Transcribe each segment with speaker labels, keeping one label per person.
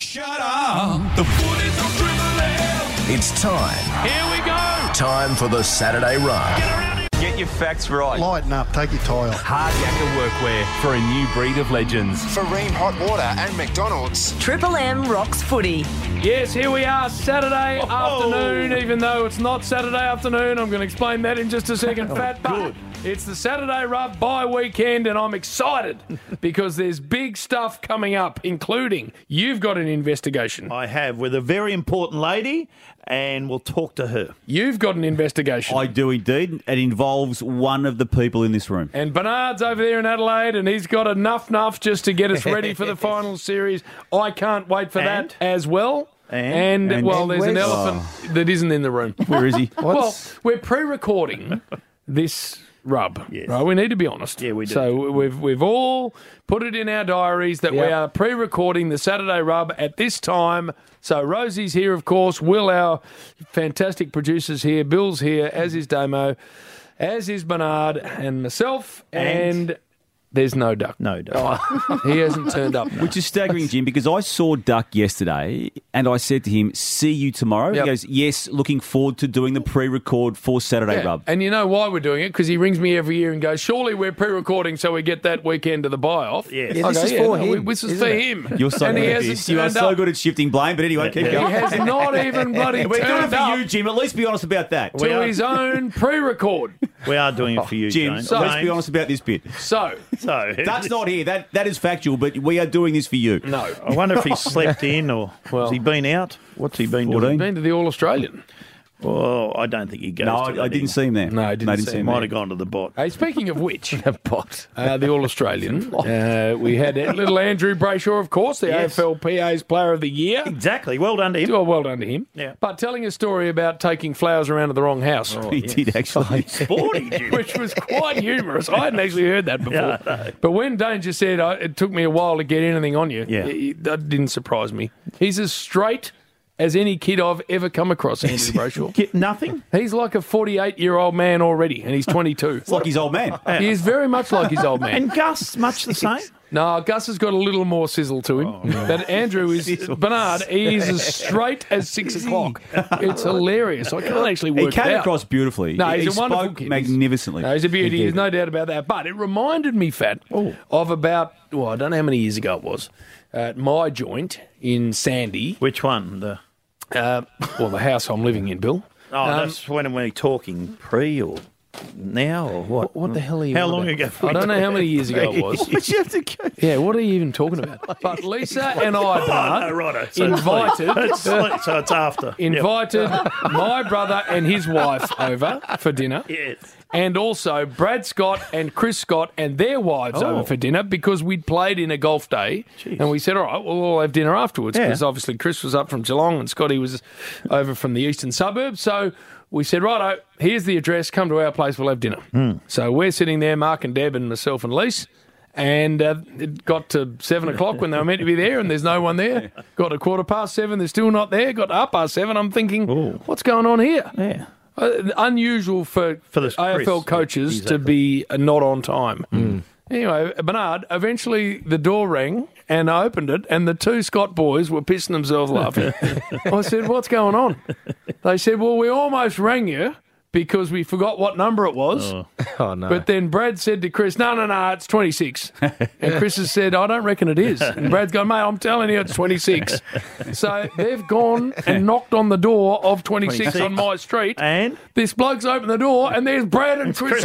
Speaker 1: Shut up. The foot is on dribbling.
Speaker 2: It's time.
Speaker 1: Here we go.
Speaker 2: Time for the Saturday run.
Speaker 3: Get your facts right.
Speaker 4: Lighten up, take your tie off.
Speaker 3: Hard yakka workwear for a new breed of legends.
Speaker 5: Farine Hot Water and McDonald's.
Speaker 6: Triple M rocks footy.
Speaker 7: Yes, here we are, Saturday
Speaker 8: Oh.
Speaker 7: afternoon, even though it's not Saturday afternoon. I'm going to explain that in just a second, Fat. But it's the Saturday Rub bye weekend, and I'm excited because there's big stuff coming up, including you've got an investigation.
Speaker 8: I have with a very important lady, and we'll talk to her.
Speaker 7: You've got an investigation.
Speaker 8: I do indeed. It involves one of the people in this room.
Speaker 7: and Bernard's over there in Adelaide, and he's got enough nuff just to get us ready for the final series. I can't wait for that as well.
Speaker 8: And?
Speaker 7: And,
Speaker 8: And-
Speaker 7: well,
Speaker 8: And
Speaker 7: there's an
Speaker 8: where's-
Speaker 7: elephant that isn't in the room.
Speaker 8: Where is he?
Speaker 7: Well, we're pre-recording this rub. Right, we need to be honest.
Speaker 8: Yeah, we do.
Speaker 7: So we've we've all put it in our diaries that we are pre-recording the Saturday rub at this time. So Rosie's here, of course. Will our fantastic producers here? Bill's here, as is Damo, as is Bernard, and myself, and.
Speaker 8: And-
Speaker 7: there's no duck. Oh.
Speaker 8: No, Duck.
Speaker 7: He hasn't turned up.
Speaker 9: Which is staggering, Jim, because I saw Duck yesterday and I said to him, See you tomorrow.
Speaker 7: Yep.
Speaker 9: He goes, Yes, looking forward to doing the pre record for Saturday
Speaker 7: Yeah,
Speaker 9: Rub.
Speaker 7: And you know why we're doing it? Because he rings me every year and goes, "Surely we're pre-recording so we get that weekend of the buy off."
Speaker 8: Yeah.
Speaker 7: I
Speaker 4: this
Speaker 7: go,
Speaker 4: is for
Speaker 7: no, we-
Speaker 4: him,
Speaker 7: This is
Speaker 4: isn't
Speaker 7: for
Speaker 4: it?
Speaker 7: him.
Speaker 9: You're so
Speaker 7: and he
Speaker 9: good at
Speaker 7: hasn't
Speaker 9: this. You are
Speaker 7: turned
Speaker 9: so
Speaker 7: up.
Speaker 9: good at shifting blame, but anyway, keep
Speaker 7: He
Speaker 9: going.
Speaker 7: has not even bloody
Speaker 9: We're doing it
Speaker 7: turned
Speaker 9: for
Speaker 7: up
Speaker 9: you, Jim. At least be honest about that.
Speaker 7: to his own pre-record.
Speaker 8: we are doing it for you,
Speaker 9: Jim,
Speaker 8: Jane.
Speaker 9: let's
Speaker 8: James,
Speaker 9: be honest about this bit.
Speaker 7: So
Speaker 8: So
Speaker 9: Duck's not here. That that is factual, but we are doing this for you.
Speaker 7: no,
Speaker 8: I wonder if he slept in or
Speaker 7: Well-
Speaker 8: has he been out? What's he been
Speaker 9: 14?
Speaker 8: doing?
Speaker 7: been to the All Australian.
Speaker 8: Oh, I don't think he goes.
Speaker 9: No,
Speaker 8: to that
Speaker 9: I, I didn't
Speaker 8: anymore.
Speaker 9: see him there.
Speaker 7: No, I didn't see him.
Speaker 8: Might have gone to the bot.
Speaker 7: Hey, speaking of which, uh, the All Australian, uh, we had little Andrew Brayshaw, of course, the
Speaker 8: Yes.
Speaker 7: AFLPA's Player of the Year.
Speaker 8: Exactly. Well done to him.
Speaker 7: Well, well done to him.
Speaker 8: Yeah.
Speaker 7: But telling a story about taking flowers around to the wrong house.
Speaker 9: He did actually.
Speaker 8: Sporty, Jim.
Speaker 7: which was quite humorous. I hadn't actually heard that before. But when Danger said I, it took me a while to get anything on you,
Speaker 8: Yeah.
Speaker 7: it- that didn't surprise me. He's as straight as any kid I've ever come across, Andrew Brayshaw.
Speaker 8: Get nothing.
Speaker 7: He's like a 48 year old man already, and he's 22.
Speaker 9: It's like his old man.
Speaker 7: he is very much like his old man.
Speaker 8: And Gus, much the same.
Speaker 7: No, Gus has got a little more sizzle to
Speaker 9: Oh,
Speaker 7: him. But Andrew is Bernard. He is as straight as six o'clock. It's hilarious. I can't actually work
Speaker 9: He came
Speaker 7: it out.
Speaker 9: across beautifully.
Speaker 7: No,
Speaker 9: he,
Speaker 7: he's
Speaker 9: he
Speaker 7: a wonderful
Speaker 9: spoke
Speaker 7: kid.
Speaker 9: magnificently.
Speaker 7: No, he's a beauty.
Speaker 9: He
Speaker 7: There's
Speaker 9: did.
Speaker 7: no doubt about that. But it reminded me, Fat,
Speaker 8: Oh.
Speaker 7: of about well, I don't know how many years ago it was. At my joint in Sandy,
Speaker 8: Which one? The
Speaker 7: uh, well, the house I'm living in, Bill. Um,
Speaker 8: oh, that's when we're talking pre or now or what?
Speaker 7: What the hell are you?
Speaker 8: How
Speaker 7: on
Speaker 8: long
Speaker 7: about?
Speaker 8: ago?
Speaker 7: I don't know how many years ago it was.
Speaker 8: But you have to go.
Speaker 7: Yeah, what are you even talking about? But Lisa and I,
Speaker 8: Oh,
Speaker 7: Bernard,
Speaker 8: righto.
Speaker 7: Invited.
Speaker 8: It's late. It's late, so it's after.
Speaker 7: invited my brother and his wife over for dinner.
Speaker 8: Yep.
Speaker 7: and also Brad Scott and Chris Scott and their wives over for dinner because we'd played in a golf day and we said, all right, we'll all have dinner afterwards because obviously Chris was up from Geelong and Scotty was over from the eastern suburbs. So we said, righto, here's the address. Come to our place. We'll have dinner. So we're sitting there, Mark and Deb and myself and Lise. And uh, it got to seven o'clock when they were meant to be there, and there's no one there. Got to quarter past seven, they're still not there. Got to half past seven, I'm thinking, what's going on here?
Speaker 8: Yeah.
Speaker 7: Uh, unusual for,
Speaker 8: For the
Speaker 7: AFL
Speaker 8: Chris,
Speaker 7: coaches
Speaker 8: yeah,
Speaker 7: to be uh, not on time. Anyway, Bernard, eventually the door rang and I opened it, and the two Scott boys were pissing themselves laughing. I said, What's going on? They said, Well, we almost rang you because we forgot what number it was.
Speaker 1: Oh, no.
Speaker 7: But then Brad said to Chris, No, no, no, it's 26. And Chris has said, I don't reckon it is. And Brad's gone, Mate, I'm telling you, it's 26. So they've gone and knocked on the door of 26 on my street.
Speaker 8: And
Speaker 7: This bloke's opened the door, and there's Brad and Chris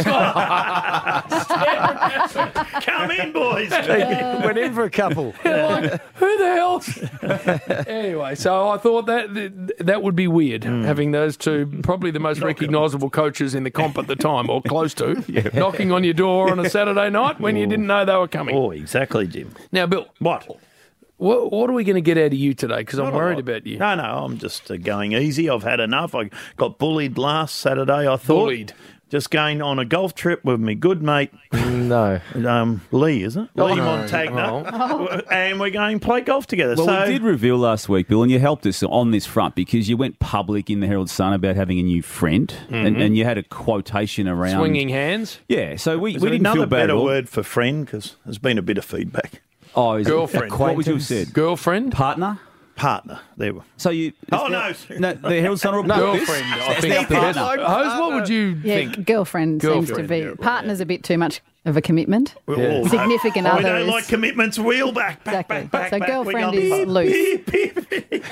Speaker 7: Scott.
Speaker 8: come in, boys.
Speaker 1: Went in for a couple.
Speaker 7: like, who the hell? anyway, so I thought that that, that would be weird
Speaker 1: Hmm.
Speaker 7: having those two, probably the most recognisable coaches in the comp at the time, or close to, knocking on your door on a Saturday night when you didn't know they were coming.
Speaker 8: oh, exactly, Jim.
Speaker 7: Now, Bill,
Speaker 8: What?
Speaker 7: what, what are we going to get out of you today? Because I'm
Speaker 8: Not a
Speaker 7: worried
Speaker 8: lot.
Speaker 7: about you.
Speaker 8: No, no, I'm just uh, going easy. I've had enough. I got bullied last Saturday. I thought
Speaker 7: Bullied.
Speaker 8: just going on a golf trip with my good mate
Speaker 1: No.
Speaker 8: um, Lee, isn't it? Lee
Speaker 7: no.
Speaker 8: Montagna, and we're going to play golf together.
Speaker 9: Well,
Speaker 8: so
Speaker 9: we did reveal last week, Bill, and you helped us on this front because you went public in the Herald Sun about having a new friend, and, and you had a quotation around
Speaker 7: Swinging hands,
Speaker 9: Yeah, so we,
Speaker 8: Is
Speaker 9: we
Speaker 8: there
Speaker 9: didn't
Speaker 8: another
Speaker 9: feel bad at
Speaker 8: better
Speaker 9: all.
Speaker 8: word for friend because there's been a bit of feedback.
Speaker 9: Oh, is it-
Speaker 7: Girlfriend.
Speaker 9: What would you have said?
Speaker 7: girlfriend,
Speaker 9: Partner.
Speaker 8: partner. There we
Speaker 9: So you?
Speaker 8: Oh, no.
Speaker 9: no! The Herald Sun will report this.
Speaker 7: Girlfriend, I
Speaker 9: It's
Speaker 7: think.
Speaker 9: their
Speaker 7: up there.
Speaker 9: partner.
Speaker 7: Hose, what would you
Speaker 4: Yeah,
Speaker 7: think?
Speaker 4: girlfriend, seems to
Speaker 7: Girlfriend,
Speaker 4: be.
Speaker 7: yeah, right,
Speaker 4: Partner's a bit too much of a commitment.
Speaker 8: We're all- Oh,
Speaker 4: Significant
Speaker 8: We
Speaker 4: others.
Speaker 8: don't like commitments. Wheel back, back,
Speaker 4: Exactly.
Speaker 8: back, back.
Speaker 4: So
Speaker 8: back.
Speaker 4: girlfriend
Speaker 8: We're
Speaker 4: is loose.
Speaker 8: beep, beep.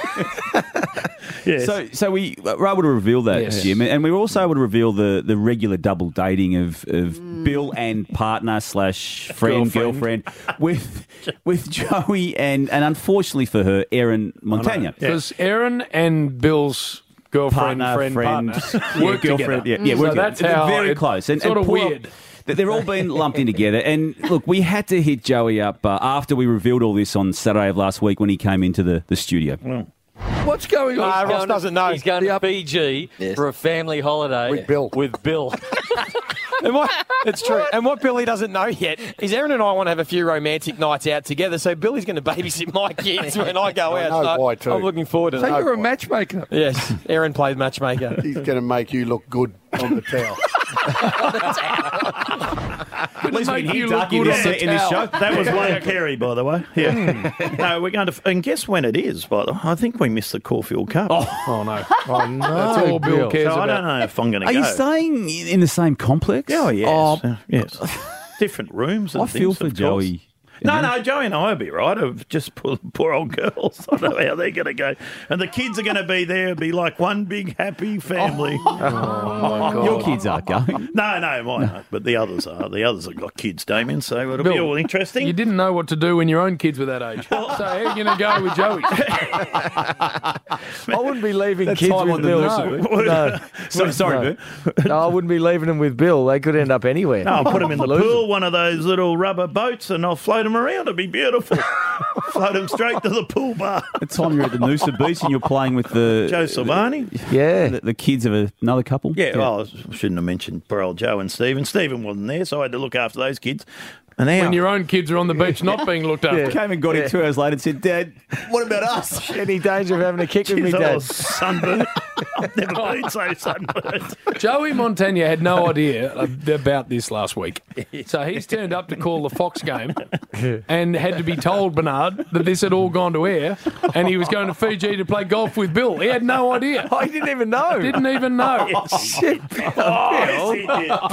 Speaker 8: yes.
Speaker 9: So, so we were able to reveal that,
Speaker 7: Yes.
Speaker 9: Jim, and we were also able to reveal the, the regular double dating of, of Bill and partner slash friend
Speaker 7: Girlfriend.
Speaker 9: girlfriend, with with Joey and and unfortunately for her, Erin Montagna.
Speaker 7: Because Aaron and Bill's girlfriend,
Speaker 9: Partner,
Speaker 7: friend,
Speaker 9: friend,
Speaker 7: partner,
Speaker 9: yeah,
Speaker 7: work
Speaker 9: girlfriend,
Speaker 7: together. Mm.
Speaker 9: yeah, yeah, work
Speaker 7: so
Speaker 9: together.
Speaker 7: that's how
Speaker 9: very
Speaker 7: it-
Speaker 9: close and,
Speaker 7: sort
Speaker 9: and
Speaker 7: of
Speaker 9: pull up-
Speaker 7: weird.
Speaker 9: that they're all being lumped in together. And look, we had to hit Joey up uh, after we revealed all this on Saturday of last week when he came into the, the studio.
Speaker 7: What's going on?
Speaker 1: Ross
Speaker 10: going-
Speaker 1: doesn't know.
Speaker 10: He's going to Fiji for a family holiday
Speaker 1: With Bill.
Speaker 10: With Bill.
Speaker 1: And what, it's true. And what Billy doesn't know yet is Aaron and I want to have a few romantic nights out together. So Billy's going to babysit my kids when I oh, go out.
Speaker 11: know
Speaker 1: so
Speaker 11: why too.
Speaker 1: I'm looking forward to
Speaker 7: so
Speaker 1: that.
Speaker 7: you're a matchmaker.
Speaker 1: Yes, Aaron played matchmaker.
Speaker 11: He's going to make you look good on the towel.
Speaker 7: At least
Speaker 9: we can hear Ducky this- in this show. Hmm.
Speaker 8: That was Wayne Carey, by the way. Yeah. no, we're going to. And guess when it is, by the way? I think we missed the Caulfield Cup.
Speaker 7: Oh, no. Oh, no. That's all Bill cares
Speaker 8: so I don't
Speaker 7: about.
Speaker 8: know if I'm going to
Speaker 9: Are
Speaker 8: go.
Speaker 9: you staying in in the same complex?
Speaker 8: Oh, yes.
Speaker 9: Oh,
Speaker 8: Uh, yes. Different rooms. And
Speaker 9: I feel
Speaker 8: things,
Speaker 9: for
Speaker 8: of course.
Speaker 9: Joey.
Speaker 8: No, no, Joey and I will be right. Of just poor, poor old girls. I don't know how they're going to go, and the kids are going to be there. Be like one big happy family.
Speaker 9: Oh, Your kids aren't going.
Speaker 8: No, no, mine aren't. But the others are. The others have got kids, Damien. So it'll be
Speaker 7: Bill,
Speaker 8: all interesting.
Speaker 7: You didn't know what to do when your own kids were that age. so how are you going to go with Joey?
Speaker 1: I wouldn't be leaving kids
Speaker 9: time on
Speaker 1: with
Speaker 9: the
Speaker 1: Bill.
Speaker 9: nursery.
Speaker 1: No.
Speaker 9: So, sorry,
Speaker 1: no. No, I wouldn't be leaving them with Bill. They could end up anywhere.
Speaker 8: No, I'll put them in the
Speaker 1: Lose 'em.
Speaker 8: pool, one of those little rubber boats, and I'll float them around. It'll be beautiful. float them straight to the pool bar.
Speaker 9: the time you're at the Noosa Beach and you're playing with the
Speaker 8: Joe Silvani.
Speaker 1: Yeah.
Speaker 9: the, the kids of another couple.
Speaker 8: Yeah, well, I shouldn't have mentioned poor old Joe and Stephen. Stephen wasn't there, so I had to look after those kids. And now,
Speaker 7: When your own kids are on the beach not being looked after.
Speaker 9: came and got him two hours later and said, "Dad, what about us?"
Speaker 1: Any danger of having a kick with me,
Speaker 8: Jeez, I
Speaker 1: Dad?
Speaker 8: was sunburnt. I've never been so sunburnt.
Speaker 7: Joey Montagna had no idea uh, about this last week. So he's turned up to call the Fox game and had to be told, Bernard, that this had all gone to air and he was going to Fiji to play golf with Bill. He had no idea.
Speaker 1: I Oh, didn't even know.
Speaker 7: Didn't even know.
Speaker 1: Shit,
Speaker 8: Oh, yes, he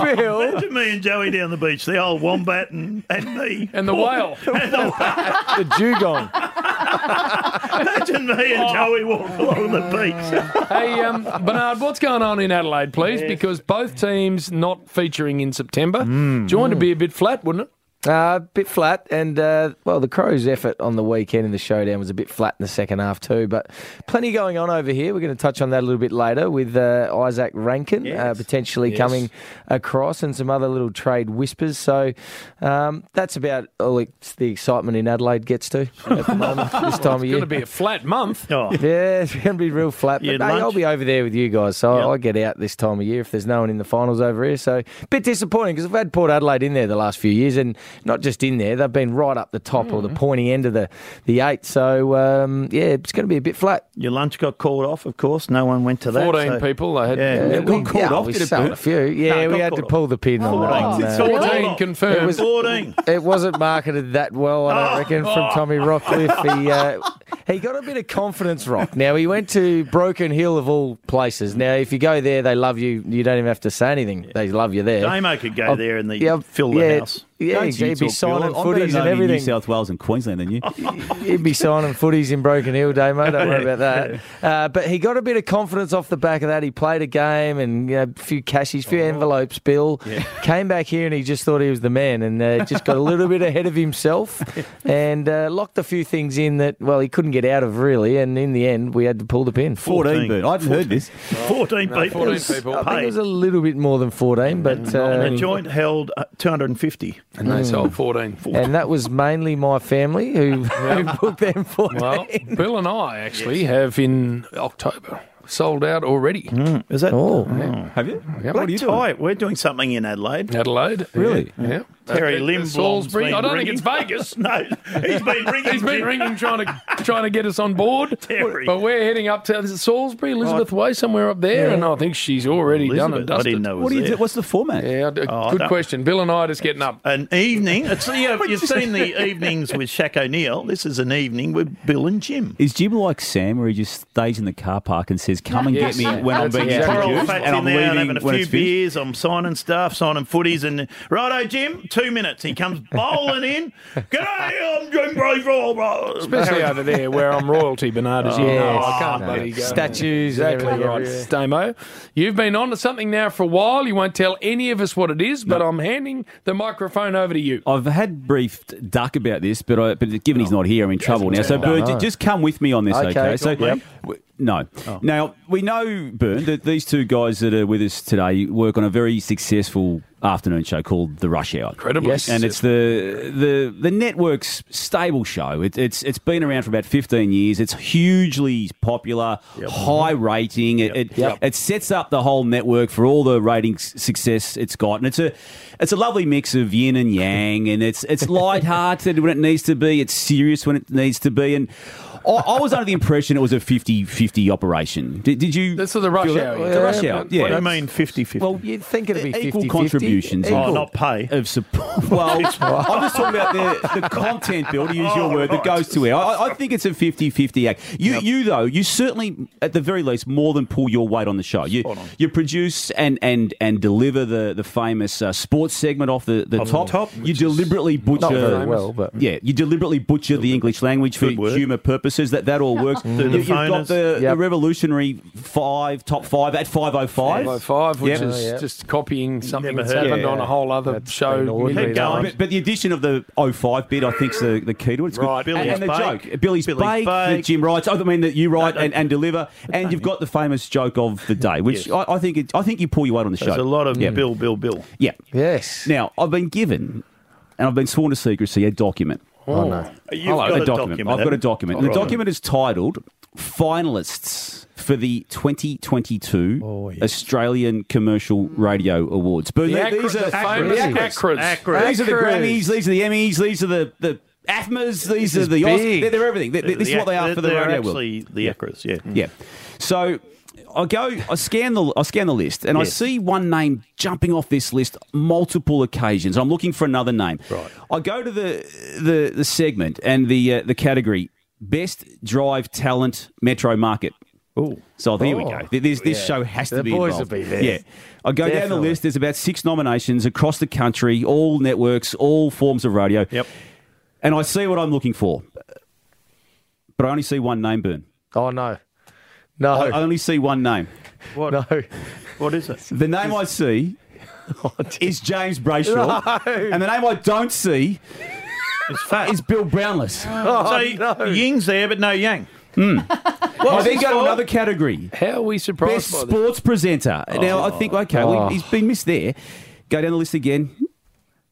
Speaker 8: did.
Speaker 1: Bill.
Speaker 8: Imagine me and Joey down the beach, the old wombat and, and me.
Speaker 7: And the whale.
Speaker 1: the dugong.
Speaker 8: Imagine me and Joey walking along the beach.
Speaker 7: Oh. Hey, um, Bernard, what's going on in Adelaide, please? Because both teams not featuring in September.
Speaker 1: Hmm.
Speaker 7: Joined to be a bit flat, wouldn't it?
Speaker 1: Uh, bit flat, and uh, well, the Crows' effort on the weekend in the showdown was a bit flat in the second half too. But plenty going on over here. We're going to touch on that a little bit later with uh, Isaac Rankin uh, potentially coming across, and some other little trade whispers. So um, that's about all it's the excitement in Adelaide gets to at the moment this time of
Speaker 7: It's going
Speaker 1: year.
Speaker 7: to be a flat month.
Speaker 8: Oh,
Speaker 1: yeah, it's going to be real flat. But
Speaker 8: Yeah,
Speaker 1: hey, I'll
Speaker 8: lunch.
Speaker 1: be over there with you guys, so
Speaker 8: Yep.
Speaker 1: I get out this time of year if there's no one in the finals over here. So bit disappointing because I've had Port Adelaide in there the last few years, and not just in there, they've been right up the top or the
Speaker 8: Mm.
Speaker 1: pointy end of the the eight. So um, yeah, it's going to be a bit flat.
Speaker 8: your lunch got called off, of course. No one went to that.
Speaker 7: 14
Speaker 8: so-
Speaker 7: people. They had
Speaker 8: Yeah.
Speaker 1: Yeah, we,
Speaker 9: got called
Speaker 1: yeah,
Speaker 9: off,
Speaker 1: we
Speaker 9: did it,
Speaker 1: sold
Speaker 9: Bert?
Speaker 1: a few. Yeah,
Speaker 8: it
Speaker 1: we
Speaker 8: got
Speaker 1: had to
Speaker 8: called
Speaker 1: pull the pin on that one.
Speaker 8: It's
Speaker 1: uh,
Speaker 7: 14 confirmed.
Speaker 1: It was-
Speaker 8: 14.
Speaker 1: it wasn't marketed that well, I
Speaker 8: Oh.
Speaker 1: don't reckon,
Speaker 7: Oh.
Speaker 1: from Tommy Rockcliffe. He, uh, he got a bit of confidence rock. Now, he went to Broken Hill of all places. Now, if you go there, they love you. You don't even have to say anything. They love you there.
Speaker 8: Damo could go
Speaker 1: I'll-
Speaker 8: there and the,
Speaker 1: yeah,
Speaker 8: fill the
Speaker 1: yeah,
Speaker 8: house.
Speaker 1: Yeah,
Speaker 9: Don't you
Speaker 1: he'd be
Speaker 9: talk, Bill.
Speaker 1: signing
Speaker 9: I'm better
Speaker 1: footies and
Speaker 9: known in New
Speaker 1: everything.
Speaker 9: South Wales and Queensland than you.
Speaker 1: He'd be signing footies in Broken Hill, Damo. Don't worry about that. Uh, but he got a bit of confidence off the back of that. He played a game and you know, a few cashies, a few envelopes, Bill. Came back here and he just thought he was the man and uh, just got a little bit ahead of himself and uh, locked a few things in that, well, he couldn't get out of really. And in the end, we had to pull the pin.
Speaker 9: 14, Bert. I hadn't heard this.
Speaker 8: 14 people.
Speaker 7: 14 people.
Speaker 1: I think it
Speaker 8: Paid.
Speaker 1: was a little bit more than 14, but.
Speaker 8: and the
Speaker 1: Um, Mm.
Speaker 8: joint held uh, 250.
Speaker 7: And they sold 14.
Speaker 1: and that was mainly my family who, who booked them for
Speaker 7: Well, Bill and I actually have in October sold out already.
Speaker 8: Mm, Is that
Speaker 1: Oh,
Speaker 9: Have you?
Speaker 7: Yeah,
Speaker 9: What are you doing?
Speaker 8: tight? We're doing something in Adelaide.
Speaker 7: Adelaide.
Speaker 9: Really?
Speaker 7: Yeah.
Speaker 8: Terry
Speaker 7: Uh,
Speaker 8: Limblom's
Speaker 7: Salisbury.
Speaker 8: been
Speaker 7: I don't
Speaker 8: ringing.
Speaker 7: think it's Vegas.
Speaker 8: no, he's been ringing.
Speaker 7: He's been
Speaker 8: Jim.
Speaker 7: ringing, trying to trying to get us on board.
Speaker 8: Terry. Oh.
Speaker 7: But we're heading up to is it Salisbury, Elizabeth Way, somewhere up there,
Speaker 8: Yeah.
Speaker 7: and I think she's already done and
Speaker 8: Elizabeth, I
Speaker 7: dusted.
Speaker 8: didn't know it was
Speaker 9: What do you
Speaker 8: there.
Speaker 9: do? What's the format?
Speaker 7: Yeah, d-
Speaker 8: Oh, I
Speaker 7: good
Speaker 8: don't-
Speaker 7: question. Bill and I are just getting up.
Speaker 8: An evening. It's, you have seen the evenings with Shaq O'Neill. This is an evening with Bill and Jim.
Speaker 9: Is Jim like Sam, where he just stays in the car park and says, "Come and
Speaker 7: Yes.
Speaker 9: get me when I'm
Speaker 7: That's
Speaker 9: being
Speaker 7: exactly
Speaker 8: Coral
Speaker 9: introduced,
Speaker 8: Fat's
Speaker 9: and
Speaker 8: in
Speaker 9: I'm
Speaker 8: there, I'm
Speaker 9: leaving
Speaker 8: having a
Speaker 9: when
Speaker 8: few
Speaker 9: it's finished"?
Speaker 8: beers, I'm signing stuff, signing footies, and righto, Jim, two minutes. He comes bowling in. G'day, I'm Jim Brayfall.
Speaker 7: Especially over there where I'm royalty, Bernard, as you know. I can't
Speaker 1: No.
Speaker 7: bloody go.
Speaker 1: Statues,
Speaker 7: Exactly
Speaker 1: everything,
Speaker 7: right,
Speaker 1: everything.
Speaker 7: Stamo. You've been on to something now for a while. You won't tell any of us what it is, but I'm handing the microphone over to you.
Speaker 9: I've had briefed Duck about this, but I, but given he's not here, I'm in trouble now. So, Bird, ju- just come with me on this,
Speaker 1: Okay,
Speaker 9: okay? so,
Speaker 1: cool. Yep.
Speaker 9: w- no.
Speaker 8: Oh.
Speaker 9: Now we know, Burn, that these two guys that are with us today work on a very successful afternoon show called The Rush Hour.
Speaker 7: Incredibly
Speaker 1: Yes.
Speaker 9: and it's the the the network's stable show. It, it's it's been around for about fifteen years. It's hugely popular, high rating. It it,
Speaker 1: Yep.
Speaker 9: it sets up the whole network for all the rating s- success it's got, and it's a it's a lovely mix of yin and yang, and it's it's lighthearted when it needs to be. It's serious when it needs to be, and. I I was under the impression it was a 50-50 operation. Did, did you?
Speaker 7: This is the rush
Speaker 9: feel-
Speaker 7: hour, yeah.
Speaker 9: The rush
Speaker 1: Yeah,
Speaker 9: hour.
Speaker 1: but-
Speaker 9: Yeah.
Speaker 8: I mean, 50 50.
Speaker 1: Well, you'd think it'd be
Speaker 9: Equal
Speaker 1: 50-50.
Speaker 9: contributions.
Speaker 1: Equal.
Speaker 8: oh, not pay.
Speaker 9: of support. Well, I'm just talking about the, the content, Bill, to use your
Speaker 8: Oh,
Speaker 9: word, that
Speaker 8: right.
Speaker 9: goes to air. I, I think it's a 50 50 act. You, you, though, you certainly, at the very least, more than pull your weight on the show. You, you produce and, and, and deliver the, the famous uh, sports segment off the, the top.
Speaker 8: top,
Speaker 9: You deliberately butcher.
Speaker 1: Not very well, but
Speaker 9: Yeah, you deliberately butcher the English language for
Speaker 8: Good word.
Speaker 9: humour purposes. That that all works. you,
Speaker 8: Mm-hmm. the
Speaker 9: you've got
Speaker 8: phoners.
Speaker 9: the, the
Speaker 1: Yep.
Speaker 9: revolutionary five, top five at five oh five.
Speaker 7: 505, which
Speaker 9: Yep.
Speaker 7: is
Speaker 1: Oh, yeah.
Speaker 7: just copying something
Speaker 8: Never
Speaker 7: that's
Speaker 8: heard of
Speaker 7: happened
Speaker 1: that.
Speaker 7: on a whole other
Speaker 1: That's
Speaker 7: show.
Speaker 1: been ordinary,
Speaker 7: Million
Speaker 8: that
Speaker 7: times.
Speaker 8: one.
Speaker 9: But, but the addition of the 05 bit, I think, is the, the key to it. It's
Speaker 7: Right.
Speaker 9: good.
Speaker 8: Billy's
Speaker 9: and, and the
Speaker 8: Bake.
Speaker 9: joke. Billy's,
Speaker 8: Billy's
Speaker 9: Bake, that
Speaker 8: Bake.
Speaker 9: Jim writes, I mean, that you write and, and deliver. And you've got the famous joke of the day, which I, I think it, I think you pull you out on the show.
Speaker 8: There's a lot of
Speaker 9: Yeah.
Speaker 8: Bill, Bill, Bill.
Speaker 9: Yeah.
Speaker 1: Yes.
Speaker 9: Now, I've been given, and I've been sworn to secrecy, a document.
Speaker 1: oh, no.
Speaker 8: You've
Speaker 9: Hello,
Speaker 8: got a,
Speaker 9: document. I've got a
Speaker 12: eh?
Speaker 8: haven't you?
Speaker 9: document. the
Speaker 8: All right.
Speaker 9: document is titled Finalists for the 2022 Australian Commercial Radio Awards. But
Speaker 7: The Acra-
Speaker 9: these are
Speaker 7: the famous
Speaker 1: Acras.
Speaker 7: Acras.
Speaker 8: Accurate.
Speaker 9: These are the
Speaker 1: Accurate.
Speaker 9: Grammys, these are the Emmys, these are the, the AFMAs, these are
Speaker 1: is big.
Speaker 9: the Oscars. They're, they're everything. They're- they're- this
Speaker 8: The
Speaker 9: is what they
Speaker 8: ac-
Speaker 9: are for the
Speaker 8: they're
Speaker 9: radio world.
Speaker 8: actually the Accras, yeah. Mm.
Speaker 9: Yeah. So I go, I scan the, I scan the list, and I
Speaker 8: Yes.
Speaker 9: see one name jumping off this list multiple occasions. I'm looking for another name.
Speaker 8: Right.
Speaker 9: I go to the the, the segment and the uh, the category best drive talent metro market.
Speaker 8: Ooh.
Speaker 9: So Oh, there we go. Th- This, this show has to
Speaker 1: Oh, The
Speaker 9: be
Speaker 1: boys
Speaker 9: involved.
Speaker 1: will be there.
Speaker 9: Yeah. I go down the
Speaker 1: Definitely.
Speaker 9: list. There's about six nominations across the country, all networks, all forms of radio.
Speaker 8: Yep.
Speaker 9: And I see what I'm looking for, but I only see one name burn.
Speaker 1: Oh, no. No.
Speaker 9: I only see one name.
Speaker 8: What,
Speaker 1: no.
Speaker 8: what is it?
Speaker 9: The name I see is James Brayshaw, and the name I don't see
Speaker 8: It's fat.
Speaker 9: is Bill Brownless.
Speaker 1: Oh.
Speaker 9: Hmm.
Speaker 8: so Ying's there, but no Yang.
Speaker 9: I then go to another category:
Speaker 7: How are we
Speaker 9: best
Speaker 7: surprised by this?
Speaker 9: sports presenter. Now I think okay, well, he's been missed there. Go down the list again: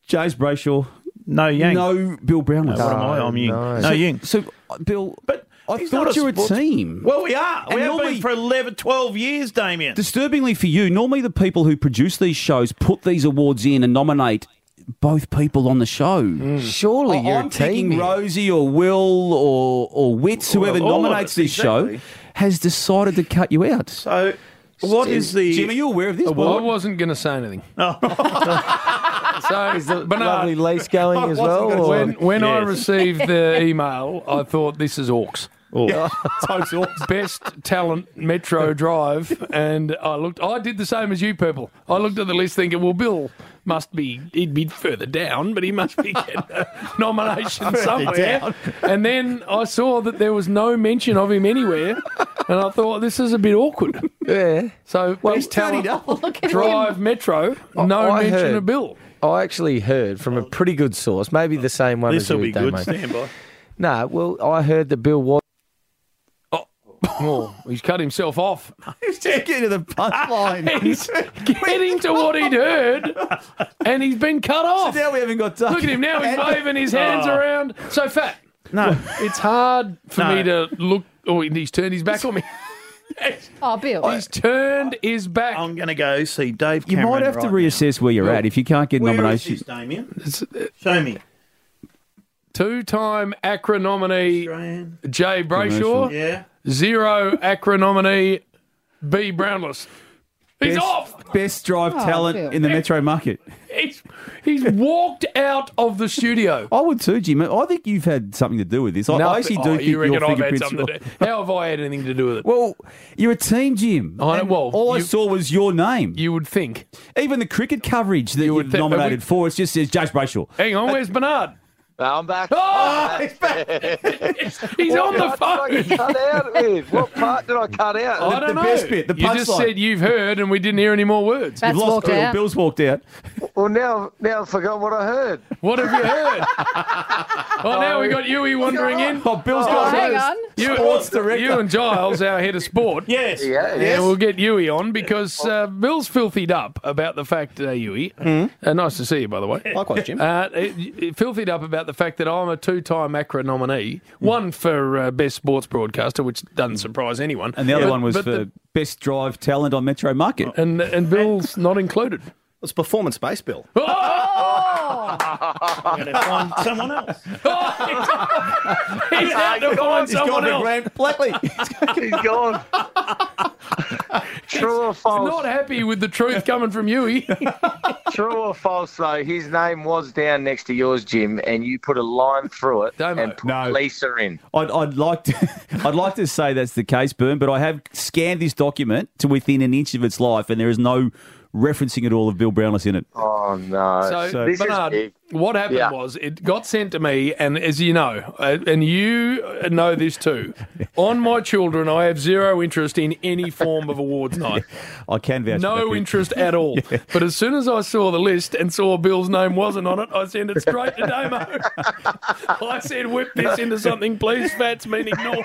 Speaker 9: James Brayshaw,
Speaker 8: No Yang.
Speaker 9: no Bill Brownless.
Speaker 8: What am I? I'm Ying.
Speaker 1: no.
Speaker 8: No, Ying.
Speaker 9: So, uh, Bill,
Speaker 8: But
Speaker 9: I
Speaker 8: he's not
Speaker 9: thought you were a
Speaker 8: sports-
Speaker 9: team.
Speaker 8: Well, we are.
Speaker 9: And
Speaker 8: we have
Speaker 9: normally-
Speaker 8: been for 11, 12 years, Damien.
Speaker 9: Disturbingly for you, normally the people who produce these shows put these awards in and nominate both people on the show.
Speaker 8: Hmm.
Speaker 12: Oh,
Speaker 9: Oh,
Speaker 1: Surely you're
Speaker 9: I'm
Speaker 1: a team.
Speaker 9: thinking
Speaker 1: here.
Speaker 9: Rosie or Will or or Wits, whoever
Speaker 8: all of
Speaker 9: nominates
Speaker 8: us,
Speaker 9: this
Speaker 8: exactly.
Speaker 9: show, has decided to cut you out.
Speaker 8: so, what is the.
Speaker 9: Jim? Are you aware of this? Oh.
Speaker 7: Well, I
Speaker 9: Well,
Speaker 7: wasn't going to say anything. so,
Speaker 1: Is the
Speaker 7: Bernard,
Speaker 1: lovely lace going as well? or-
Speaker 7: when when I
Speaker 8: Yes.
Speaker 7: received the email, I thought this is Orcs.
Speaker 8: Oh.
Speaker 7: Best talent Metro Drive, and I looked. I did the same as you, Purple. I looked at the list, thinking, "Well, Bill must be. He'd be further down, but he must be getting a nomination somewhere." And then I saw that there was no mention of him anywhere, and I thought, "This is a bit awkward."
Speaker 1: yeah.
Speaker 7: So, best talent
Speaker 4: Look at
Speaker 7: Drive Metro, no
Speaker 1: I
Speaker 7: mention
Speaker 1: heard-
Speaker 7: of Bill.
Speaker 1: I actually heard from a pretty good source, maybe the same one
Speaker 8: This
Speaker 1: as you,
Speaker 8: will be good.
Speaker 1: Damo.
Speaker 8: Stand by.
Speaker 1: No, well, I heard that Bill was.
Speaker 7: Oh, he's cut himself off.
Speaker 9: get to the punchline.
Speaker 7: He's getting to what he'd heard, and he's been cut off.
Speaker 9: now we haven't got time. Oh.
Speaker 7: Look at him now. He's waving his hands around. So fat.
Speaker 8: No.
Speaker 7: It's hard for
Speaker 8: No.
Speaker 7: me to look. Oh, he's turned his back on me.
Speaker 4: Oh, Bill.
Speaker 7: He's turned his back.
Speaker 8: I'm going to go see Dave.
Speaker 9: You might
Speaker 8: Cameron
Speaker 9: have to
Speaker 8: right
Speaker 9: reassess where you're at if you can't get
Speaker 8: Where is
Speaker 9: nomination.
Speaker 8: this, Damien?
Speaker 7: uh,
Speaker 8: Show me.
Speaker 7: Two-time ACRA nominee Jay Brayshaw.
Speaker 8: Yeah.
Speaker 7: Zero ACRA nominee B Brownless. He's
Speaker 9: best,
Speaker 7: off.
Speaker 9: Best drive
Speaker 7: Oh,
Speaker 9: talent
Speaker 7: Bill.
Speaker 9: in the metro market.
Speaker 7: He's, he's walked out of the studio.
Speaker 9: I would too, Jim. I think you've had something to do with this. I, I actually do
Speaker 7: oh,
Speaker 9: think
Speaker 7: you
Speaker 9: your
Speaker 7: reckon I've had
Speaker 9: fingerprints.
Speaker 7: something to do. How have I had anything to do with it?
Speaker 9: Well, you're a team, Jim.
Speaker 7: I know-
Speaker 9: And
Speaker 7: well,
Speaker 9: all I
Speaker 7: you-
Speaker 9: saw was your name.
Speaker 7: You would think.
Speaker 9: Even the cricket coverage that you were
Speaker 7: would thi- but we-
Speaker 9: nominated for, it just says Josh Brayshaw.
Speaker 7: Hang on, where's Bernard?
Speaker 13: I'm back.
Speaker 7: Oh,
Speaker 13: he's back.
Speaker 7: he's on the
Speaker 13: What did I get cut out with? What part did I cut out?
Speaker 7: I don't know. you just said you've heard, and we didn't hear any more words.
Speaker 13: Bats You've lost walked Bill. out.
Speaker 9: Bill's walked out.
Speaker 13: Well, now, now I've forgotten what I heard.
Speaker 7: What have you heard? Oh, now we got Huey wandering in.
Speaker 9: Oh, Bill's
Speaker 13: got
Speaker 4: hang on.
Speaker 7: You,
Speaker 9: Sports director.
Speaker 7: you and Giles, our head of sport.
Speaker 8: Yes.
Speaker 13: Yeah,
Speaker 7: Yeah,
Speaker 13: yes.
Speaker 7: we'll get Huey on because uh, Bill's filthied up about the fact, uh, Huey. Uh, nice to see you, by the way.
Speaker 1: Likewise, Jim.
Speaker 7: Uh, it, it filthied up about the fact that I'm a two-time ACRA nominee, one for uh, best sports broadcaster, which doesn't surprise anyone,
Speaker 9: And the other
Speaker 7: But-
Speaker 9: one was for
Speaker 7: but the-
Speaker 9: best drive talent on metro market.
Speaker 7: and and Bill's not included.
Speaker 14: It's performance based, Bill.
Speaker 7: Oh!
Speaker 8: I'm going to find someone else.
Speaker 7: He's out to find someone else.
Speaker 13: He's gone. True or false?
Speaker 7: Not happy with the truth coming from Huey.
Speaker 13: True or false, though, his name was down next to yours, Jim, and you put a line through it and put Lisa in.
Speaker 9: I'd, I'd like to, I'd like to say that's the case, Byrne, but I have scanned this document to within an inch of its life, and there is no referencing at all of Bill Brownless in it.
Speaker 13: Oh, no.
Speaker 7: So,
Speaker 13: this
Speaker 7: Bernard,
Speaker 13: is big.
Speaker 7: what happened
Speaker 13: Yeah.
Speaker 7: was it got sent to me, and as you know, uh, and you uh, know this too, on my children, I have zero interest in any form of awards night.
Speaker 9: I can vouch. for that,
Speaker 7: No
Speaker 9: Bill.
Speaker 7: interest at all. But as soon as I saw the list and saw Bill's name wasn't on it, I sent it straight to Damo. I said, whip this into something, please, Fats, meaning no.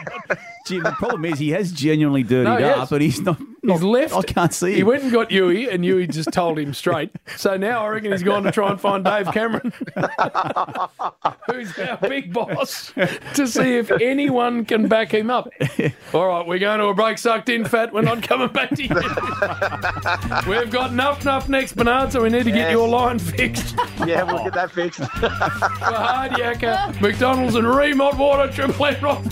Speaker 9: Jim, the problem is he has genuinely dirtied
Speaker 7: No, he
Speaker 9: up,
Speaker 7: has.
Speaker 9: but he's not.
Speaker 7: He's left.
Speaker 9: I can't see
Speaker 7: He
Speaker 9: him.
Speaker 7: went and got Yui, and Yui just told him straight. So now I reckon he's gone to try and find Dave Cameron, who's our big boss, to see if anyone can back him up. All right, we're going to a break. Sucked in, fat. We're not coming back to you. We've got enough, enough next, Bernard. So we need to get
Speaker 13: Yes.
Speaker 7: your line fixed.
Speaker 13: Yeah, we'll get that fixed.
Speaker 7: For hard yakka, McDonald's and Remod Water, Triple M Rock.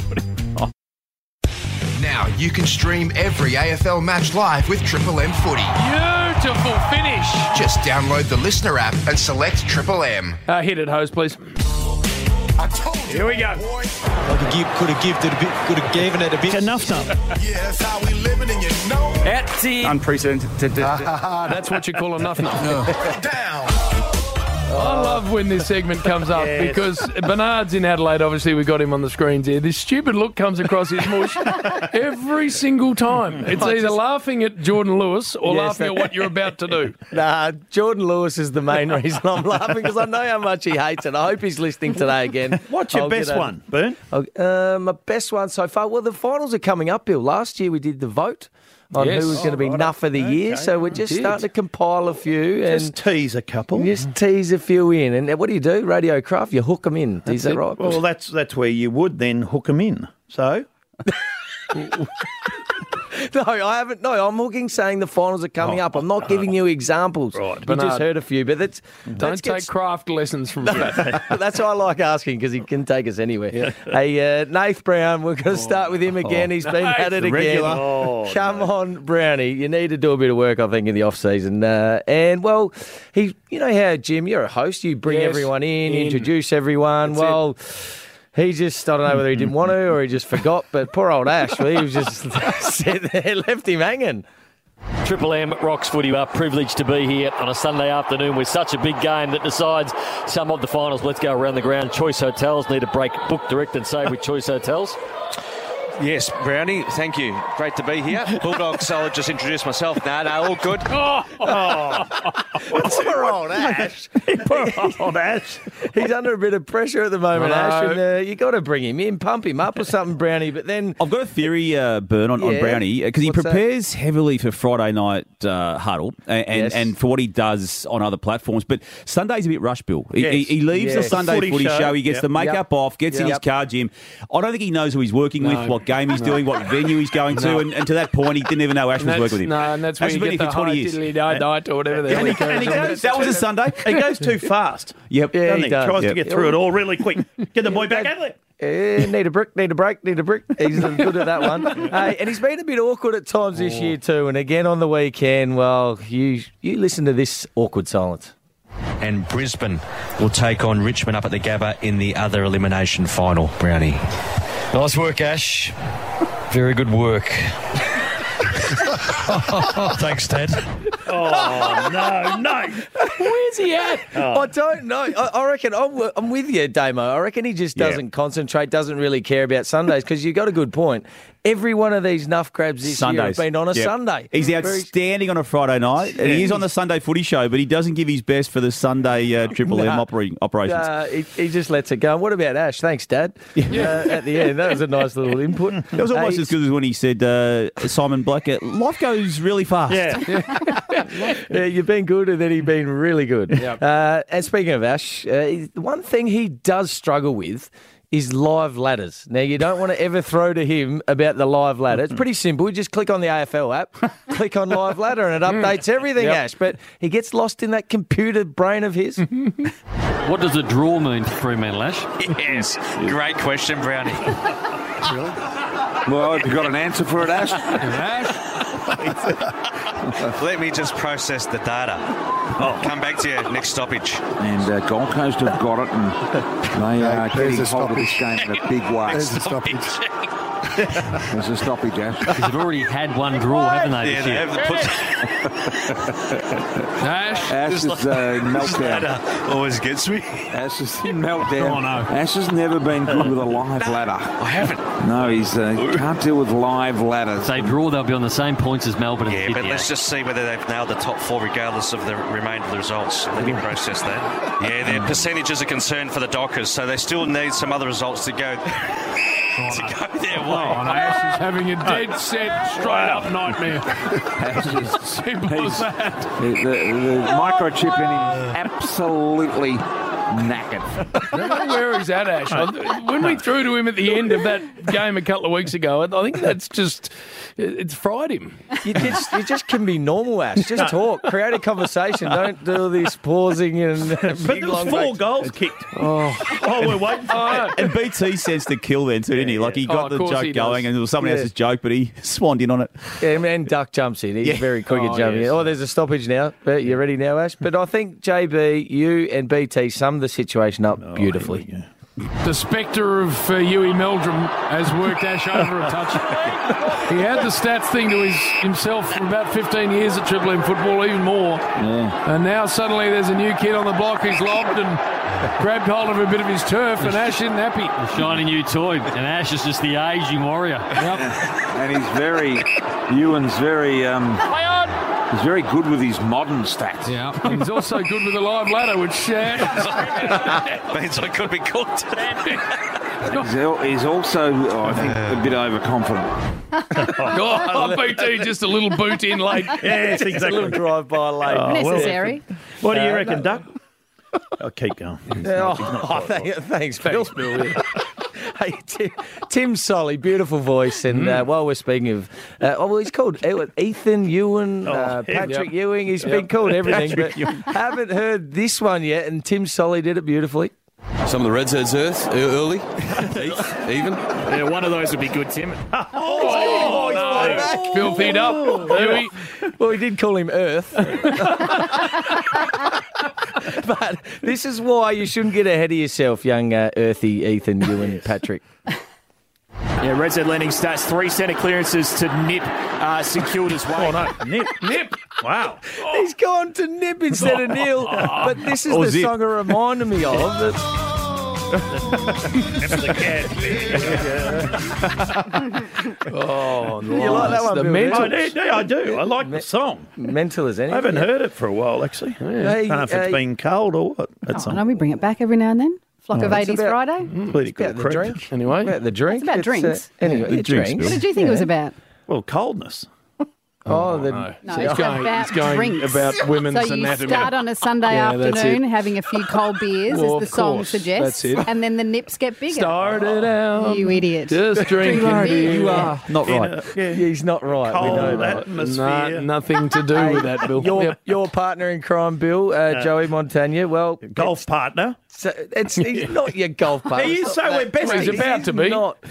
Speaker 5: Now you can stream every AFL match live with Triple M Footy.
Speaker 7: Beautiful finish.
Speaker 5: Just download the listener app and select Triple M.
Speaker 7: Uh, hit it, hose, please.
Speaker 5: I told you.
Speaker 7: Here we go.
Speaker 15: I could give, could have given it a bit, could have given it a bit.
Speaker 8: Enough now.
Speaker 5: Yeah, that's how we living, and you know it.
Speaker 15: Unprecedented.
Speaker 7: That's what you call a nothing.
Speaker 5: down.
Speaker 7: I love when this segment comes up
Speaker 8: Yes.
Speaker 7: because Bernard's in Adelaide. Obviously, we got him on the screens here. This stupid look comes across his mush every single time. It's either laughing at Jordan Lewis or
Speaker 1: Yes,
Speaker 7: laughing at
Speaker 1: that-
Speaker 7: what you're about to do.
Speaker 1: Nah, Jordan Lewis is the main reason I'm laughing because I know how much he hates it. I hope he's listening today again.
Speaker 8: What's your
Speaker 1: I'll get
Speaker 8: best
Speaker 1: a-
Speaker 8: one, Bern?
Speaker 1: I'll- Uh, my best one so far. Well, the finals are coming up, Bill. Last year we did the vote on
Speaker 7: Yes. Oh,
Speaker 1: who was going to be nuff of the year, so we're just
Speaker 7: did.
Speaker 1: starting to compile a few
Speaker 8: Just
Speaker 1: and
Speaker 8: tease a couple.
Speaker 1: just tease a few in. And what do you do? Radio craft, you hook them in. Is that right?
Speaker 8: Well, that's that's where you would then hook them in. So
Speaker 1: No, I haven't. No, I'm hooking saying the finals are coming
Speaker 8: Oh,
Speaker 1: up. I'm not giving you examples. Right, you just
Speaker 7: Bernard.
Speaker 1: heard a few, but that's
Speaker 7: Don't take craft lessons from that.
Speaker 1: That's why I like asking because he can take us anywhere. Hey, uh, Nath Brown, we're
Speaker 7: Oh.
Speaker 1: going to start with him again. He's been at it again. Come
Speaker 7: Oh,
Speaker 1: on, Brownie. You need to do a bit of work, I think, in the off season. Uh, and well, he, you know how Jim, you're a host. You bring
Speaker 7: Yes,
Speaker 1: everyone in,
Speaker 7: in.
Speaker 1: introduce everyone.
Speaker 7: That's it.
Speaker 1: well. He just, I don't know whether he didn't want to or he just forgot, but poor old Ash, he was just sitting there, left him hanging.
Speaker 10: Triple M rocks footy. We are privileged to be here on a Sunday afternoon with such a big game that decides some of the finals. Let's go around the ground. Choice Hotels need a break. Book direct and save with Choice Hotels.
Speaker 15: Yes, Brownie, thank you. Great to be here. Bulldogs, I'll just introduce myself now. No, all good.
Speaker 7: Oh,
Speaker 8: poor old Ash.
Speaker 1: He's under a bit of pressure at the moment,
Speaker 9: I
Speaker 1: Ash,
Speaker 9: know.
Speaker 1: and uh, you got to bring him in, pump him up or something, Brownie. But then
Speaker 9: I've got a theory, uh, Burn, on,
Speaker 1: Yeah.
Speaker 9: on Brownie, because he
Speaker 1: What's that?
Speaker 9: prepares heavily for Friday night uh, huddle and, and,
Speaker 1: Yes.
Speaker 9: and for what he does on other platforms. But Sunday's a bit rush, Bill. He,
Speaker 8: Yes.
Speaker 9: he, he leaves
Speaker 8: Yes.
Speaker 9: the Sunday
Speaker 8: Footy
Speaker 9: footy,
Speaker 8: show.
Speaker 9: show. He gets
Speaker 8: Yep.
Speaker 9: the makeup
Speaker 8: Yep.
Speaker 9: off, gets in
Speaker 8: Yep.
Speaker 9: his car gym. I don't think he knows who he's working
Speaker 7: No.
Speaker 9: with, what game he's
Speaker 7: No.
Speaker 9: doing, what venue he's going
Speaker 7: No.
Speaker 9: to. And, and to that point, he didn't even know Ash
Speaker 7: And
Speaker 9: was
Speaker 7: that's-
Speaker 9: working with him.
Speaker 7: No, and that's where
Speaker 9: Ash
Speaker 7: you
Speaker 9: has been
Speaker 7: get the
Speaker 9: here for
Speaker 7: high
Speaker 9: 20 years.
Speaker 7: diddly di diet or whatever the hell
Speaker 8: And
Speaker 7: he
Speaker 8: he- and he
Speaker 7: goes-
Speaker 8: goes-
Speaker 9: That was a Sunday.
Speaker 8: He goes too fast.
Speaker 9: Yep.
Speaker 8: Yeah,
Speaker 1: Yeah,
Speaker 8: he,
Speaker 1: he does.
Speaker 8: tries to
Speaker 1: Yep.
Speaker 8: get through it all really quick. Get the boy back out of there.
Speaker 1: Eh, need a brick, need a break, need a brick. He's good at that one. Uh, and he's been a bit awkward at times this year too. And again on the weekend, well, you you listen to this awkward silence.
Speaker 15: And Brisbane will take on Richmond up at the Gabba in the other elimination final, Brownie. Nice work, Ash. Very good work. Thanks, Dad.
Speaker 8: Oh, no, no. Oh,
Speaker 1: Where's he at? I don't know. I, I reckon I'm, wi- I'm with you, Damo. I reckon he just doesn't concentrate, doesn't really care about Sundays because you got a good point. Every one of these nuff grabs this year have
Speaker 9: Sundays.
Speaker 1: been on a
Speaker 9: Yep.
Speaker 1: Sunday.
Speaker 9: He's
Speaker 1: Very-
Speaker 9: outstanding on a Friday night, and he is on the Sunday footy show, but he doesn't give his best for the Sunday uh, Triple M
Speaker 1: Nah.
Speaker 9: operating, operations.
Speaker 1: Uh, he, he just lets it go. And what about Ash? Thanks, Dad. Uh, at the end, that was a nice little input.
Speaker 9: That was almost
Speaker 1: Hey,
Speaker 9: as good as when he said, uh, Simon Black, uh, life goes really fast.
Speaker 8: Yeah.
Speaker 1: yeah, you've been good, and then he's been really good. Uh, and speaking of Ash, uh, he- the one thing he does struggle with is live ladders. Now, you don't want to ever throw to him about the live ladder. It's pretty simple. You just click on the AFL app, click on live ladder, and it updates everything,
Speaker 10: Yep.
Speaker 1: Ash. But he gets lost in that computer brain of his.
Speaker 10: What does a draw mean for Fremantle, eh? Ash?
Speaker 15: Yes, great question, Brownie.
Speaker 16: Well, have you got an answer for it, Ash?
Speaker 15: Let me just process the data.
Speaker 9: Oh.
Speaker 15: Come back to you next stoppage.
Speaker 16: And uh, Gold Coast have got it, and they are
Speaker 15: there's
Speaker 16: getting
Speaker 15: a
Speaker 16: hold of this game
Speaker 15: stoppage.
Speaker 16: in a big way.
Speaker 15: There's a stoppage.
Speaker 16: There's a stoppage, Ash.
Speaker 10: They've already had one draw, haven't they?
Speaker 16: Yeah,
Speaker 10: this
Speaker 16: they
Speaker 10: year?
Speaker 16: have the
Speaker 10: Ash.
Speaker 16: Ash is uh, in meltdown.
Speaker 15: Always gets me.
Speaker 16: Ash is in meltdown.
Speaker 15: Oh, no.
Speaker 16: Ash has never been good with a live ladder. I
Speaker 15: haven't.
Speaker 16: No, he's uh, can't deal with live ladders.
Speaker 10: They draw, they'll be on the same points as Melbourne.
Speaker 15: Yeah, but let's just see whether they've nailed the top four, regardless of the remainder of the results. Let me process that. Yeah, their percentages are concerned for the Dockers, so they still need some other results to go. to go their way.
Speaker 7: Oh, Ash is having a dead set, straight up nightmare. Simple as
Speaker 16: He's-
Speaker 7: that.
Speaker 16: The, the, the microchip in him absolutely knackered.
Speaker 7: I don't know where he's at, Ash. I- When we threw to him at the end of that game a couple of weeks ago, I think that's just, it's fried him.
Speaker 1: You just, you just can be normal, Ash. Just talk, create a conversation. Don't do all this pausing and.
Speaker 8: But there was four goals kicked. Oh, we're waiting for that.
Speaker 9: And BT sends the kill then too, didn't he? Like he
Speaker 1: yeah. Oh,
Speaker 9: got
Speaker 1: of
Speaker 9: the
Speaker 1: course he
Speaker 9: joke
Speaker 1: does.
Speaker 9: going, and it was someone
Speaker 1: Yeah.
Speaker 9: else's joke, but he swanned in on it.
Speaker 1: Yeah, man, Duck jumps in. He's
Speaker 9: Yeah.
Speaker 1: very quick
Speaker 9: Oh,
Speaker 1: at jumping
Speaker 9: yes.
Speaker 1: in. Oh, there's a stoppage now. But you're ready now, Ash. But I think JB, you and BT summed the situation up beautifully.
Speaker 7: The spectre of uh, Huey Meldrum has worked Ash over a touch. He had the stats thing to his, himself for about 15 years at Triple M football, even more. And now suddenly there's a new kid on the block who's lobbed and grabbed hold of a bit of his turf, and Ash isn't happy.
Speaker 10: Shiny new toy, and Ash is just the aging warrior.
Speaker 16: And he's very, Ewan's very, um, he's very good with his modern stats.
Speaker 7: Yeah. He's also good with a live ladder, which uh,
Speaker 15: Means I could be caught.
Speaker 16: He's, al- he's also, oh, I think, a bit overconfident.
Speaker 7: Oh, BT, just a little boot in late.
Speaker 8: Yes,
Speaker 1: Just a
Speaker 8: exactly.
Speaker 1: little drive by late.
Speaker 8: Oh, well-
Speaker 4: Necessary.
Speaker 8: What do you
Speaker 1: Uh,
Speaker 8: reckon,
Speaker 1: no.
Speaker 8: Duck? I'll keep going.
Speaker 1: Oh, thank- thanks, Bill. hey, Tim, Tim Solly, beautiful voice. And uh, while we're speaking of, uh, oh, well, he's called E- Ethan Ewan, uh,
Speaker 8: yeah.
Speaker 1: Patrick
Speaker 8: Yep.
Speaker 1: Ewing. He's
Speaker 8: Yep.
Speaker 1: been called everything,
Speaker 8: Patrick
Speaker 1: but
Speaker 8: Ewing.
Speaker 1: haven't heard this one yet. And Tim Solly did it beautifully.
Speaker 17: Some of the Reds heads earth e- early, even. Yeah, one of those would be good, Tim.
Speaker 7: Oh, no. Filthied up. Huey.
Speaker 1: Oh. Well, we did call him Earth. but this is why you shouldn't get ahead of yourself, young uh, earthy Ethan Ewan Patrick.
Speaker 17: Yeah, Reds head landing stats, three centre clearances to nip uh, St Kilda's way. Oh, no.
Speaker 8: Nip, nip. Wow.
Speaker 1: He's Oh. gone to nip instead of Neil. But this is
Speaker 12: Oh,
Speaker 17: Or
Speaker 1: the
Speaker 17: zip.
Speaker 1: song it reminded me of. That
Speaker 7: Oh,
Speaker 8: You like
Speaker 7: nice.
Speaker 8: that one,
Speaker 7: The
Speaker 8: Bill, yeah?
Speaker 7: mental-
Speaker 8: I do- yeah, I do. I like the song.
Speaker 1: Mental as anything.
Speaker 8: I haven't
Speaker 4: yeah.
Speaker 8: heard it for a while, actually. I don't know if it's
Speaker 4: Hey,
Speaker 8: been cold or what.
Speaker 2: Oh,
Speaker 8: That's
Speaker 4: I
Speaker 8: all.
Speaker 4: know Oh, we bring it back every now and then. Flock
Speaker 8: Oh,
Speaker 4: of
Speaker 8: it's
Speaker 4: 80s
Speaker 8: about-
Speaker 4: Friday.
Speaker 8: Political
Speaker 4: about the
Speaker 8: correct.
Speaker 4: drink.
Speaker 7: Anyway,
Speaker 1: about the
Speaker 4: It's
Speaker 1: drink.
Speaker 4: about
Speaker 12: uh,
Speaker 4: drinks.
Speaker 1: anyway,
Speaker 8: The
Speaker 1: yeah,
Speaker 8: drinks,
Speaker 1: drinks.
Speaker 8: Bill.
Speaker 4: What did you think it was about?
Speaker 8: Well, coldness.
Speaker 1: Oh, the,
Speaker 4: No,
Speaker 7: See,
Speaker 4: it's
Speaker 7: he's going-
Speaker 4: about
Speaker 7: he's going
Speaker 4: drinks.
Speaker 7: about women's
Speaker 4: so you
Speaker 7: anatomy.
Speaker 4: start on a Sunday
Speaker 7: Yeah, that's
Speaker 4: afternoon
Speaker 7: it.
Speaker 4: having a few cold beers,
Speaker 7: Well,
Speaker 4: as the
Speaker 7: of
Speaker 4: song
Speaker 7: course,
Speaker 4: suggests,
Speaker 7: that's it.
Speaker 4: and then the nips get bigger.
Speaker 7: Started out.
Speaker 4: You idiot.
Speaker 7: Just drinking.
Speaker 4: beer.
Speaker 1: Not right. yeah. He's not right. we know
Speaker 7: Cold
Speaker 1: that.
Speaker 7: atmosphere. No- nothing to do with that, Bill.
Speaker 1: Your,
Speaker 7: Yep.
Speaker 1: your partner in crime, Bill, uh,
Speaker 7: Uh,
Speaker 1: Joey Montagna. Well,
Speaker 8: golf partner.
Speaker 1: So it's he's not your golf partner.
Speaker 8: He is,
Speaker 1: It's
Speaker 8: so
Speaker 1: not
Speaker 8: we're
Speaker 1: that-
Speaker 8: besties. He's about to be.
Speaker 1: Not.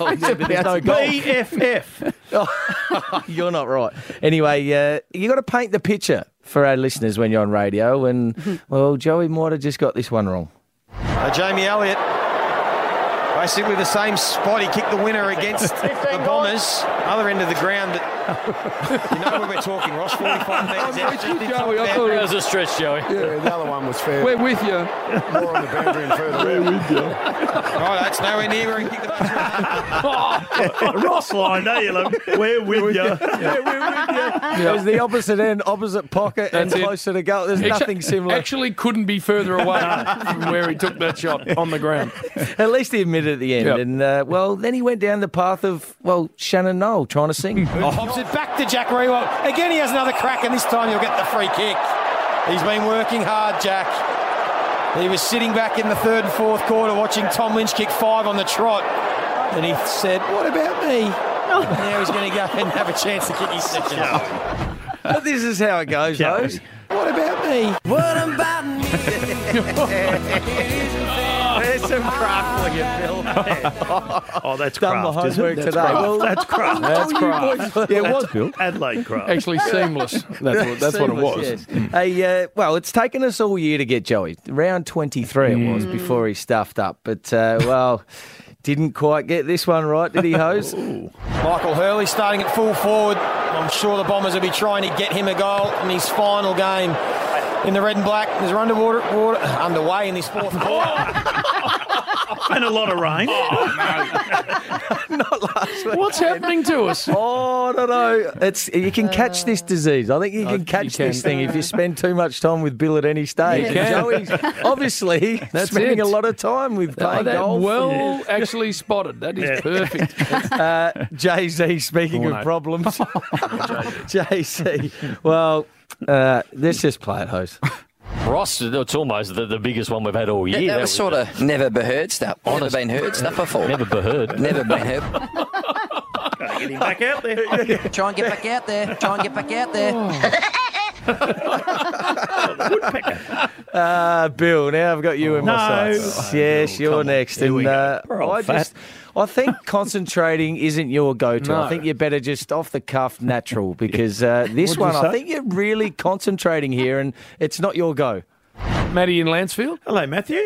Speaker 8: Well,
Speaker 1: He's
Speaker 8: yeah,
Speaker 1: about
Speaker 8: but
Speaker 1: to
Speaker 8: there's no
Speaker 1: be.
Speaker 8: golf. BFF.
Speaker 1: Oh, you're not right. Anyway, uh, you got to paint the picture for our listeners when you're on radio. And well, Joey might have just got this one wrong.
Speaker 12: Uh, Jamie Elliott, basically the same spot he kicked the winner against the Bombers, other end of the ground. But you know what we're talking, Ross. Forty-five metres out.
Speaker 10: That was a stretch, Joey.
Speaker 12: Yeah, the other one was fair.
Speaker 10: We're with you.
Speaker 12: More on the boundary and further out. Right, that's nowhere near where he kicked the Oh,
Speaker 8: Ross line, don't
Speaker 12: eh,
Speaker 8: you? Look, we're with you.
Speaker 1: It was the opposite end, opposite pocket, and
Speaker 7: That's it.
Speaker 1: closer to goal. There's
Speaker 7: Actu-
Speaker 1: nothing similar.
Speaker 7: Actually, couldn't be further away from where he took that shot on the ground.
Speaker 1: At least he admitted at the end.
Speaker 7: Yep.
Speaker 1: And uh, well, then he went down the path of well, Shannon Noel trying to sing.
Speaker 12: Oh, Hobbs it back to Jack Rewalt. Again, he has another crack, and this time he'll get the free kick. He's been working hard, Jack. He was sitting back in the third and fourth quarter watching Tom Lynch kick five on the trot, and he said, "What about me?" now he's going to go and have a chance to kick his second.
Speaker 1: But this is how it goes, though.
Speaker 12: What about me?
Speaker 1: What about me? There's some crackling at Bill.
Speaker 8: Oh, that's
Speaker 1: Done
Speaker 8: craft.
Speaker 1: the
Speaker 8: isn't it?
Speaker 1: homework
Speaker 8: That's
Speaker 1: today.
Speaker 8: Craft.
Speaker 1: Well,
Speaker 8: that's craft. Oh,
Speaker 1: That's craft. Yeah, it was,
Speaker 8: Bill. Adelaide craft.
Speaker 7: Actually, seamless. That's what, that's what it
Speaker 1: Seamless,
Speaker 7: was.
Speaker 1: yes. Hey, uh, well, it's taken us all year to get Joey. Round 23 it was before he stuffed up. But, uh, well, didn't quite get this one right, did he, Hose?
Speaker 12: Michael Hurley starting at full forward. I'm sure the Bombers will be trying to get him a goal in his final game in the red and black. There's underwater, water, underway in this fourth quarter. Oh,
Speaker 8: And a lot of rain.
Speaker 7: What's happening to us?
Speaker 1: Oh, I don't know. It's you can catch this disease. I think you can catch
Speaker 7: Oh, can.
Speaker 1: this thing if you spend too much time with Bill at any stage.
Speaker 7: You
Speaker 1: And
Speaker 7: can.
Speaker 1: Joey's obviously
Speaker 7: That's
Speaker 1: spending
Speaker 7: it.
Speaker 1: a lot of time with
Speaker 7: Oh,
Speaker 1: playing
Speaker 7: that
Speaker 1: golf.
Speaker 7: well actually spotted. That is perfect.
Speaker 1: Uh, Jay Z, speaking
Speaker 7: Oh,
Speaker 1: of
Speaker 7: no.
Speaker 1: problems, Jay Z. Well, uh, let's just play it, host.
Speaker 10: Ross, it's almost the, the biggest one we've had all year.
Speaker 18: that, was sort of never be heard stuff. Never
Speaker 10: Honest.
Speaker 18: been heard stuff before.
Speaker 10: Never be heard.
Speaker 18: Never been heard.
Speaker 8: Get him back out there.
Speaker 18: Try and get back out there. Try and get back out there.
Speaker 1: Uh, Bill, now I've got you in my
Speaker 8: No.
Speaker 7: Oh,
Speaker 1: sights. yes, you're next. And uh,
Speaker 8: We're all
Speaker 1: I
Speaker 8: fat.
Speaker 1: just, I think concentrating isn't your go-to.
Speaker 8: No.
Speaker 1: I think you're better just off the cuff, natural, because uh, this
Speaker 7: What'd you
Speaker 1: one, I
Speaker 7: say?
Speaker 1: think you're really concentrating here, and it's not your go.
Speaker 7: Matty in Lansfield.
Speaker 8: Hello, Matthew.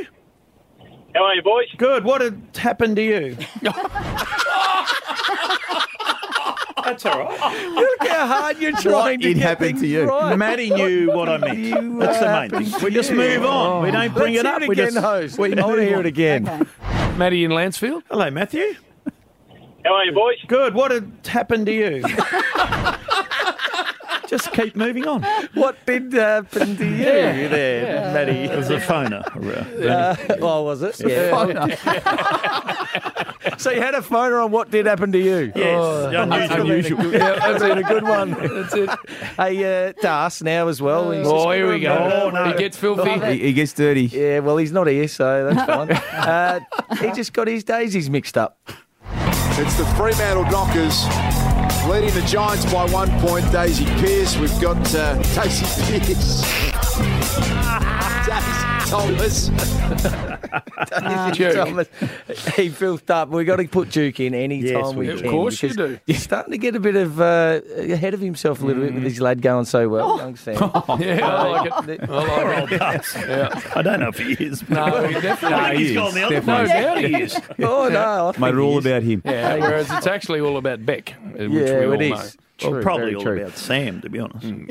Speaker 19: How are you, boys?
Speaker 8: Good. What had happened to you? That's all right.
Speaker 1: Look how hard you're trying to get things right.
Speaker 8: Maddie knew what I meant. That's the main thing. We just move on. We don't bring
Speaker 1: Oh. Let's
Speaker 8: it up.
Speaker 1: Hear it
Speaker 8: we
Speaker 1: again,
Speaker 8: just,
Speaker 1: host.
Speaker 8: we
Speaker 1: I want to
Speaker 8: move
Speaker 1: hear
Speaker 8: on.
Speaker 1: it again.
Speaker 7: Matty in Lansfield.
Speaker 8: Hello, Matthew.
Speaker 19: How are you, boys?
Speaker 8: Good. What had happened to you? Just keep moving on.
Speaker 1: What did happen to you
Speaker 8: Yeah.
Speaker 1: there, Matty?
Speaker 8: It was a phoner.
Speaker 1: Uh, oh, was it? so you had a phoner on what did happen to you? Oh.
Speaker 8: Yes,
Speaker 1: that's been a
Speaker 8: unusual.
Speaker 1: good- yeah, that's been a good one. That's it. Hey, uh, Das now as well. He's
Speaker 7: Oh,
Speaker 1: just
Speaker 7: here we go.
Speaker 1: remembered.
Speaker 7: Oh, no. He gets filthy. Love it. He-
Speaker 1: gets dirty. Yeah, well, he's not here, so that's fine. uh, he just got his daisies mixed up.
Speaker 20: It's the Fremantle Dockers leading the Giants by one point. Daisy Pierce, we've got uh, Daisy Pierce. Daisy Thomas.
Speaker 7: Ah.
Speaker 1: Daisy Thomas. He filthed up. We've got to put Duke in any
Speaker 7: Yes,
Speaker 1: time
Speaker 7: we
Speaker 1: we
Speaker 7: do. Of
Speaker 1: can.
Speaker 7: course you
Speaker 1: because
Speaker 7: do.
Speaker 1: He's starting to get a bit of uh, ahead of himself a little
Speaker 7: Mm.
Speaker 1: bit with his lad going so
Speaker 7: Oh.
Speaker 1: well. Young Sam.
Speaker 7: Yeah, I like it. I like it.
Speaker 8: I don't know if he is.
Speaker 7: No, he definitely
Speaker 8: I think he's
Speaker 7: is.
Speaker 8: gone the other
Speaker 7: Definitely.
Speaker 8: way.
Speaker 7: No doubt he is.
Speaker 1: Oh, no. I think
Speaker 9: Made it all
Speaker 1: he is.
Speaker 9: about him.
Speaker 7: Yeah, whereas it's actually all about Beck, uh, which we
Speaker 1: Yeah,
Speaker 7: all
Speaker 1: it
Speaker 7: know. Mm.
Speaker 1: is.
Speaker 8: Well,
Speaker 1: True,
Speaker 8: probably
Speaker 1: very
Speaker 8: all
Speaker 1: true.
Speaker 8: about Sam, to be honest.
Speaker 1: Um,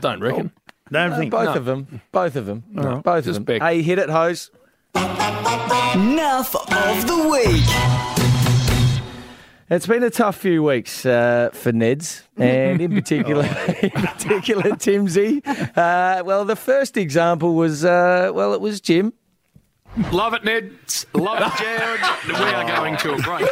Speaker 7: Don't reckon.
Speaker 8: Don't
Speaker 1: No,
Speaker 8: think
Speaker 1: both
Speaker 8: oh, no.
Speaker 1: of them. Both of them.
Speaker 8: No.
Speaker 1: both
Speaker 8: Just
Speaker 1: of them. Hey, hit it, hose.
Speaker 6: Enough of the week.
Speaker 1: It's been a tough few weeks uh, for Neds, and in particular,
Speaker 7: Oh.
Speaker 1: in particular Timsy. Uh, well, the first example was uh, well, it was Jim.
Speaker 7: Love it, Ned. Love it, Jared. We are going to a break.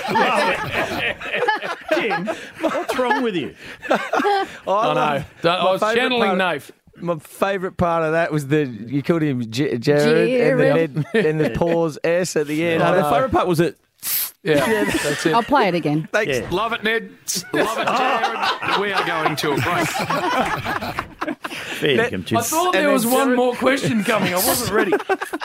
Speaker 8: Jim, what's wrong with you?
Speaker 7: I know. I was channeling Nath.
Speaker 1: My favourite part of that was the you called him J- Jared, and the, Ned, and the pause s at the end.
Speaker 9: Oh, the favourite
Speaker 1: part was it.
Speaker 7: Yeah, that's it.
Speaker 4: I'll play it again.
Speaker 1: Thanks.
Speaker 7: Love it, Ned. Love it, Jared. we are going to a break.
Speaker 8: Fair
Speaker 1: Let-
Speaker 8: income, Jim.
Speaker 7: I thought
Speaker 1: And
Speaker 7: there
Speaker 1: then
Speaker 7: was one
Speaker 1: Jared-
Speaker 7: more question coming. I wasn't ready.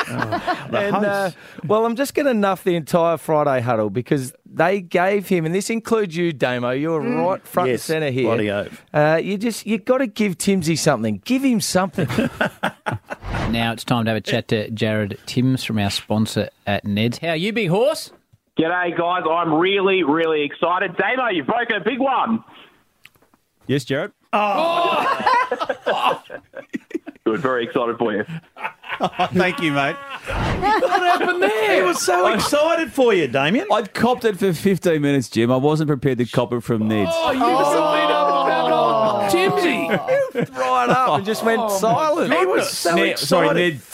Speaker 1: and uh, well, I'm just going to nuff the entire Friday huddle because they gave him, and this includes you, Damo. You're
Speaker 8: Mm.
Speaker 1: right front
Speaker 8: Yes,
Speaker 1: and centre here.
Speaker 8: bloody oath.
Speaker 1: Uh, you just you got to give Timsy something. Give him something. Oh,
Speaker 21: Now it's time to have a chat to Jared Timms from our sponsor at Ned's. How are you, big horse?
Speaker 22: G'day, guys. I'm really, really excited. Damo, you've broken a big one.
Speaker 9: Yes, Jared.
Speaker 7: Oh.
Speaker 22: Good. Very excited for you.
Speaker 9: Thank you, mate.
Speaker 7: what happened there?
Speaker 8: He was so excited for you, Damien.
Speaker 9: I'd copped it for 15 minutes, Jim. I wasn't prepared to cop it from Ned's.
Speaker 7: Oh, you must have been up on that old Timsy.
Speaker 1: right up and just went
Speaker 7: Oh, my
Speaker 1: silent.
Speaker 7: He was so
Speaker 9: Ned- sorry, Ned.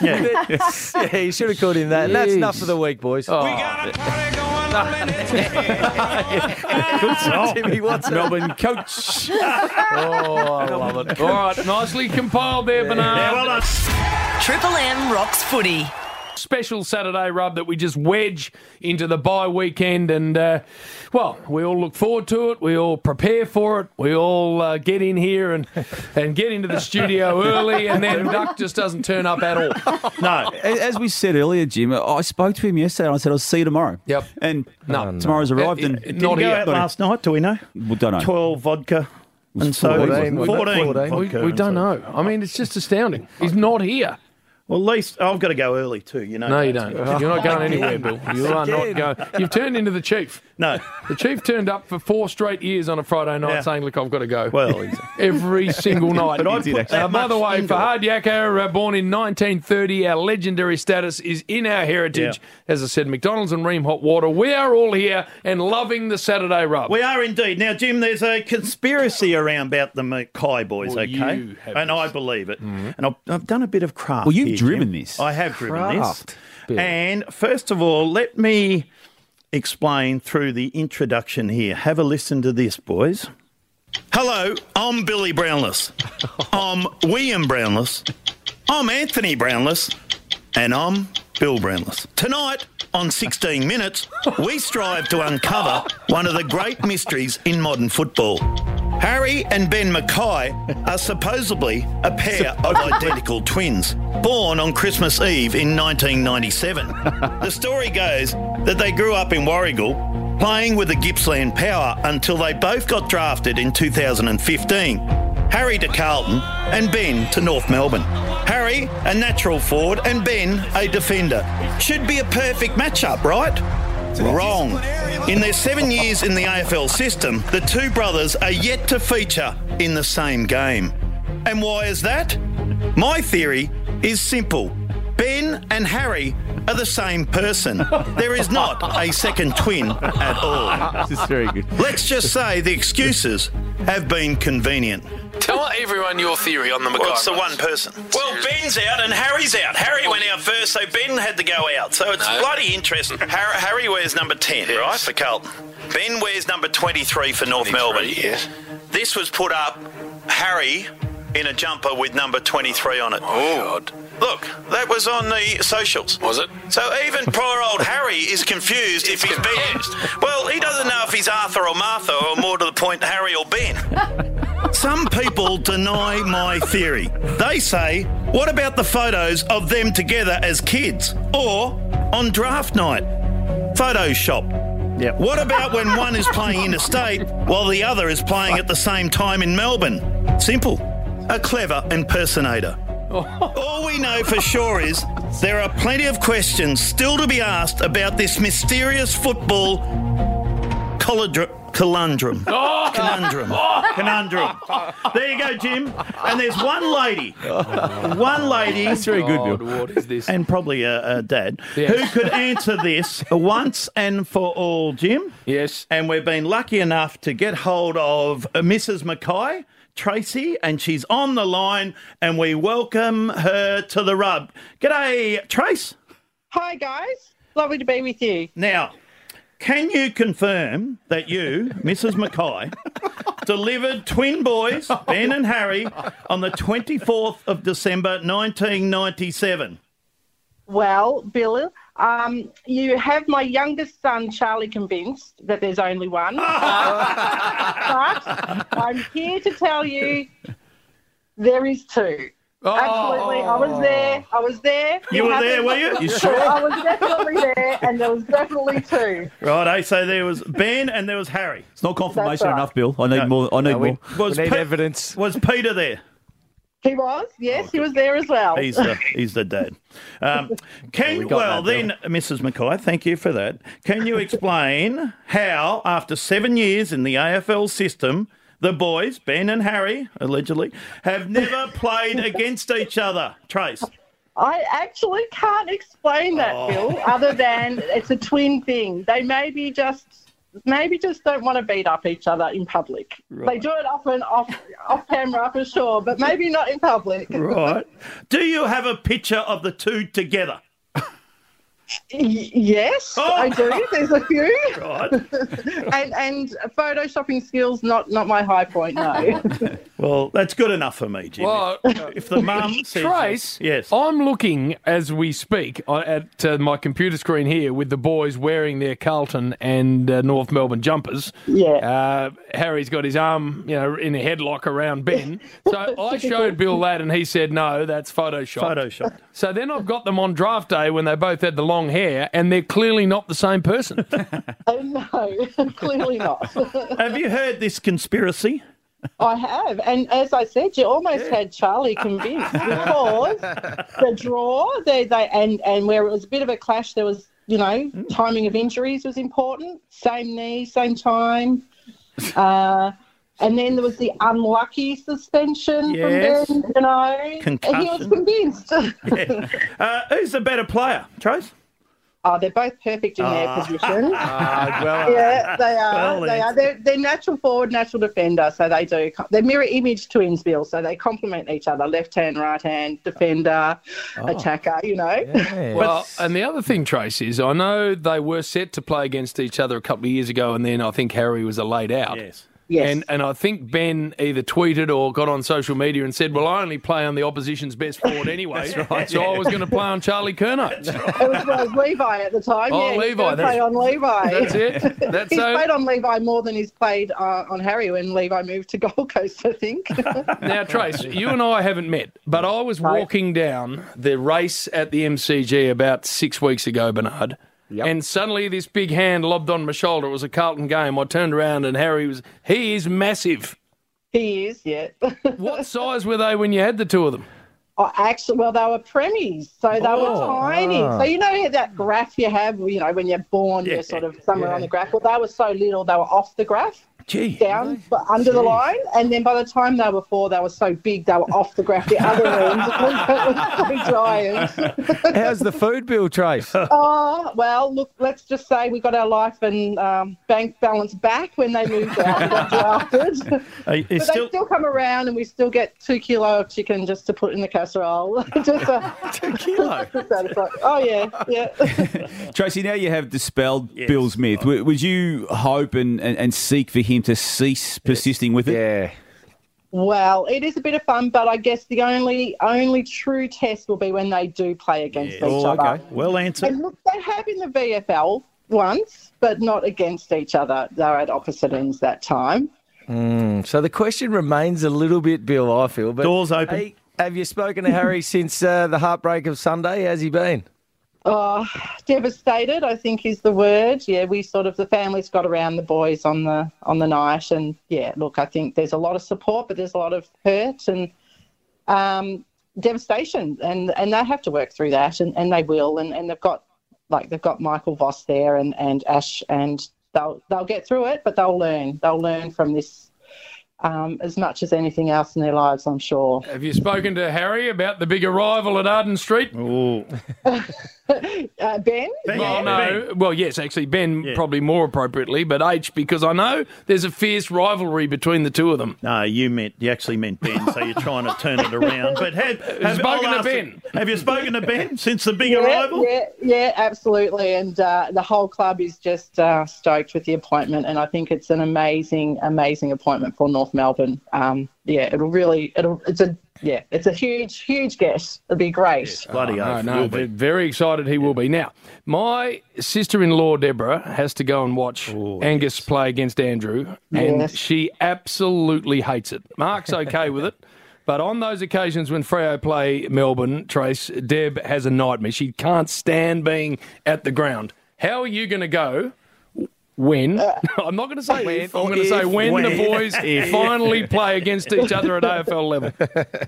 Speaker 1: Yeah. yeah, you should have called him that. And that's
Speaker 7: Jeez.
Speaker 1: enough for the week, boys. We got a Good
Speaker 7: song.
Speaker 1: Timmy Watson.
Speaker 9: Melbourne coach.
Speaker 7: Oh, I love it. All right, nicely compiled there, Bernard.
Speaker 6: Yeah, well Triple M rocks footy.
Speaker 7: Special Saturday rub that we just wedge into the bye weekend, and uh, well, we all look forward to it. We all prepare for it. We all uh, get in here and and get into the studio early, and then Duck just doesn't turn up at all.
Speaker 8: No.
Speaker 9: A- As we said earlier, Jim, I spoke to him yesterday and I said, I'll see you tomorrow. Yep. And
Speaker 7: No.
Speaker 9: tomorrow's
Speaker 7: No.
Speaker 9: arrived and
Speaker 7: It-
Speaker 8: Did you go out last night? Do we know?
Speaker 9: Well, don't know.
Speaker 8: 12 vodka and soda.
Speaker 9: 14,
Speaker 8: 14.
Speaker 9: wasn't it?
Speaker 7: 14. We-
Speaker 8: vodka
Speaker 7: we
Speaker 8: and
Speaker 7: don't
Speaker 8: soda.
Speaker 7: know. I mean, it's just astounding. He's not here.
Speaker 8: Well, at least I've got to go early too, you know.
Speaker 7: No, you
Speaker 8: that.
Speaker 7: don't. You're not going anywhere, Bill. You are not
Speaker 8: Again.
Speaker 7: going. You've turned into the chief.
Speaker 8: No.
Speaker 7: The chief turned up for four straight years on a Friday night
Speaker 8: Yeah.
Speaker 7: saying, Look, I've got to go.
Speaker 8: Well,
Speaker 7: every single night.
Speaker 8: But I put that
Speaker 7: uh, by the
Speaker 8: much
Speaker 7: way,
Speaker 8: into it.
Speaker 7: Fahad Yakar, uh, born in 1930, our legendary status is in our heritage. As I said, McDonald's and Ream Hot Water. We are all here and loving the Saturday rub.
Speaker 8: We are indeed. Now, Jim, there's a conspiracy around about the Mackay boys,
Speaker 7: Well,
Speaker 8: okay?
Speaker 7: you have Mm-hmm.
Speaker 8: and I believe it. And I've, I've done a bit of craft.
Speaker 9: Well, you've
Speaker 8: here,
Speaker 9: driven
Speaker 8: Jim.
Speaker 9: this.
Speaker 8: I have driven this.
Speaker 9: Craft,
Speaker 8: And first of all, let me explain through the introduction here. Have a listen to this, boys. Hello, I'm Billy Brownless. I'm William Brownless. I'm Anthony Brownless. And I'm Bill Brownless. Tonight, on 16 Minutes, we strive to uncover one of the great mysteries in modern football. Harry and Ben Mackay are supposedly a pair of identical twins, born on Christmas Eve in 1997. The story goes that they grew up in Warrigal playing with the Gippsland Power until they both got drafted in 2015. Harry to Carlton and Ben to North Melbourne. Harry, a natural forward, and Ben, a defender. Should be a perfect matchup, right? Wrong. In their seven years in the AFL system, the two brothers are yet to feature in the same game. And why is that? My theory is simple. Ben and Harry are the same person. There is not a second twin at all.
Speaker 9: This is very good.
Speaker 8: Let's just say the excuses have been convenient.
Speaker 7: Tell everyone your theory on the Mackay.
Speaker 8: What's the one person? Oh Well, Ben's out and Harry's out. Harry went out first, so Ben had to go out. So it's bloody interesting. Harry, Harry wears number 10, right, for Carlton. Ben wears number 23 for North Melbourne. Yes. This was put up, Harry in a jumper with number 23 on it. Oh, God. Look, that was on the socials. Was it? So even poor old Harry is confused if he's Ben. Well, he doesn't know if he's Arthur or Martha, or more to the point, Harry or Ben. Some people deny my theory. They say, what about the photos of them together as kids or on draft night? Photoshop. Yeah. What about when one is playing interstate while the other is playing at the same time in Melbourne? Simple. A clever impersonator. All we know for sure is there are plenty of questions still to be asked about this mysterious football Colodr- Colundrum.
Speaker 7: Oh!
Speaker 8: Conundrum. Conundrum. There you go, Jim. And there's one lady, one lady.
Speaker 9: That's very good, Bill.
Speaker 8: What is this? And probably a, a dad who could answer this once and for all, Jim. Yes. And we've been lucky enough to get hold of uh, Mrs. Mackay. Tracy, and she's on the line, and we welcome her to the rub. G'day, Trace.
Speaker 2: Hi, guys. Lovely to be with you.
Speaker 8: Now, can you confirm that you, Mrs. Mackay, delivered twin boys, Ben and Harry, on the 24th of December 1997?
Speaker 2: Well, Bill, um, you have my youngest son, Charlie, convinced that there's only one. but I'm here to tell you there is two. Absolutely. I was there. I was there.
Speaker 8: Oh. You
Speaker 2: It
Speaker 8: were there,
Speaker 2: happened.
Speaker 8: were you? You sure?
Speaker 2: I was definitely there, and there was definitely two.
Speaker 8: Right, eh? So there was Ben and there was Harry.
Speaker 9: It's not
Speaker 2: That's
Speaker 9: confirmation
Speaker 2: right.
Speaker 9: enough, Bill. I need more. I need
Speaker 8: No, we-
Speaker 9: more.
Speaker 8: Was we need Pe-
Speaker 9: evidence.
Speaker 8: Was Peter there?
Speaker 2: He was, yes, he was there as well.
Speaker 8: He's the, he's the dad. Um, can
Speaker 2: We got
Speaker 8: well
Speaker 2: that,
Speaker 8: then, Mrs. Mackay, thank you for that. Can you explain how, after seven years in the AFL system, the boys Ben and Harry allegedly have never played against each other? Trace.
Speaker 2: I actually can't explain that,
Speaker 8: Oh.
Speaker 2: Bill, other than it's a twin thing. They maybe just maybe just don't want to beat up each other in public. They
Speaker 8: Right.
Speaker 2: do it often off off camera for sure, but maybe not in public.
Speaker 8: Right. Do you have a picture of the two together?
Speaker 2: Y- yes,
Speaker 8: Oh.
Speaker 2: I do. There's a few.
Speaker 8: Right.
Speaker 2: and and photoshopping skills not not my high point, no.
Speaker 8: Well, that's good enough for me, Jimmy.
Speaker 7: Well,
Speaker 8: if the mum says
Speaker 7: Trace, yes. I'm looking as we speak on- at uh, my computer screen here with the boys wearing their Carlton and uh, North Melbourne jumpers.
Speaker 2: Yeah.
Speaker 7: Uh, Harry's got his arm, you know, in a headlock around Ben. So I showed Bill that, and he said, "No, that's Photoshop."
Speaker 8: Photoshopped.
Speaker 7: So then I've got them on draft day when they both had the long hair, and they're clearly not the same person.
Speaker 2: Oh no, clearly not.
Speaker 8: have you heard this conspiracy?
Speaker 2: I have, and as I said, you almost had Charlie convinced because the draw, they, they, and and where it was a bit of a clash, there was you know
Speaker 8: Hmm.
Speaker 2: timing of injuries was important. Same knee, same time, uh, and then there was the unlucky suspension
Speaker 8: Yes.
Speaker 2: from Ben. You know, he was
Speaker 8: Concussion.
Speaker 2: convinced.
Speaker 8: Uh, who's the better player, Trace?
Speaker 2: Oh, they're both perfect in their
Speaker 8: Ah.
Speaker 2: position.
Speaker 7: Uh,
Speaker 8: Ah, well-
Speaker 2: yeah, they are.
Speaker 8: well
Speaker 2: they are.
Speaker 8: answered.
Speaker 2: They're, they're natural forward, natural defender, so they do. co- They're mirror image twins, Bill, so they complement each other left hand, right hand, defender, attacker, you know.
Speaker 7: Well, and the other thing, Trace, is I know they were set to play against each other a couple of years ago, and then I think Harry was a laid out. Yes.
Speaker 2: Yes.
Speaker 7: And and I think Ben either tweeted or got on social media and said, "Well, I only play on the opposition's best forward anyway,
Speaker 8: That's right.
Speaker 7: so I
Speaker 8: Yeah.
Speaker 7: was going to play on Charlie Kerno."
Speaker 2: it was, well, it was Levi at the time.
Speaker 7: Oh,
Speaker 2: yeah, he's
Speaker 7: Levi,
Speaker 2: gonna
Speaker 7: that's-
Speaker 2: Play on Levi.
Speaker 7: that's it. That's
Speaker 2: he's
Speaker 7: so-
Speaker 2: played on Levi more than he's played uh, on Harry when Levi moved to Gold Coast, I think.
Speaker 7: Now, Trace, you and I haven't met, but I was walking down the race at the MCG about six weeks ago, Bernard. And suddenly, this big hand lobbed on my shoulder. It was a Carlton game. I turned around, and Harry was—he is massive.
Speaker 2: he is, yeah.
Speaker 7: What size were they when you had the two of them?
Speaker 2: Oh, actually, well, they were premies, so they
Speaker 7: Oh.
Speaker 2: were tiny.
Speaker 7: Ah.
Speaker 2: So you know that graph you have, you know, when you're born, you're sort of somewhere on the graph. Well, they were so little, they were off the graph,
Speaker 8: Gee,
Speaker 2: down but under the
Speaker 8: Gee.
Speaker 2: line, and then by the time they were four, they were so big they were off the graph. The other end it was so giant.
Speaker 1: How's the food bill, Trace?
Speaker 2: Oh well, look, let's just say we got our life and um, bank balance back when they moved out. and got drafted.
Speaker 8: Are you-
Speaker 2: But
Speaker 8: is still-
Speaker 2: they still come around, and we still get two kilo of chicken just to put in the casserole. just a, two kilo. oh yeah, yeah.
Speaker 9: Tracy, now you have dispelled Bill's myth. W- Would you hope and, and, and seek for him to cease persisting with it? Yeah.
Speaker 2: Well, it is a bit of fun, but I guess the only only true test will be when they do play against each
Speaker 8: Oh,
Speaker 2: other.
Speaker 8: okay. Well answered.
Speaker 2: And look, they have in the VFL once, but not against each other. They're at opposite ends that time.
Speaker 1: Mm, so the question remains a little bit, Bill. I feel. But
Speaker 8: Doors open.
Speaker 1: Hey, have you spoken to Harry since uh, the heartbreak of Sunday? How's he been?
Speaker 2: Oh, devastated, I think is the word. Yeah, we sort of the family's got around the boys on the on the night, and yeah, look, I think there's a lot of support, but there's a lot of hurt and um, devastation, and and they have to work through that, and, and they will, and, and they've got like they've got Michael Voss there, and and Ash and they'll they'll get through it, but they'll learn. They'll learn from this um, as much as anything else in their lives, I'm sure.
Speaker 7: Have you spoken to Harry about the big arrival at Arden Street?
Speaker 8: Ooh.
Speaker 2: Uh, ben,
Speaker 7: Well, no. Well, yes, actually, Ben probably more appropriately, but H because I know there's a fierce rivalry between the two of them.
Speaker 8: No, you meant you actually meant Ben, so you're trying to turn it around. But have, have
Speaker 7: spoken
Speaker 8: I'll
Speaker 7: to
Speaker 8: ask
Speaker 7: Ben.
Speaker 8: it- have you spoken to Ben since the big
Speaker 2: yeah,
Speaker 8: arrival?
Speaker 2: Yeah, yeah, absolutely. And uh, the whole club is just uh, stoked with the appointment, and I think it's an amazing, amazing appointment for North Melbourne. Um, yeah, it'll really, it'll, it's a, yeah, it's a huge, huge guess. It'll be great.
Speaker 8: Bloody
Speaker 7: oh,
Speaker 8: oath,
Speaker 7: no,
Speaker 8: will
Speaker 7: no, very excited he will be. Now, my sister-in-law Deborah has to go and watch
Speaker 8: Oh,
Speaker 7: Angus play against Andrew, and
Speaker 3: Yes.
Speaker 7: she absolutely hates it. Mark's okay with it. But on those occasions when Freo play Melbourne, Trace, Deb has a nightmare. She can't stand being at the ground. How are you going to go when? I'm not going to say if. I'm going to
Speaker 3: If,
Speaker 7: say when,
Speaker 3: when.
Speaker 7: the boys
Speaker 3: If.
Speaker 7: finally play against each other at AFL level.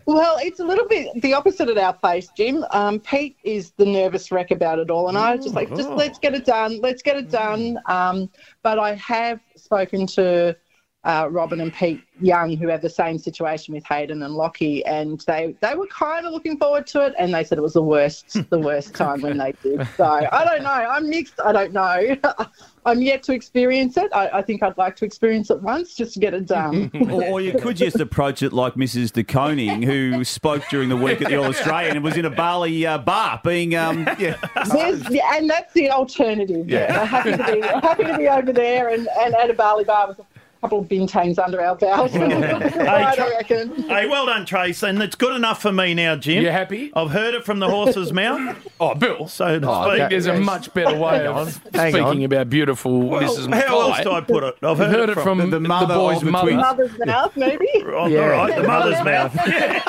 Speaker 2: Well, it's a little bit the opposite at our place, Jim. Um, Pete is the nervous wreck about it all, and I was just like,
Speaker 9: Mm-hmm.
Speaker 2: just let's get it done, let's get it done.
Speaker 9: Mm.
Speaker 2: Um, but I have spoken to uh, Robin and Pete Young, who have the same situation with Hayden and Lockie, and they they were kind of looking forward to it, and they said it was the worst, the worst time when they did. So I don't know. I'm mixed. I don't know. I'm yet to experience it. I, I think I'd like to experience it once just to get it done.
Speaker 9: or, or you could just approach it like Mrs. De Koning, who spoke during the week at the All Australian and was in a Bali uh, bar being. Um, yeah.
Speaker 2: There's, yeah, and that's the alternative. Yeah,
Speaker 9: Yeah.
Speaker 2: happy to be happy to be over there and, and at a barley bar with a couple of bintangs under our belt.
Speaker 8: Hey,
Speaker 2: right,
Speaker 8: Tra-
Speaker 2: I reckon.
Speaker 8: hey, well done, Trace, and it's good enough for me now, Jim.
Speaker 7: You happy?
Speaker 8: I've heard it from the horse's mouth.
Speaker 7: Oh, Bill.
Speaker 8: So to
Speaker 7: I
Speaker 8: speak.
Speaker 7: think there's a much better way of speaking about beautiful
Speaker 8: Well,
Speaker 7: Mrs. McFly.
Speaker 8: How else do I put it? I've heard,
Speaker 7: Heard it from the mother
Speaker 8: boy's
Speaker 7: of the twins.
Speaker 2: Mother's mouth, maybe.
Speaker 8: Oh, All right, the mother's mouth. Yeah.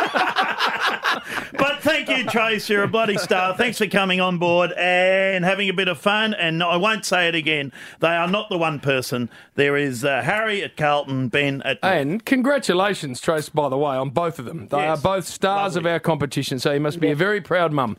Speaker 8: but thank you, Trace. You're a bloody star. Thanks for coming on board and having a bit of fun. And I won't say it again. They are not the one person. There is uh, Harry at Carlton, Ben at.
Speaker 7: And congratulations, Trace, by the way, on both of them. They are both stars of our competition, so you must be a very proud mum.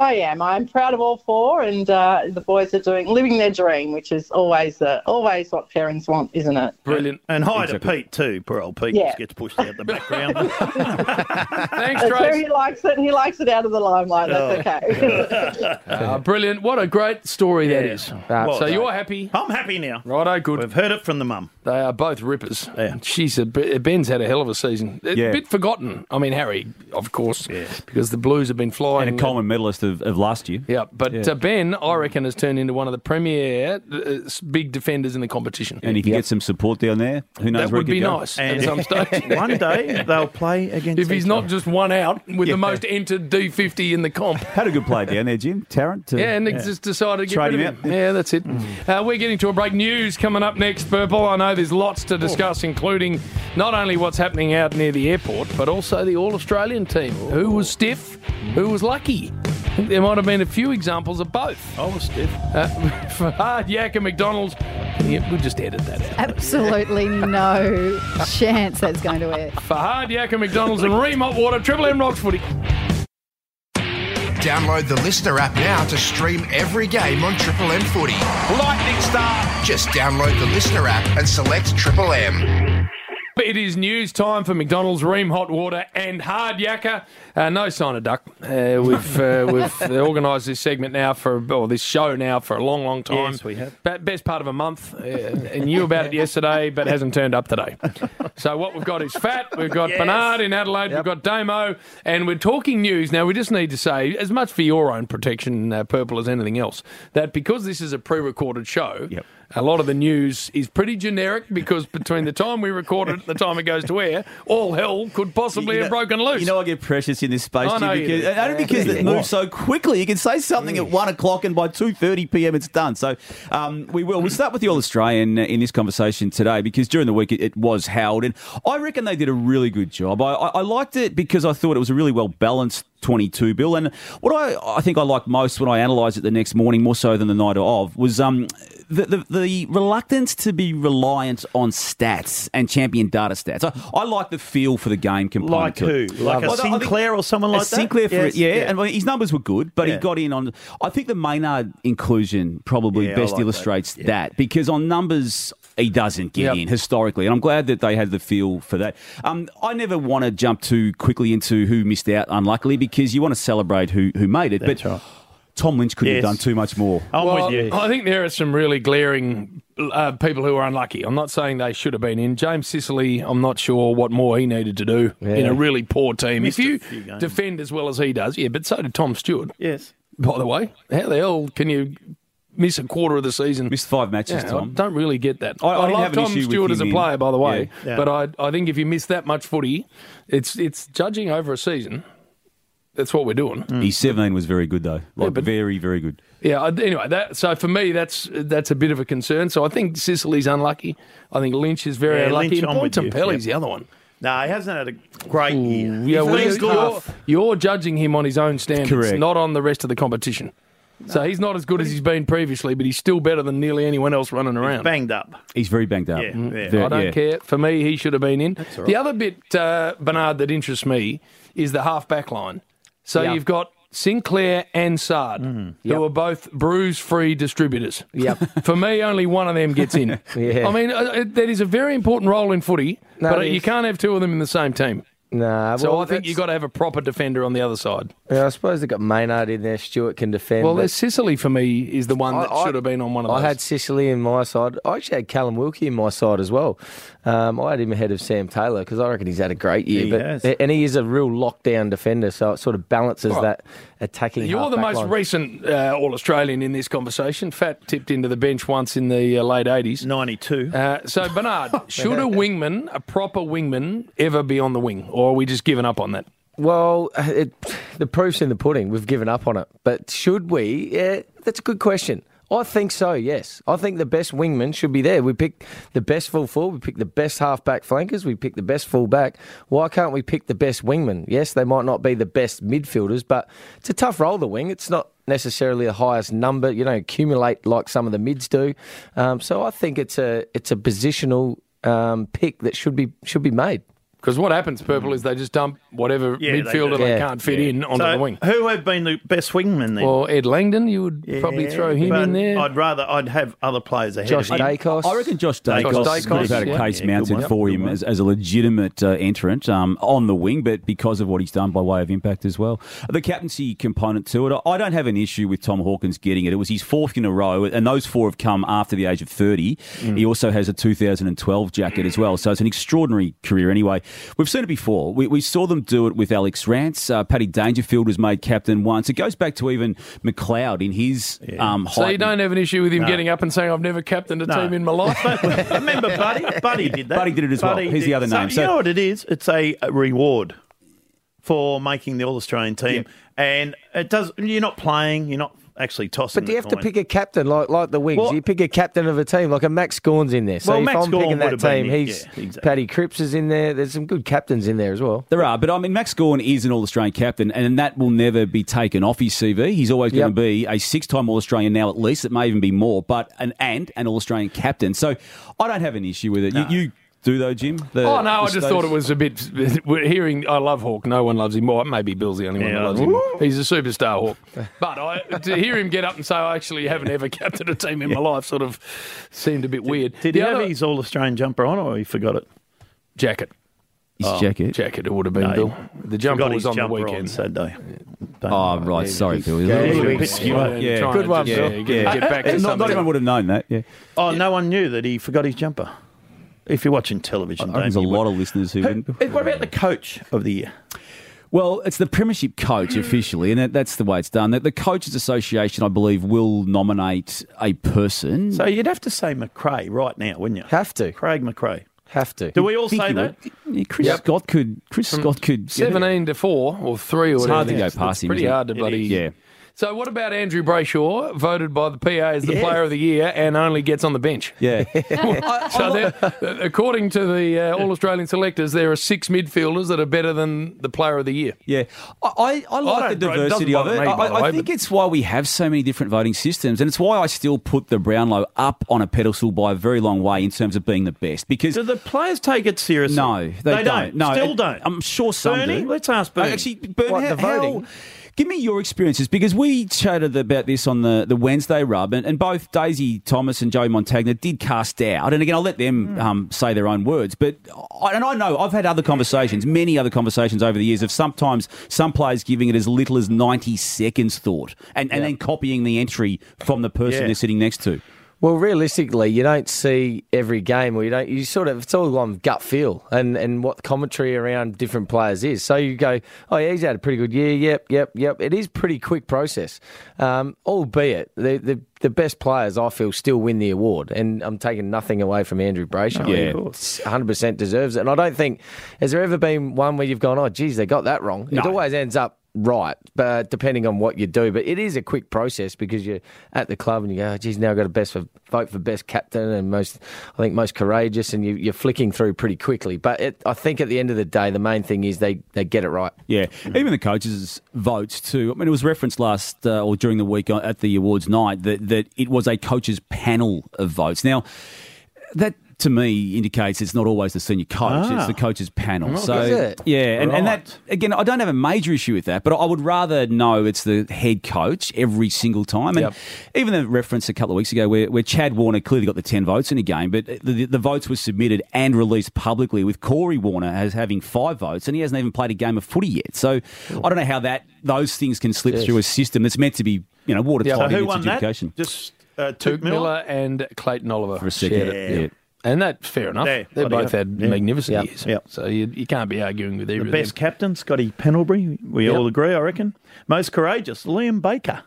Speaker 2: I am. I'm proud of all four, and uh, the boys are doing living their dream, which is always uh, always what parents want, isn't it?
Speaker 7: Brilliant.
Speaker 8: And hi
Speaker 2: Exactly.
Speaker 8: to Pete, too. Poor old Pete
Speaker 2: Yeah.
Speaker 8: just gets pushed out the background.
Speaker 7: Thanks,
Speaker 2: That's where
Speaker 7: Trace.
Speaker 2: he likes it. He likes it out of the limelight. That's
Speaker 8: Oh.
Speaker 2: okay.
Speaker 7: Ah, brilliant. What a great story that is. Uh,
Speaker 8: Well
Speaker 7: so
Speaker 8: done.
Speaker 7: you're happy?
Speaker 8: I'm happy now.
Speaker 7: Righto, good.
Speaker 8: We've heard it from the mum.
Speaker 7: They are both rippers. Yeah. She's a, Ben's had a hell of a season. A
Speaker 9: Yeah.
Speaker 7: bit forgotten. I mean, Harry, of course, because the Blues have been flying.
Speaker 9: And a common medalist of, of last year.
Speaker 7: Yeah, but
Speaker 9: Yeah.
Speaker 7: uh, Ben, I reckon, has turned into one of the premier uh, s- big defenders in the competition.
Speaker 9: And if you get some support down there, who knows
Speaker 7: That
Speaker 9: where
Speaker 7: would
Speaker 9: it could
Speaker 7: be
Speaker 9: go.
Speaker 7: nice at some stage.
Speaker 8: One day they'll play against.
Speaker 7: If he's
Speaker 8: each
Speaker 7: not
Speaker 8: other.
Speaker 7: just one out with the most entered D50 in the comp.
Speaker 9: Had a good play down there, Jim. Tarrant. to-
Speaker 7: Yeah, and Nick just decided to get
Speaker 9: Trade
Speaker 7: rid
Speaker 9: him Mm.
Speaker 7: of him. Yeah, that's it. Uh, we're getting to a break. News coming up next, Purple. I know there's lots to discuss,
Speaker 9: Oh.
Speaker 7: including not only what's happening out near the airport, but also the All Australian team.
Speaker 9: Oh.
Speaker 7: Who was stiff? Who was lucky? I think There might have been a few examples of both. I
Speaker 8: was stiff.
Speaker 7: Uh, for Hard Yak and McDonald's. Yeah, we'll just edit that out.
Speaker 4: Absolutely no chance that's going to air.
Speaker 7: For Hard Yak and McDonald's and Remont Water, Triple M Rocks Footy.
Speaker 5: Download the Listener app now to stream every game on Triple M Footy. Lightning Star. Just download the Listener app and select Triple M.
Speaker 7: It is news time for McDonald's, Ream Hot Water, and Hard Yakka. Uh, no sign of duck. Uh, we've uh, we've organised this segment now for or this show now for a long, long time.
Speaker 8: Yes, we have.
Speaker 7: Be- best part of a month, uh, and knew about it yesterday, but hasn't turned up today. So what we've got is fat. We've got
Speaker 3: Yes.
Speaker 7: Bernard in Adelaide. We've got Damo, and we're talking news now. We just need to say, as much for your own protection, uh, purple as anything else, that because this is a pre-recorded show. A lot of the news is pretty generic because between the time we record it and the time it goes to air, all hell could possibly
Speaker 9: You
Speaker 7: have
Speaker 9: know-
Speaker 7: broken loose.
Speaker 9: You know, I get precious in this space,
Speaker 7: I
Speaker 9: Jim,
Speaker 7: know you
Speaker 9: because,
Speaker 7: do.
Speaker 9: and only because
Speaker 7: Yeah.
Speaker 9: it moves so quickly. You can say something at one o'clock, and by two thirty p.m., it's done. So um, we will. We'll start with the All Australian uh, in this conversation today, because during the week it, it was held, and I reckon they did a really good job. I, I, I liked it because I thought it was a really well balanced. 22 bill and what I, I think I liked most when I analysed it the next morning more so than the night of was um the, the, the reluctance to be reliant on stats and champion data stats. I, I like the feel for the game component.
Speaker 8: Like
Speaker 9: to it.
Speaker 8: who? Like a
Speaker 9: Well, I think-
Speaker 8: Sinclair or someone like
Speaker 9: a
Speaker 8: that?
Speaker 9: Sinclair, for
Speaker 8: Yes,
Speaker 9: yeah,
Speaker 8: yeah.
Speaker 9: and well, his numbers were good, but
Speaker 8: Yeah.
Speaker 9: he got in on. I think the Maynard inclusion probably
Speaker 8: Yeah, I
Speaker 9: best
Speaker 8: like that.
Speaker 9: illustrates that. because on numbers he doesn't get
Speaker 8: Yep.
Speaker 9: in historically, and I'm glad that they had the feel for that. Um, I never want to jump too quickly into who missed out, unluckily, because you want to celebrate who who made it. but Tom Lynch couldn't
Speaker 7: Yes.
Speaker 9: have done too much more.
Speaker 7: Well, I think there are some really glaring uh, people who are unlucky. I'm not saying they should have been in. James Sicily, I'm not sure what more he needed to do in a really poor team.
Speaker 8: Missed
Speaker 7: if
Speaker 8: a
Speaker 7: you
Speaker 8: few games.
Speaker 7: defend as well as he does, yeah, but so did Tom Stewart.
Speaker 8: Yes.
Speaker 7: By the way, how the hell can you miss a quarter of the season? Missed
Speaker 9: five matches,
Speaker 7: yeah,
Speaker 9: Tom.
Speaker 7: I don't really get that.
Speaker 9: I- I didn't
Speaker 7: love
Speaker 9: have an
Speaker 7: Tom
Speaker 9: issue with
Speaker 7: Stewart
Speaker 9: him
Speaker 7: as a
Speaker 9: in.
Speaker 7: player, by the way,
Speaker 9: Yeah. Yeah.
Speaker 7: but I, I think if you miss that much footy, it's it's judging over a season. That's what we're doing.
Speaker 9: His 17 was very good though, like very very good.
Speaker 7: Yeah. I- Anyway, that so for me, that's that's a bit of a concern. So I think Sicily's unlucky. I think Lynch is very
Speaker 8: Yeah,
Speaker 7: unlucky.
Speaker 8: Lynch,
Speaker 7: and
Speaker 8: I'm with you.
Speaker 7: Pelly's
Speaker 8: Yep.
Speaker 7: the other one.
Speaker 8: No, he hasn't had a great year.
Speaker 7: Yeah, well,
Speaker 8: He's
Speaker 7: you're, you're, you're judging him on his own standards,
Speaker 8: Correct.
Speaker 7: not on the rest of the competition. So he's not as good as he's been previously, but he's still better than nearly anyone else running around.
Speaker 8: banged up.
Speaker 9: He's very banged up.
Speaker 7: Yeah,
Speaker 9: Mm.
Speaker 7: I don't
Speaker 9: yeah.
Speaker 7: care. For me, he should have been in.
Speaker 9: all
Speaker 7: The
Speaker 9: right.
Speaker 7: other bit, uh, Bernard, that interests me is the half back line. So
Speaker 1: Yeah. Mm.
Speaker 7: you've got Sinclair and Sard,
Speaker 1: Yep.
Speaker 7: who are both bruise free distributors.
Speaker 1: Yep.
Speaker 7: For me, only one of them gets in.
Speaker 1: Yeah.
Speaker 7: I mean, uh, it, that is a very important role in footy,
Speaker 1: No,
Speaker 7: but
Speaker 1: it
Speaker 7: you
Speaker 1: is.
Speaker 7: can't have two of them in the same team.
Speaker 1: Nah,
Speaker 7: so
Speaker 1: well,
Speaker 7: I think
Speaker 1: that's-
Speaker 7: you've got to have a proper defender on the other side.
Speaker 1: Yeah, I suppose they've got Maynard in there. Stewart can defend.
Speaker 7: Well,
Speaker 1: but-
Speaker 7: there's Sicily for me is the one that
Speaker 1: I- I-
Speaker 7: should have been on one of those.
Speaker 1: I had Sicily in my side. I actually had Callum Wilkie in my side as well. Um, I had him ahead of Sam Taylor because I reckon he's had a great year.
Speaker 7: He
Speaker 1: but
Speaker 7: has.
Speaker 1: and he is a real lockdown defender, so it sort of balances
Speaker 7: All right.
Speaker 1: that attacking.
Speaker 7: You're the
Speaker 1: half-back
Speaker 7: most
Speaker 1: line.
Speaker 7: recent uh, All Australian in this conversation. Fat tipped into the bench once in the uh, late 80s.
Speaker 8: 92.
Speaker 7: Uh, so, Bernard, should a wingman, a proper wingman, ever be on the wing? Or are we just giving up on that?
Speaker 1: Well, it, the proof's in the pudding. We've given up on it. But should we? Yeah, that's a good question. I think so, yes. I think the best wingman should be there. We pick the best full forward, we pick the best halfback flankers, we pick the best fullback. Why can't we pick the best wingman? Yes, they might not be the best midfielders, but it's a tough role, the wing. It's not necessarily the highest number. You don't accumulate like some of the mids do. Um, so I think it's a it's a positional um, pick that should be should be made.
Speaker 7: Because what happens, Purple, is they just dump whatever midfielder they, can't fit in onto
Speaker 8: So
Speaker 7: the wing.
Speaker 8: Who have been the best wingman then?
Speaker 7: Well, Ed Langdon, you would probably
Speaker 8: Yeah,
Speaker 7: throw him in
Speaker 8: but
Speaker 7: there.
Speaker 8: I'd rather I'd have other players ahead.
Speaker 9: Josh
Speaker 8: of him.
Speaker 9: Dacos. I reckon Josh Dacos, could have had a case
Speaker 8: Yeah, good
Speaker 9: mounted
Speaker 8: one.
Speaker 9: for him as, as a legitimate uh, entrant um, on the wing, but because of what he's done by way of impact as well. The captaincy component to it, I don't have an issue with Tom Hawkins getting it. It was his fourth in a row, and those four have come after the age of 30.
Speaker 8: Mm.
Speaker 9: He also has a 2012 jacket as well, so it's an extraordinary career anyway. We've seen it before. We, we saw them do it with Alex Rance. Uh, Paddy Dangerfield was made captain once. It goes back to even McLeod in his um, height.
Speaker 7: so you
Speaker 9: and-
Speaker 7: don't have an issue with him
Speaker 9: No.
Speaker 7: getting up and saying, I've never captained a
Speaker 9: No.
Speaker 7: team in my life?
Speaker 8: Remember, Buddy? Buddy did that.
Speaker 9: Buddy did it as well. Here's the other
Speaker 8: so,
Speaker 9: name.
Speaker 8: You
Speaker 9: So-
Speaker 8: know what it is? It's a reward for making the All Australian team, and it does. You're not playing. You're not actually tossing.
Speaker 1: But do you have to pick a captain like like the Wings?
Speaker 8: Well-
Speaker 1: you pick a captain of a team like a Max Scorn's in there. So
Speaker 8: Well,
Speaker 1: if
Speaker 8: Max
Speaker 1: I'm
Speaker 8: Gawn
Speaker 1: picking that
Speaker 8: would've been
Speaker 1: team,
Speaker 8: in,
Speaker 1: he's
Speaker 8: yeah, exactly.
Speaker 1: Paddy Cripps is in there. There's some good captains in there as well.
Speaker 9: There are, but I mean, Max Gorn is an All Australian captain, and that will never be taken off his CV. He's always going
Speaker 1: Yep.
Speaker 9: to be a six time All Australian now, at least. It may even be more, but an and an All Australian captain. So I don't have an issue with it. You, you do, though, Jim? The-
Speaker 7: oh no,
Speaker 9: the
Speaker 7: I just
Speaker 9: status?
Speaker 7: thought it was a bit. we're Hearing I love Hawk, no one loves him more. Maybe Bill's the only one that
Speaker 8: Yeah.
Speaker 7: loves him. More. He's a superstar Hawk, but I, to hear him get up and say, "I actually haven't ever captained a team in my life," sort of seemed a bit weird.
Speaker 8: Did
Speaker 7: The
Speaker 8: he
Speaker 7: other-
Speaker 8: have his All Australian jumper on, or he forgot it? Oh.
Speaker 7: Jacket.
Speaker 9: His jacket.
Speaker 7: Jacket. It would have been Bill. The jumper was on the weekend.
Speaker 8: Saturday.
Speaker 9: Oh, right. Sorry, Phil.
Speaker 8: Yeah,
Speaker 9: That was a
Speaker 8: yeah,
Speaker 9: bit
Speaker 8: yeah.
Speaker 9: skew-
Speaker 8: Yeah. Good one, Phil. Get back to
Speaker 9: Not- not,
Speaker 8: something.
Speaker 9: everyone would have known that. Yeah.
Speaker 8: Oh, no one knew that he forgot his jumper. If you're watching television,
Speaker 9: There's a lot of listeners who didn't.
Speaker 8: What about the coach of the year?
Speaker 9: Well, it's the Premiership coach officially, and that, that's the way it's done. The, the Coaches Association, I believe, will nominate a person.
Speaker 8: So you'd have to say McRae right now, wouldn't you?
Speaker 1: Have to.
Speaker 8: Craig McRae.
Speaker 1: Have to.
Speaker 8: Do we all
Speaker 9: Think
Speaker 8: say
Speaker 9: you
Speaker 8: that?
Speaker 9: would. Yeah, Chris
Speaker 7: Yep.
Speaker 9: Scott could. Chris Scott could.
Speaker 7: Seventeen to four or three or
Speaker 9: It's
Speaker 7: whatever.
Speaker 9: hard to go
Speaker 7: It's
Speaker 9: past him,
Speaker 7: Pretty
Speaker 9: isn't it?
Speaker 7: hard to
Speaker 9: It
Speaker 7: bloody
Speaker 9: is. Yeah.
Speaker 7: So what about Andrew Brayshaw, voted by the PA as the
Speaker 1: Yeah.
Speaker 7: Player of the Year and only gets on the bench?
Speaker 9: Yeah.
Speaker 7: so there- according to the uh, All Australian selectors, there are six midfielders that are better than the Player of the Year.
Speaker 9: Yeah, I, I like the diversity of it. I, I think it's why we have so many different voting systems, and it's why I still put the Brownlow up on a pedestal by a very long way in terms of being the best. Because do
Speaker 8: the players take it seriously?
Speaker 9: No, they,
Speaker 8: They don't.
Speaker 9: No,
Speaker 8: Still
Speaker 9: it-
Speaker 8: don't.
Speaker 9: I'm sure some
Speaker 8: Bernie?
Speaker 9: do.
Speaker 8: Let's ask Bernie.
Speaker 9: Uh, Actually, Bernie,
Speaker 8: What,
Speaker 9: how-
Speaker 8: the voting?
Speaker 9: how- Give me your experiences because we chatted about this on the, the Wednesday rub, and, and both Daisy Thomas and Joe Montagna did cast doubt. And again, I'll let them
Speaker 8: Mm.
Speaker 9: um, say their own words. But I, and I know I've had other conversations, many other conversations over the years of sometimes some players giving it as little as ninety seconds thought, and, and then copying the entry from the person
Speaker 1: Yeah.
Speaker 9: they're sitting next to.
Speaker 1: Well, realistically, you don't see every game, or you don't. You sort of it's all on gut feel and and what commentary around different players is. So you go, oh yeah, he's had a pretty good year. Yep, yep, yep. It is pretty quick process, um, albeit the, the the best players I feel still win the award, and I'm taking nothing away from Andrew Brayshaw.
Speaker 9: No, of
Speaker 1: yeah, 100 percent deserves it. And I don't think has there ever been one where you've gone, oh geez, they got that wrong. It
Speaker 9: No.
Speaker 1: always ends up. Right, but depending on what you do, but it is a quick process because you're at the club and you go, oh, geez, now I've got a best for vote for best captain and most, I think most courageous, and you, you're flicking through pretty quickly. But it, I think at the end of the day, the main thing is they they get it right.
Speaker 9: Yeah, even the coaches' votes too. I mean, it was referenced last uh, or during the week on- at the awards night that that it was a coaches' panel of votes. Now, that to me indicates it's not always the senior coach;
Speaker 8: Ah.
Speaker 9: it's the coaches' panel.
Speaker 8: Oh,
Speaker 9: so,
Speaker 8: is it?
Speaker 9: yeah, and, and
Speaker 8: Right.
Speaker 9: that again, I don't have a major issue with that, but I would rather know it's the head coach every single time. And
Speaker 1: Yep.
Speaker 9: even the reference a couple of weeks ago where, where Chad Warner clearly got the 10 votes in a game, but the, the, the votes were submitted and released publicly with Corey Warner as having five votes and he hasn't even played a game of footy yet. So I don't know how that those things can slip
Speaker 7: Yes.
Speaker 9: through a system that's meant to be, you know,
Speaker 7: Yeah,
Speaker 9: watertight
Speaker 7: who
Speaker 9: in its
Speaker 7: won that?
Speaker 9: adjudication.
Speaker 8: Just uh,
Speaker 7: Tuke Miller. and Clayton Oliver
Speaker 9: For a second,
Speaker 7: shared it.
Speaker 9: yeah. Yeah.
Speaker 7: And that fair enough.
Speaker 8: Yeah,
Speaker 7: they
Speaker 8: bloody
Speaker 7: both
Speaker 8: hell.
Speaker 7: had
Speaker 8: Yeah.
Speaker 7: magnificent
Speaker 8: Yep.
Speaker 7: years. So you, you can't be arguing with either
Speaker 8: The
Speaker 7: of
Speaker 8: best
Speaker 7: them.
Speaker 8: captain, Scotty Pendlebury. We
Speaker 7: Yep.
Speaker 8: all agree, I reckon. Most courageous, Liam Baker.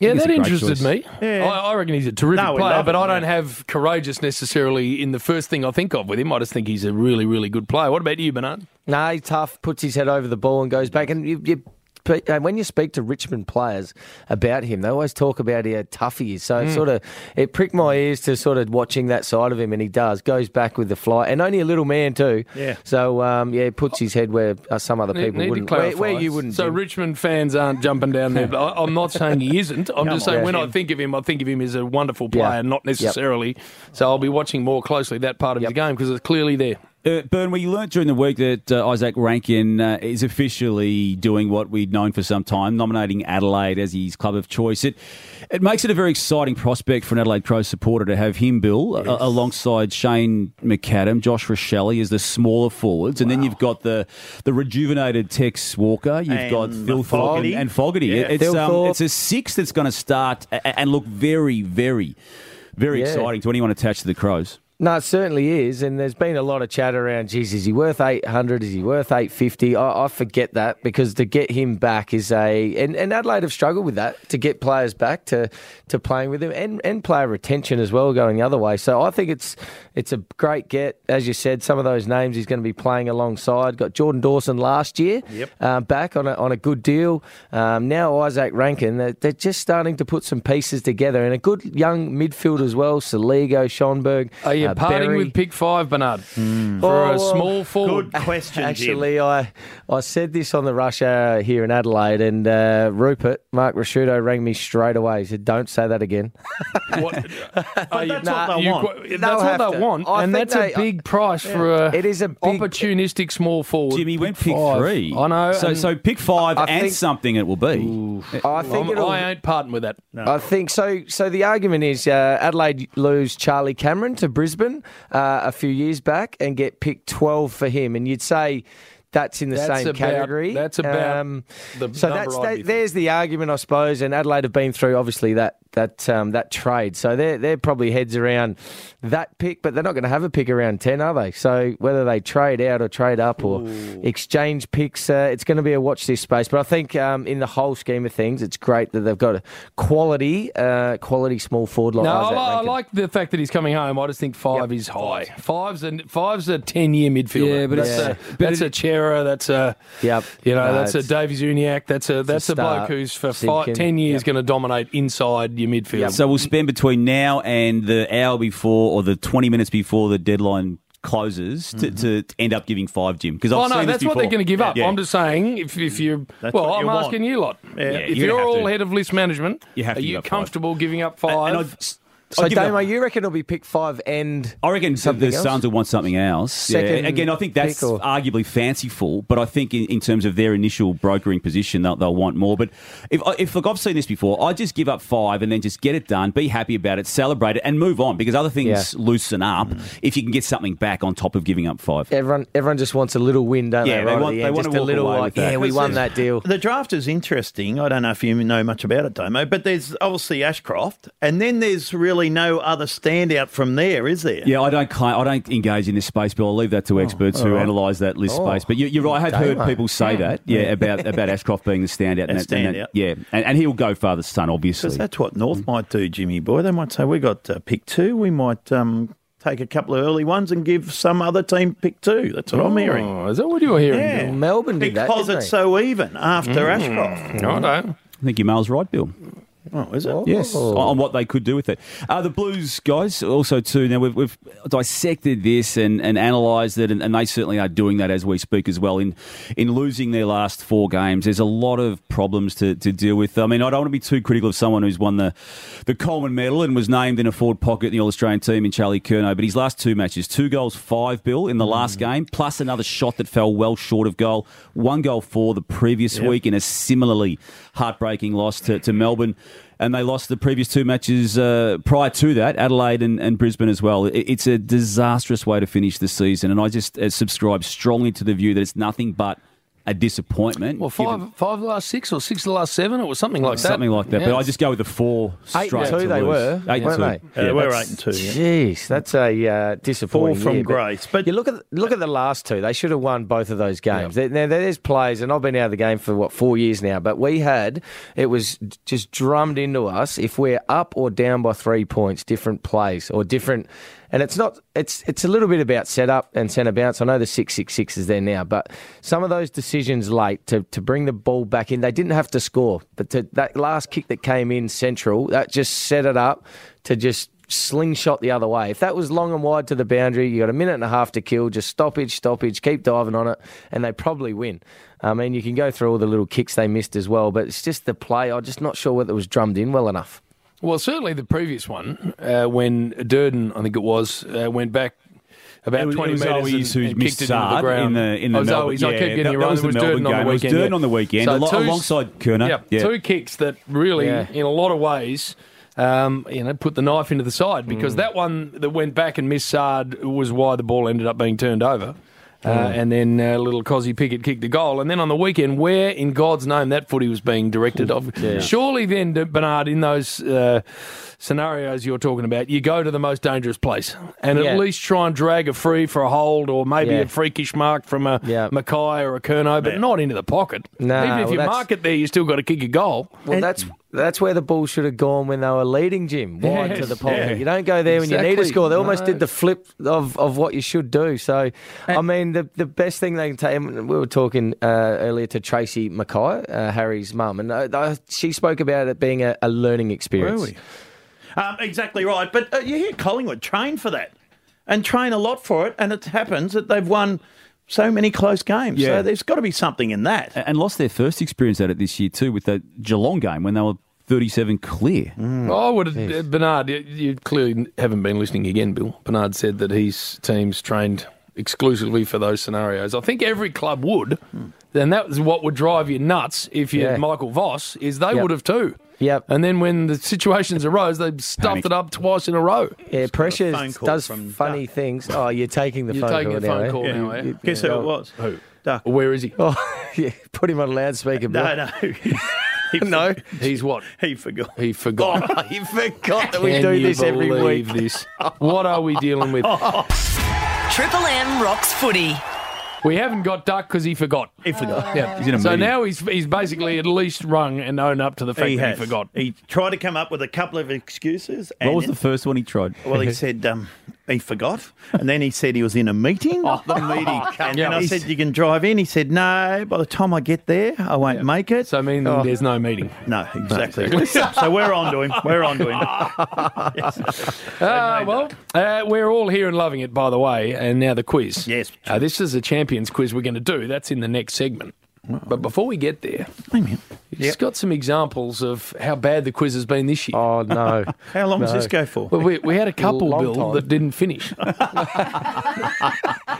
Speaker 7: Yeah, that interested me.
Speaker 8: Yeah.
Speaker 7: I, I reckon he's a terrific
Speaker 8: No, we
Speaker 7: player,
Speaker 8: love
Speaker 7: but
Speaker 8: him,
Speaker 7: I don't
Speaker 8: yeah.
Speaker 7: have courageous necessarily in the first thing I think of with him. I just think he's a really, really good player. What about you, Bernard?
Speaker 1: No, he's tough, puts his head over the ball and goes back. And you, you, but, uh, when you speak to Richmond players about him, they always talk about how tough he is. So it
Speaker 7: Hmm.
Speaker 3: Mm.
Speaker 1: sort of it pricked my ears to sort of watching that side of him, and he does goes back with the fly, and only a little man too.
Speaker 7: Yeah.
Speaker 1: So um, yeah, puts his head where uh, some other
Speaker 7: Ne-
Speaker 1: people
Speaker 7: need to
Speaker 1: wouldn't. Where,
Speaker 7: clarify.
Speaker 1: where you wouldn't.
Speaker 7: So Richmond fans aren't jumping down there. But I, I'm not saying he isn't.
Speaker 1: Come
Speaker 7: I'm just
Speaker 1: on,
Speaker 7: saying when
Speaker 1: Tim.
Speaker 7: I think of him, I think of him as a wonderful player,
Speaker 1: Yeah.
Speaker 7: not necessarily. So I'll be watching more closely that part of his game because it's clearly there.
Speaker 9: Uh, Bern, we learnt during the week that uh, Isaac Rankin uh, is officially doing what we'd known for some time, nominating Adelaide as his club of choice. It it makes it a very exciting prospect for an Adelaide Crows supporter to have him, Bill, a- alongside Shane McAdam, Josh Rochelle as the smaller forwards, and then you've got the the rejuvenated Tex Walker, you've
Speaker 8: And
Speaker 9: got Phil Thorpe and,
Speaker 8: Fogarty.
Speaker 9: and Fogarty.
Speaker 8: Yeah.
Speaker 9: It- It's,
Speaker 8: Phil
Speaker 9: um,
Speaker 8: Thorpe.
Speaker 9: it's a six that's going to start a- a- and look very, very, very
Speaker 1: Yeah.
Speaker 9: exciting to anyone attached to the Crows.
Speaker 1: No, it certainly is, and there's been a lot of chat around. Geez, is he worth eight hundred? Is he worth eight fifty? I, I forget that because to get him back is a and, and Adelaide have struggled with that to get players back to to playing with them and, and player retention as well going the other way. So I think it's it's a great get as you said. Some of those names he's going to be playing alongside. Got Jordan Dawson last year
Speaker 11: Yep.
Speaker 1: um, back on a, on a good deal. Um, now Isaac Rankin, they're, they're just starting to put some pieces together and a good young midfield as well. Saligo, Schonberg.
Speaker 7: Are you
Speaker 1: Uh,
Speaker 7: parting
Speaker 1: Berry.
Speaker 7: with pick five, Bernard, for
Speaker 1: Oh,
Speaker 7: a
Speaker 1: well,
Speaker 7: small forward?
Speaker 1: Actually, I I said this on the rush hour here in Adelaide, and uh, Rupert Mark Rashudo rang me straight away. He said, "Don't say that again."
Speaker 7: Are you-
Speaker 1: that's what they
Speaker 7: you
Speaker 1: want.
Speaker 7: qu-
Speaker 1: They'll
Speaker 7: that's what
Speaker 1: have
Speaker 7: they
Speaker 1: to.
Speaker 7: want,
Speaker 1: I
Speaker 7: and
Speaker 1: think
Speaker 7: that's
Speaker 1: they-
Speaker 7: a big price for a
Speaker 1: It is a big-
Speaker 7: opportunistic small forward.
Speaker 9: Jimmy went pick
Speaker 7: five.
Speaker 9: three.
Speaker 7: I know.
Speaker 9: So,
Speaker 7: and
Speaker 9: so pick five
Speaker 1: I
Speaker 9: and
Speaker 1: think-
Speaker 9: something it will be.
Speaker 1: I think
Speaker 7: I'm-
Speaker 1: it'll-
Speaker 7: I ain't parting with that.
Speaker 1: I think so. So the argument is uh, Adelaide lose Charlie Cameron to Brisbane uh, a few years back and get picked 12 for him. And you'd say that's in the
Speaker 7: That's
Speaker 1: same
Speaker 7: about-
Speaker 1: category. Um,
Speaker 7: that's about the
Speaker 1: so
Speaker 7: number
Speaker 1: that's
Speaker 7: I'd be
Speaker 1: that, there's the argument, I suppose. And Adelaide have been through obviously that that um, that trade. So they're they're probably heads around that pick, but they're not going to have a pick around ten, are they? So whether they trade out or trade up or exchange picks, uh, it's going to be a watch this space. But I think um, in the whole scheme of things, it's great that they've got a quality uh, quality small forward
Speaker 7: No,
Speaker 1: like
Speaker 7: I,
Speaker 1: Isaac
Speaker 7: li- I
Speaker 1: Rankin.
Speaker 7: like the fact that he's coming home. I just think five is high. Five's a five's a ten year midfielder.
Speaker 1: Yeah, but
Speaker 7: that's
Speaker 1: it's-
Speaker 7: a,
Speaker 1: but
Speaker 7: that's a Chera. That's a
Speaker 1: yep.
Speaker 7: You know,
Speaker 1: No,
Speaker 7: that's a
Speaker 1: it's-
Speaker 7: Davies Uniac. That's a that's a, bloke
Speaker 9: start.
Speaker 7: who's for
Speaker 9: Simpkin.
Speaker 7: five, ten years going to dominate inside your midfield.
Speaker 9: So we'll spend between now and the hour before or the 20 minutes before the deadline closes to, to end up giving five, Jim. Because
Speaker 7: Mm-hmm. oh
Speaker 9: I've
Speaker 7: no,
Speaker 9: seen this
Speaker 7: that's what they're
Speaker 9: before.
Speaker 7: going to give up.
Speaker 9: Yeah. Mm.
Speaker 7: I'm just saying, if if you
Speaker 9: That's
Speaker 7: well,
Speaker 9: what
Speaker 7: I'm
Speaker 9: you want.
Speaker 7: asking you lot.
Speaker 9: Yeah. Yeah,
Speaker 7: if
Speaker 9: you're
Speaker 7: you're,
Speaker 9: gonna have
Speaker 7: all
Speaker 9: to.
Speaker 7: head of list management,
Speaker 9: You have to
Speaker 7: are
Speaker 9: give
Speaker 7: you
Speaker 9: up five.
Speaker 7: comfortable giving up five?
Speaker 1: So Damo, you reckon it'll be pick five and
Speaker 9: I reckon
Speaker 1: something
Speaker 9: the
Speaker 1: else?
Speaker 9: Suns will want something else. Yeah.
Speaker 1: Second
Speaker 9: Again, I think that's
Speaker 1: pick or-
Speaker 9: arguably fanciful, but I think in, in terms of their initial brokering position, they'll, they'll want more. But if, I- if look, I've seen this before, I just give up five and then just get it done, be happy about it, celebrate it, and move on because other things loosen up if you can get something back on top of giving up five.
Speaker 1: Everyone, everyone just wants a little win, don't they?
Speaker 9: Yeah, they
Speaker 1: right at
Speaker 9: want-
Speaker 1: the
Speaker 9: they
Speaker 1: end?
Speaker 9: want
Speaker 1: just
Speaker 9: to
Speaker 1: a
Speaker 9: walk
Speaker 1: little
Speaker 9: away
Speaker 1: like,
Speaker 9: with that.
Speaker 1: yeah, we
Speaker 9: Because
Speaker 1: won
Speaker 9: there's-
Speaker 1: that deal.
Speaker 8: The draft is interesting. I don't know if you know much about it, Damo, but there's obviously Ashcroft, and then there's really no other standout from there, is there?
Speaker 9: Yeah, I don't. cla- I don't engage in this space, Bill. I'll leave that to experts who
Speaker 8: all right.
Speaker 9: analyse that list
Speaker 8: Oh,
Speaker 9: space. But you, you're right. I have
Speaker 8: demo.
Speaker 9: heard people say that. Yeah, about about Ashcroft being the standout.
Speaker 8: A
Speaker 9: that- and
Speaker 8: standout.
Speaker 9: that- yeah, and, and he'll go father's son, obviously. Hmm.
Speaker 8: Because that's what North might do, Jimmy boy. They might say, we got uh, pick two. We might um, take a couple of early ones and give some other team pick two. That's what I'm hearing.
Speaker 7: Oh, is that what you're hearing?
Speaker 8: Yeah.
Speaker 7: Bill?
Speaker 1: Melbourne
Speaker 7: did that,
Speaker 8: Because
Speaker 7: didn't
Speaker 8: it's
Speaker 7: they? Hmm.
Speaker 8: so even after Ashcroft.
Speaker 7: No, I don't.
Speaker 9: I think your mail's right, Bill.
Speaker 8: Oh, is it?
Speaker 9: Yes, on on what they could do with it. Uh, the Blues guys also too. Now we've, we've dissected this and, and analysed it, and, and they certainly are doing that as we speak as well. In in losing their last four games, there's a lot of problems to, to deal with. I mean, I don't want to be too critical of someone who's won the the Coleman Medal and was named in a forward pocket in the All Australian team in Charlie Curnow, but his last two matches, two goals, five bill in the
Speaker 8: Mm.
Speaker 9: last game, plus another shot that fell well short of goal, one goal for the previous
Speaker 8: Yep.
Speaker 9: week in a similarly heartbreaking loss to, to Melbourne and they lost the previous two matches uh, prior to that, Adelaide and, and Brisbane as well. It, it's a disastrous way to finish the season, and I just uh, subscribe strongly to the view that it's nothing but a disappointment.
Speaker 7: Well, five five of the last six or six of the last seven. It was something like that.
Speaker 9: something like that.
Speaker 7: Yeah.
Speaker 9: But I just go with the four
Speaker 7: Eight and
Speaker 9: straight.
Speaker 7: two
Speaker 9: to
Speaker 7: they
Speaker 9: lose.
Speaker 7: were,
Speaker 9: eight
Speaker 7: weren't
Speaker 9: and two.
Speaker 7: they? Yeah,
Speaker 9: we're
Speaker 7: that's-
Speaker 9: eight and two. yeah.
Speaker 1: Jeez, that's a uh, disappointing.
Speaker 9: Fall from
Speaker 1: year, but
Speaker 9: grace,
Speaker 1: you look at look at the last two. They should have won both of those games. There Now there's players, and I've been out of the game for what four years now. But we had it was just drummed into us if we're up or down by three points, different plays or different. And it's not it's it's a little bit about setup and centre bounce. I know the six six six is there now, but some of those decisions late to to bring the ball back in, they didn't have to score, but to, that last kick that came in central, that just set it up to just slingshot the other way. If that was long and wide to the boundary, you got a minute and a half to kill. Just stoppage, stoppage, keep diving on it, and they probably win. I mean, you can go through all the little kicks they missed as well, but it's just the play. I'm just not sure whether it was drummed in well enough.
Speaker 7: Well, certainly the previous one, uh, when Durden, I think it was, uh, went back about
Speaker 9: It was- it
Speaker 7: 20
Speaker 9: was
Speaker 7: metres
Speaker 9: Owies
Speaker 7: and,
Speaker 9: who
Speaker 7: and
Speaker 9: missed
Speaker 7: kicked it into the
Speaker 9: Saad
Speaker 7: ground.
Speaker 9: in the- in the
Speaker 7: oh, it was
Speaker 9: Melbourne-
Speaker 7: Owies. I kept
Speaker 9: yeah,
Speaker 7: getting
Speaker 9: that- that
Speaker 7: you right.
Speaker 9: was
Speaker 7: It was
Speaker 9: the
Speaker 7: Durden
Speaker 9: Melbourne
Speaker 7: on the
Speaker 9: game. It was
Speaker 7: weekend.
Speaker 9: Durden on the weekend,
Speaker 7: So
Speaker 9: alo-
Speaker 7: two-
Speaker 9: alongside Kurnow.
Speaker 7: Yeah,
Speaker 9: Yeah.
Speaker 7: two kicks that really,
Speaker 9: Yeah.
Speaker 7: in a lot of ways, um, you know, put the knife into the side because
Speaker 9: Mm.
Speaker 7: that one that went back and missed Sard was why the ball ended up being turned over. Uh,
Speaker 9: Mm.
Speaker 7: And then uh, little Cosy Pickett kicked a goal. And then on the weekend, where in God's name that footy was being directed of?
Speaker 9: Yeah.
Speaker 7: Surely then, D- Bernard, in those uh, scenarios you're talking about, you go to the most dangerous place and
Speaker 9: Yeah.
Speaker 7: at least try and drag a free for a hold or maybe
Speaker 9: Yeah.
Speaker 7: a freakish mark from a Mackay or a Kerno, but not into the pocket.
Speaker 1: No,
Speaker 7: Even if
Speaker 1: well,
Speaker 7: you
Speaker 1: that's-
Speaker 7: mark it there, you still got to kick a goal.
Speaker 1: Well, that's that's where the ball should have gone when they were leading, Jim. Wide to
Speaker 7: Yes,
Speaker 1: the pocket.
Speaker 7: yeah.
Speaker 1: You don't go there when you need
Speaker 7: Exactly.
Speaker 1: to score. They almost
Speaker 7: No.
Speaker 1: did the flip of, of what you should do. So, I mean, the the best thing they can take. and We were talking uh, earlier to Tracy Mackay, uh, Harry's mum, and uh, uh, she spoke about it being a, a learning experience.
Speaker 8: Really? Um, exactly right. But uh, you hear Collingwood train for that and train a lot for it, and it happens that they've won so many close games.
Speaker 9: Yeah.
Speaker 8: So there's got to be something in that.
Speaker 9: And lost their first experience at it this year too with that Geelong game when they were 37 clear.
Speaker 7: I would have, uh, Bernard, you, you clearly haven't been listening again, Bill. Bernard said that his team's trained exclusively for those scenarios. I think every club would, and that was what would drive you nuts if you
Speaker 1: Yeah.
Speaker 7: had Michael Voss, is they
Speaker 1: Yep.
Speaker 7: would have too.
Speaker 1: Yep.
Speaker 7: And then when the situations arose, they stuffed it up twice in a row.
Speaker 1: Yeah, pressure
Speaker 7: phone call
Speaker 1: does
Speaker 7: from
Speaker 1: funny things. Oh, you're taking the
Speaker 7: You're
Speaker 1: phone
Speaker 7: taking
Speaker 1: call
Speaker 7: the
Speaker 1: now.
Speaker 7: phone
Speaker 1: eh?
Speaker 7: call now, eh?
Speaker 1: You-
Speaker 7: Guess who it
Speaker 1: yeah.
Speaker 7: was? Where is he?
Speaker 1: Oh, yeah, put him on loudspeaker. Bill.
Speaker 7: no. no, he's what?
Speaker 8: He forgot.
Speaker 7: He forgot.
Speaker 1: Oh, he forgot
Speaker 7: that we do this every week. This. What are we dealing with?
Speaker 8: Oh.
Speaker 6: Triple M rocks footy.
Speaker 7: We haven't got Duck because he forgot. He forgot. Yeah.
Speaker 8: He's in a
Speaker 7: so
Speaker 8: meeting.
Speaker 7: now he's he's basically at least rung and owned up to the fact
Speaker 8: He
Speaker 7: that
Speaker 8: has.
Speaker 7: he forgot.
Speaker 8: He tried to come up with a couple of excuses. And
Speaker 9: What was the first one he tried?
Speaker 8: Well, he said um, he forgot, and then he said he was in a meeting. Oh, the meeting. And then I said, "You can drive in." He said, "No, by the time I get there, I won't make it." So, I mean,
Speaker 7: there's no meeting.
Speaker 8: No, exactly. so we're on to him. We're on to him.
Speaker 7: Ah, well, uh, we're all here and loving it, by the way. And now the quiz. Yes. Uh, this is a champions quiz we're going to do. That's in the next segment. But before we get there, it's got some examples of how bad the quiz has been this year. Oh,
Speaker 1: no.
Speaker 8: How long does this go for?
Speaker 7: Well, we, we had a couple,
Speaker 1: Long
Speaker 7: Bill,
Speaker 1: time.
Speaker 7: that didn't finish.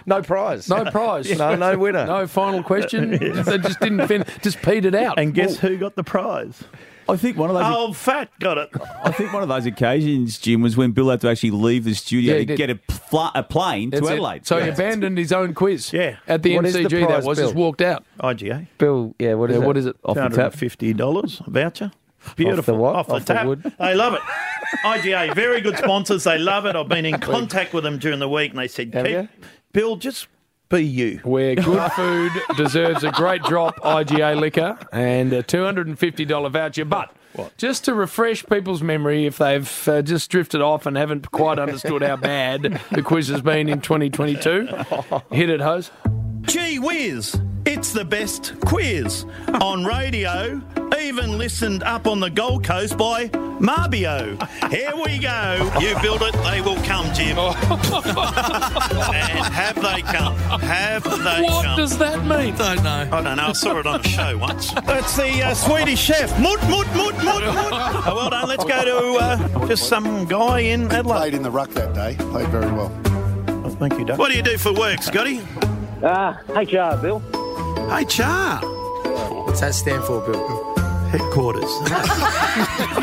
Speaker 1: no prize.
Speaker 7: No prize.
Speaker 1: No, no winner.
Speaker 7: No final question. They just didn't fin- just petered out.
Speaker 8: And guess who got the prize?
Speaker 9: I think one of those.
Speaker 8: Old Oh, fat got it.
Speaker 9: I think one of those occasions, Jim, was when Bill had to actually leave the studio
Speaker 7: Yeah, he
Speaker 9: to
Speaker 7: did.
Speaker 9: get a, pl- a plane
Speaker 7: That's
Speaker 9: to
Speaker 7: it.
Speaker 9: Adelaide.
Speaker 7: So he abandoned his own quiz. Yeah. At the
Speaker 9: What is the
Speaker 7: MCG, that
Speaker 9: prize,
Speaker 7: was
Speaker 9: Bill?
Speaker 7: just walked out.
Speaker 8: IGA.
Speaker 1: Bill, yeah, what is
Speaker 7: Yeah,
Speaker 1: it?
Speaker 7: what is it?
Speaker 8: Off the tap. $50 voucher. Beautiful.
Speaker 1: what?
Speaker 8: Off the
Speaker 1: Off the
Speaker 8: tap.
Speaker 1: wood?
Speaker 8: They love it. IGA, very good sponsors. They love it. I've been in contact with them during the week and they said,
Speaker 7: Have you?
Speaker 8: Keep, Bill, just be you.
Speaker 7: Where good food deserves a great drop, IGA liquor, and a $250 voucher. But just to refresh people's memory, if they've uh, just drifted off and haven't quite understood how bad the quiz has been in 2022, hit it, hose.
Speaker 8: Gee whiz, it's the best quiz on radio, even listened up on the Gold Coast by Marbio. Here we go. You build it, they will come, Jim. and have they come? Have they
Speaker 7: What
Speaker 8: come?
Speaker 7: does that mean?
Speaker 8: I don't know. I don't know. I saw it on a show once. That's the uh, Swedish chef. Mut, mut, mut, mut, mut. Oh, well done. Let's go to uh, just some guy in Adelaide. Played in the ruck that day. Played very well. thank you, Doug. What do you do for work, Scotty?
Speaker 22: Ah, uh, HR, Bill.
Speaker 8: HR.
Speaker 22: What's that stand for, Bill?
Speaker 8: Headquarters.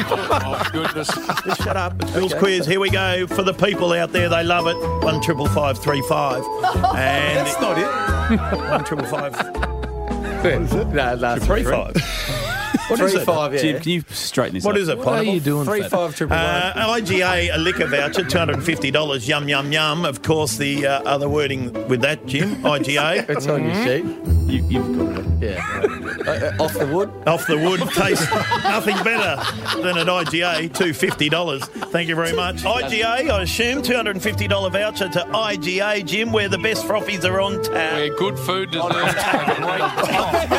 Speaker 7: oh, goodness.
Speaker 8: Just shut up. It's Bill's quiz. Here we go for the people out there. They love it. One triple five three five. And
Speaker 16: That's not
Speaker 8: it. One triple five.
Speaker 1: No, no,
Speaker 8: Three five. What is it?
Speaker 9: Jim, can you straighten this
Speaker 8: What
Speaker 9: up?
Speaker 8: is it? Pineapple? Uh, IGA a liquor voucher, two hundred and fifty dollars. Yum yum yum. Of course, the uh, other wording with that, Jim. IGA.
Speaker 1: It's on your sheet.
Speaker 8: You, you've got it.
Speaker 1: Yeah. Uh, uh, off the wood.
Speaker 8: Mm-hmm. Off the wood tastes nothing better than an IGA, two fifty dollars. Thank you very much. IGA, I assume, two hundred and fifty dollar voucher to IGA, Jim, where the best frothies are on tap.
Speaker 7: Where good food deserves a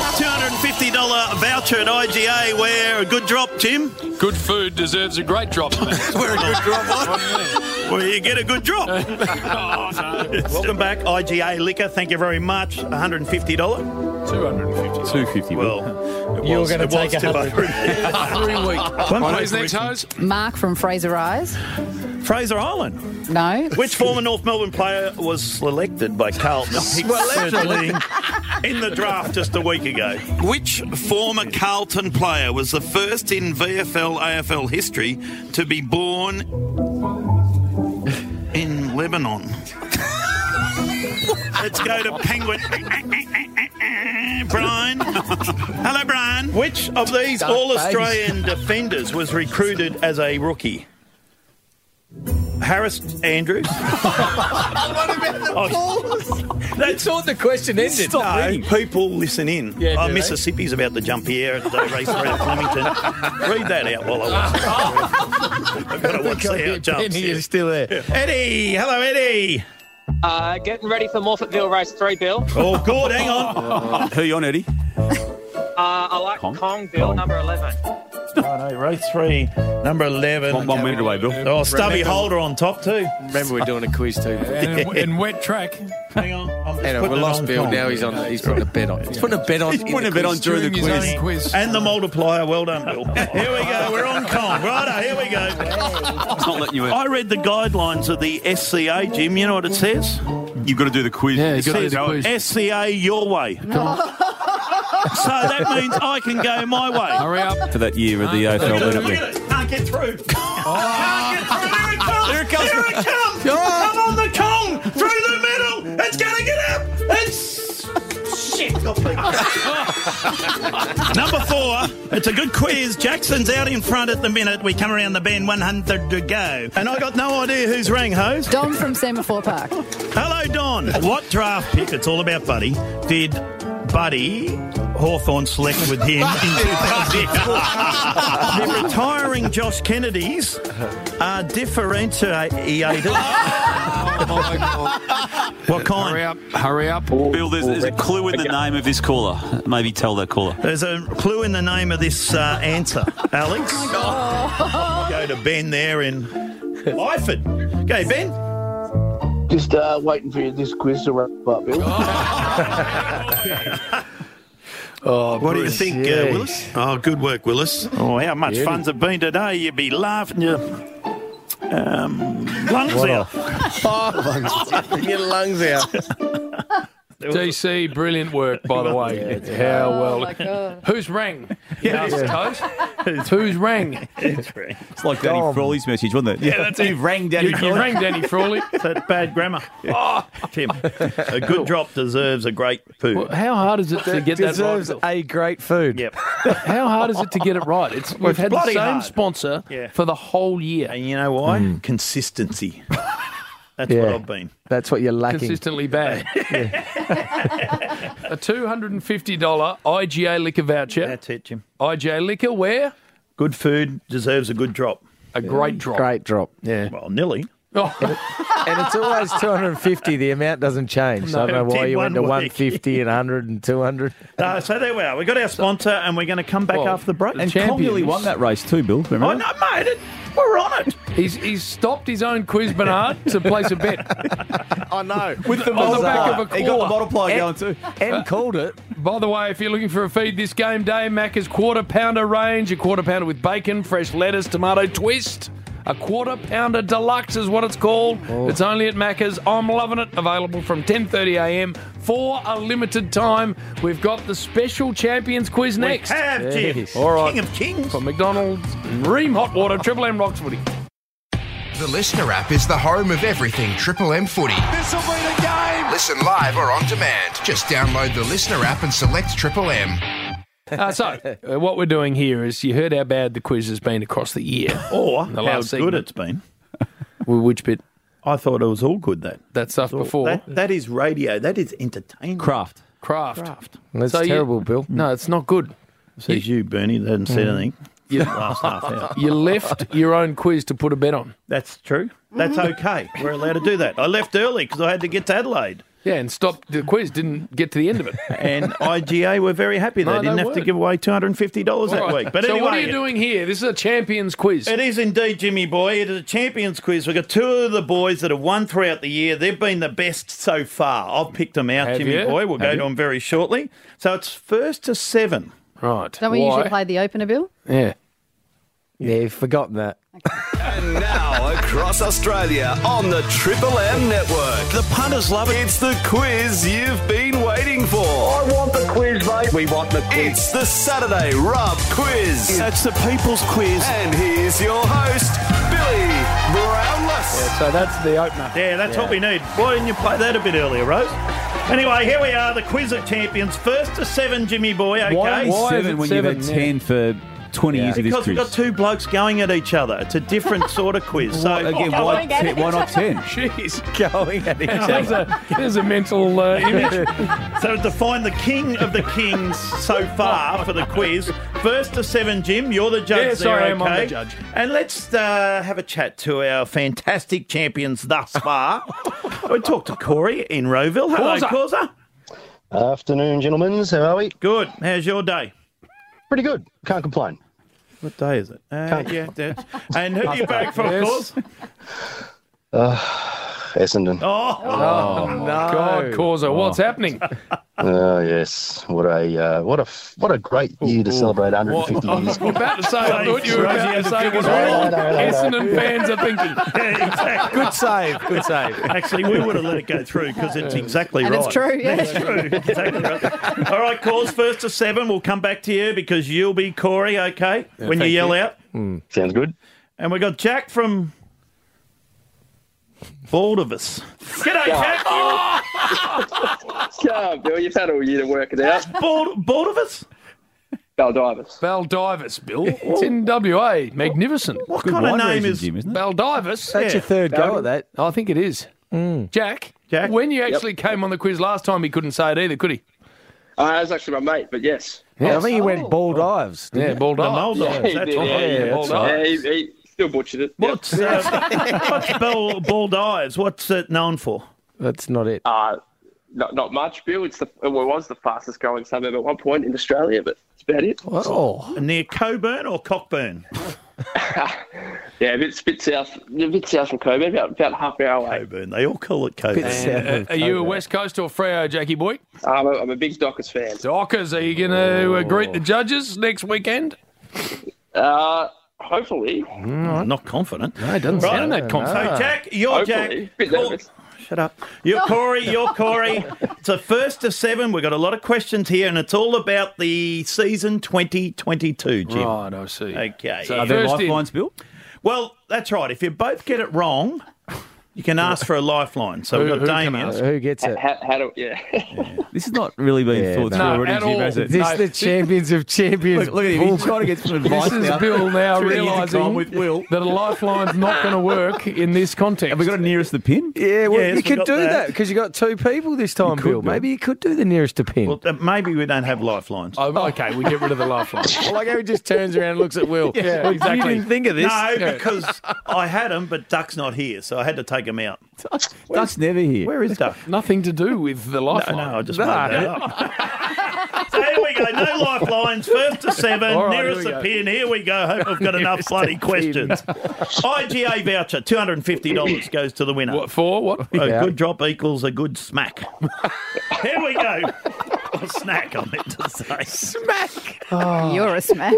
Speaker 8: $250 voucher at IGA where a good drop, Jim.
Speaker 7: Good food deserves a great drop.
Speaker 8: Where a good drop, Where you get a good drop.
Speaker 7: Oh,
Speaker 8: Welcome back, IGA Liquor. Thank you very much. $150.
Speaker 7: 250.
Speaker 9: Two fifty.
Speaker 8: Well, it
Speaker 9: You're
Speaker 8: was-
Speaker 9: gonna
Speaker 8: it was
Speaker 9: take
Speaker 8: too
Speaker 9: $100.
Speaker 8: much.
Speaker 7: Three weeks.
Speaker 8: One
Speaker 7: One
Speaker 8: place
Speaker 7: next,
Speaker 8: we can-
Speaker 7: hose.
Speaker 4: Mark from Fraser Eyes.
Speaker 8: Fraser Island.
Speaker 4: No.
Speaker 8: Which former North Melbourne player was selected by Carlton
Speaker 4: Selected.
Speaker 8: in the draft just a week ago? Which former Carlton player was the first in VFL AFL history to be born in Lebanon? Let's go to Penguin. Brian. Hello, Brian. Which of these
Speaker 12: Dark
Speaker 8: All Australian defenders was recruited as a rookie? Harris Andrews.
Speaker 12: what about the
Speaker 8: Oh, That's all the question
Speaker 12: ended. Stop
Speaker 8: no,
Speaker 12: reading.
Speaker 8: people listen in.
Speaker 12: Yeah,
Speaker 8: oh,
Speaker 12: do they?
Speaker 8: Mississippi's about to jump here at the race around Flemington. Read that out while I watch. I've got to watch see how it jumps.
Speaker 1: Penny
Speaker 8: yeah.
Speaker 1: is still there.
Speaker 8: Eddie, hello, Eddie.
Speaker 3: Uh, getting ready for Morfettville race three, Bill.
Speaker 8: Oh, good. Hang on.
Speaker 9: Who you on, Eddie?
Speaker 3: Uh, I like Kong, Bill, number 11.
Speaker 8: Oh, no, race three, number 11.
Speaker 9: One- one minute away, Bill.
Speaker 8: Oh, Stubby
Speaker 9: Remember-
Speaker 8: Holder on top, too.
Speaker 1: Remember, we're doing a quiz too.
Speaker 7: And, and wet track.
Speaker 8: Hang on. I'm just
Speaker 1: Hang on, we
Speaker 8: putting it
Speaker 1: lost
Speaker 8: on
Speaker 1: Bill.
Speaker 8: Kong.
Speaker 1: Now he's on. He's putting a bet on. He's putting a bet on.
Speaker 8: He's
Speaker 1: in
Speaker 8: putting
Speaker 1: the
Speaker 8: a bet on
Speaker 1: quiz.
Speaker 8: during the During his quiz. And the multiplier. Well done, Bill. here we go. We're on Kong. Righto, here we go.
Speaker 9: It's not letting you in.
Speaker 8: I read the guidelines of the SCA, Jim. You know what it says?
Speaker 9: You've got to do the quiz. Yeah,
Speaker 8: It says SCA your way. so that means I can go my way.
Speaker 7: Hurry up.
Speaker 9: For that year of the AFL,
Speaker 8: Look at
Speaker 9: but
Speaker 8: it,
Speaker 9: it
Speaker 8: look
Speaker 9: went.
Speaker 8: at it. Can't get through. Can't get through. Here Oh. it comes. Here it comes. Come on the Kong. Through the middle. It's going to get up. It's. Shit. Got Number four, it's a good quiz. Jackson's out in front at the minute. We come around the bend 100 to go. And I got no idea who's rang, hoes.
Speaker 2: Dom from Semaphore Park.
Speaker 8: Hello, Don. What draft pick, it's all about Buddy, did Buddy Hawthorne select with him in 2004? the retiring Josh Kennedy's are differentiated. What kind? Hurry
Speaker 7: up, Oh, hurry up.
Speaker 8: Bill,
Speaker 23: there's- there's a clue in the name
Speaker 8: of this caller.
Speaker 23: Maybe tell that caller.
Speaker 8: There's a clue in the name of this uh, answer, Alex. Go to Ben there in Lyford. Okay, Ben.
Speaker 24: Just uh, waiting for you, this quiz to wrap up, Bill.
Speaker 8: Oh, what
Speaker 24: Bruce,
Speaker 8: do you think,
Speaker 24: yes.
Speaker 8: uh, Willis? Oh, good work, Willis. Oh, how much
Speaker 24: Beauty.
Speaker 8: fun's it been today? You'd be laughing your um, lungs
Speaker 7: What
Speaker 8: out.
Speaker 1: Your lungs out.
Speaker 7: DC, brilliant work, by the way.
Speaker 12: Oh,
Speaker 7: How well. Who's rang?
Speaker 9: Yeah.
Speaker 7: Asked Coach. Who's rang?
Speaker 9: It's like Danny Frawley's message, wasn't it?
Speaker 7: Yeah, that's it.
Speaker 9: You've rang Danny
Speaker 7: You- you
Speaker 9: Frawley.
Speaker 7: rang Danny Frawley.
Speaker 8: That's bad grammar.
Speaker 7: Oh,
Speaker 8: Tim, a good drop deserves a great poo.
Speaker 7: How hard is it to get that right?
Speaker 1: Deserves a great food.
Speaker 8: Yep.
Speaker 7: How hard is it to get it right? It's we've
Speaker 8: it's
Speaker 7: had the
Speaker 8: bloody
Speaker 7: same
Speaker 8: hard.
Speaker 7: sponsor for the whole year.
Speaker 8: And you know why? Consistency. That's what
Speaker 1: Yeah.
Speaker 8: I've been.
Speaker 1: That's what you're lacking.
Speaker 7: Consistently bad. a two hundred and fifty dollar IGA liquor voucher. That's
Speaker 8: it, Jim.
Speaker 7: IGA liquor where?
Speaker 8: Good food deserves a good drop.
Speaker 7: A great drop.
Speaker 1: Great drop. Yeah.
Speaker 8: Well, nearly.
Speaker 1: and it's always 250. The amount doesn't change. so I don't know
Speaker 8: No, it
Speaker 1: why
Speaker 8: did
Speaker 1: you went to
Speaker 8: one
Speaker 1: 150 and 100 and 200.
Speaker 8: Uh, so there we are. We got our sponsor, and we're going to come back after the break.
Speaker 9: And Tom nearly won that race too, Bill.
Speaker 7: Oh,
Speaker 9: Remember?
Speaker 8: I know, mate. It, we're on it.
Speaker 7: He's he's stopped his own quiz Bernard to place a bet.
Speaker 1: I know.
Speaker 7: With the on the back of a
Speaker 9: He got the
Speaker 7: quarter.
Speaker 9: multiplier
Speaker 7: And-
Speaker 9: going too.
Speaker 7: Uh,
Speaker 1: And called it.
Speaker 7: By the way, if you're looking for a feed this game day, Macca's quarter pounder range, a quarter pounder with bacon, fresh lettuce, tomato twist. A quarter pounder deluxe is what it's called. It's only at Macca's. I'm loving it. Available from 10.30am for a limited time. We've got the special champions quiz
Speaker 8: We
Speaker 7: next.
Speaker 8: have, Jim. Yes.
Speaker 7: All right.
Speaker 8: King of Kings.
Speaker 7: From McDonald's, Ream Hot Water, Triple M Roxwoody.
Speaker 5: The Listener app is the home of everything Triple M footy.
Speaker 25: This'll be the game.
Speaker 5: Listen live or on demand. Just download the Listener app and select Triple M.
Speaker 7: Uh, so, uh, what we're doing here is you heard how bad the quiz has been across the year.
Speaker 8: Or
Speaker 7: In the
Speaker 8: how good
Speaker 7: last segment.
Speaker 8: it's been.
Speaker 7: Well, which bit?
Speaker 8: I thought it was all good, that.
Speaker 7: That stuff before.
Speaker 8: That, that is radio. That is entertainment.
Speaker 9: Craft.
Speaker 7: Craft.
Speaker 1: That's
Speaker 7: So you-
Speaker 1: terrible, Bill.
Speaker 7: No, it's not good.
Speaker 8: Says you, Bernie, that hadn't said
Speaker 7: Mm.
Speaker 8: anything.
Speaker 7: You-
Speaker 8: last half hour.
Speaker 7: You left your own quiz to put a bet on. Mm-hmm.
Speaker 8: That's true. That's
Speaker 7: Mm.
Speaker 8: okay. We're allowed to do that. I left early because I had to get to Adelaide.
Speaker 7: Yeah, and stopped the quiz. Didn't get to the end of it.
Speaker 8: And IGA were very happy. They
Speaker 7: No,
Speaker 8: didn't
Speaker 7: they
Speaker 8: have to
Speaker 7: weren't.
Speaker 8: give away $250 that
Speaker 7: All right.
Speaker 8: week. But
Speaker 7: so
Speaker 8: anyway,
Speaker 7: what are you doing here? This is a champions quiz.
Speaker 8: It is indeed, Jimmy boy. It is a champions quiz. We've got two of the boys that have won throughout the year. They've been the best so far. I've picked them out,
Speaker 7: Have
Speaker 8: Jimmy
Speaker 7: you?
Speaker 8: boy. We'll
Speaker 7: Have
Speaker 8: go
Speaker 7: you?
Speaker 8: to them very shortly. So it's first to seven.
Speaker 7: Right.
Speaker 2: Don't we usually play the opener, Bill?
Speaker 7: Yeah.
Speaker 1: Yeah, you've forgotten that.
Speaker 12: Now across Australia on the Triple M network. The punters love it. It's the quiz you've been waiting for. I want the quiz, mate. We want the quiz. It's the Saturday Rub Quiz. That's the people's quiz. And here's your host, Billy Brownless.
Speaker 7: so that's the opener.
Speaker 8: Yeah, that's what we need. Why didn't you play that a bit earlier, Rose? Anyway, here we are, the quiz of champions. First to seven, Jimmy boy. Okay.
Speaker 9: Why, seven when you've had ten for twenty years of this
Speaker 8: Because we've
Speaker 9: quiz?
Speaker 8: got two blokes going at each other. It's a different sort of quiz. So
Speaker 9: Why- again, why Going at te- why not each other. 10?
Speaker 8: Jeez, going at
Speaker 7: each other. There's a- there's a mental uh, image.
Speaker 8: so to find the king of the kings so far for the quiz, first to seven, Jim. You're the judge.
Speaker 7: Yes,
Speaker 8: there,
Speaker 7: I am.
Speaker 8: Okay?
Speaker 7: I'm the judge.
Speaker 8: And let's uh, have a chat to our fantastic champions thus far. we talked to Corey in Roeville. Hello,
Speaker 19: Causa.
Speaker 8: Causa.
Speaker 19: Afternoon, gentlemen. How are we?
Speaker 8: Good. How's your day?
Speaker 19: Pretty good. Can't complain.
Speaker 8: What day is it? Uh,
Speaker 19: Can't-
Speaker 8: yeah, that's- and who do you back for, of
Speaker 19: Yes.
Speaker 8: course?
Speaker 19: Uh, Essendon.
Speaker 8: Oh,
Speaker 19: Oh,
Speaker 7: my
Speaker 19: no.
Speaker 7: God, Causer, what's
Speaker 19: Oh.
Speaker 7: happening?
Speaker 19: Oh yes, what a uh, what a f- what a great year to celebrate 150
Speaker 7: I
Speaker 19: years.
Speaker 7: was about to say, I thought you were about to say was
Speaker 19: No, no, no,
Speaker 7: what
Speaker 19: no.
Speaker 7: Essendon fans are thinking.
Speaker 8: Good
Speaker 1: save, good save.
Speaker 8: Actually, we would have let it go through because it's exactly
Speaker 7: And
Speaker 8: right.
Speaker 7: it's true, yeah.
Speaker 8: That's true. Exactly right. All right, calls first to seven. We'll come back to you because you'll be Corey, okay,
Speaker 19: Yeah,
Speaker 8: when you
Speaker 19: thank
Speaker 8: yell
Speaker 19: you.
Speaker 8: out.
Speaker 19: Sounds good.
Speaker 8: And we got Jack from Baldovus. G'day, Jack.
Speaker 19: Come, Bill, you've had all year to work it out.
Speaker 8: Bald, Baldivers?
Speaker 19: Baldivers.
Speaker 7: Baldivers, Bill. It's in WA. Magnificent. What
Speaker 1: Good kind of wine name region, is- Jim, isn't it?
Speaker 7: Baldivers?
Speaker 1: That's your third go at that.
Speaker 12: Oh,
Speaker 7: Oh, I think it is. Jack, Jack, when you actually came on the quiz last time, he couldn't say it either, could he?
Speaker 19: Uh, that was actually my mate, but yes.
Speaker 1: Yeah, I think he
Speaker 12: Oh.
Speaker 1: went bald ives. didn't
Speaker 7: Yeah,
Speaker 1: he?
Speaker 7: bald ives.
Speaker 19: he did, yeah, yeah, yeah, he, he still butchered it.
Speaker 8: What's, uh, what's Bald, Bald Ives? What's it known for?
Speaker 1: That's not it.
Speaker 19: Uh, not, not much, Bill. It's the, well, it was the fastest growing suburb at one point in Australia, but that's about it.
Speaker 1: Oh.
Speaker 8: Near Coburn or Cockburn?
Speaker 19: Yeah, a bit, it's a bit south, a bit south from Coburn, about, about half an hour away.
Speaker 8: Coburn, they all call it Coburn.
Speaker 7: And, uh, are you a West Coast or Freo, Jackie boy?
Speaker 19: I'm a, I'm a big Dockers fan.
Speaker 7: Dockers, are you going to uh, greet the judges next weekend?
Speaker 19: Uh, hopefully.
Speaker 8: I'm not confident. No,
Speaker 7: it doesn't
Speaker 8: right.
Speaker 7: sound that confident.
Speaker 8: So, Jack, you're
Speaker 19: Hopefully.
Speaker 8: Jack. Cor- Shut up. You're Corey. You're Corey. It's a first of seven. We've got a lot of questions here, and it's all about the season 2022, Jim.
Speaker 7: Right, I see.
Speaker 8: Okay.
Speaker 7: So Are there first in- lifelines,
Speaker 8: Bill? Well, that's right. If you both get it wrong, you can ask for a lifeline. So
Speaker 1: Who-
Speaker 8: we've
Speaker 1: who
Speaker 8: got
Speaker 1: can
Speaker 8: Damien.
Speaker 1: ask? Who gets it?
Speaker 19: How, how do, yeah.
Speaker 9: This has not really been
Speaker 1: Yeah,
Speaker 9: thought
Speaker 1: no.
Speaker 9: through
Speaker 1: No,
Speaker 9: already,
Speaker 1: at
Speaker 9: Jim,
Speaker 1: all.
Speaker 9: has it?
Speaker 1: This the champions of champions.
Speaker 9: Look, look at him. He's
Speaker 1: Bull.
Speaker 9: trying to get some advice
Speaker 7: This is
Speaker 9: now.
Speaker 7: Bill now
Speaker 9: Two years ago,
Speaker 7: realising
Speaker 9: with Will.
Speaker 7: that a lifeline's not going to work in this context. Have we
Speaker 9: got a nearest the pin?
Speaker 1: Yeah, well,
Speaker 8: Yes,
Speaker 1: you
Speaker 8: we
Speaker 1: could
Speaker 8: got
Speaker 1: do
Speaker 8: that.
Speaker 1: that because you got two people this time, Bill. Maybe you could do the nearest to pin.
Speaker 8: Well, uh, maybe we don't have lifelines.
Speaker 7: Oh, okay, we get rid of the lifeline.
Speaker 1: I like how he just turns around and looks at Will. Well, You didn't think of this.
Speaker 8: No, because I had him, but Duck's not here, so I had to take him out.
Speaker 9: Duck's never here.
Speaker 8: Where is Duck?
Speaker 7: Nothing to do with the lifeline.
Speaker 8: No, I just made that up. so here we go. No lifelines. First to seven.
Speaker 7: All right,
Speaker 8: nearest
Speaker 7: here we
Speaker 8: a
Speaker 7: go.
Speaker 8: pin. Here we go. Hope I've got enough bloody questions. IGA voucher, two hundred and fifty dollars goes to the winner.
Speaker 7: What for? What?
Speaker 8: A good drop equals a good smack. here we go. Or snack, I meant to say.
Speaker 4: Smack.
Speaker 12: Oh,
Speaker 4: Oh, You're a smack.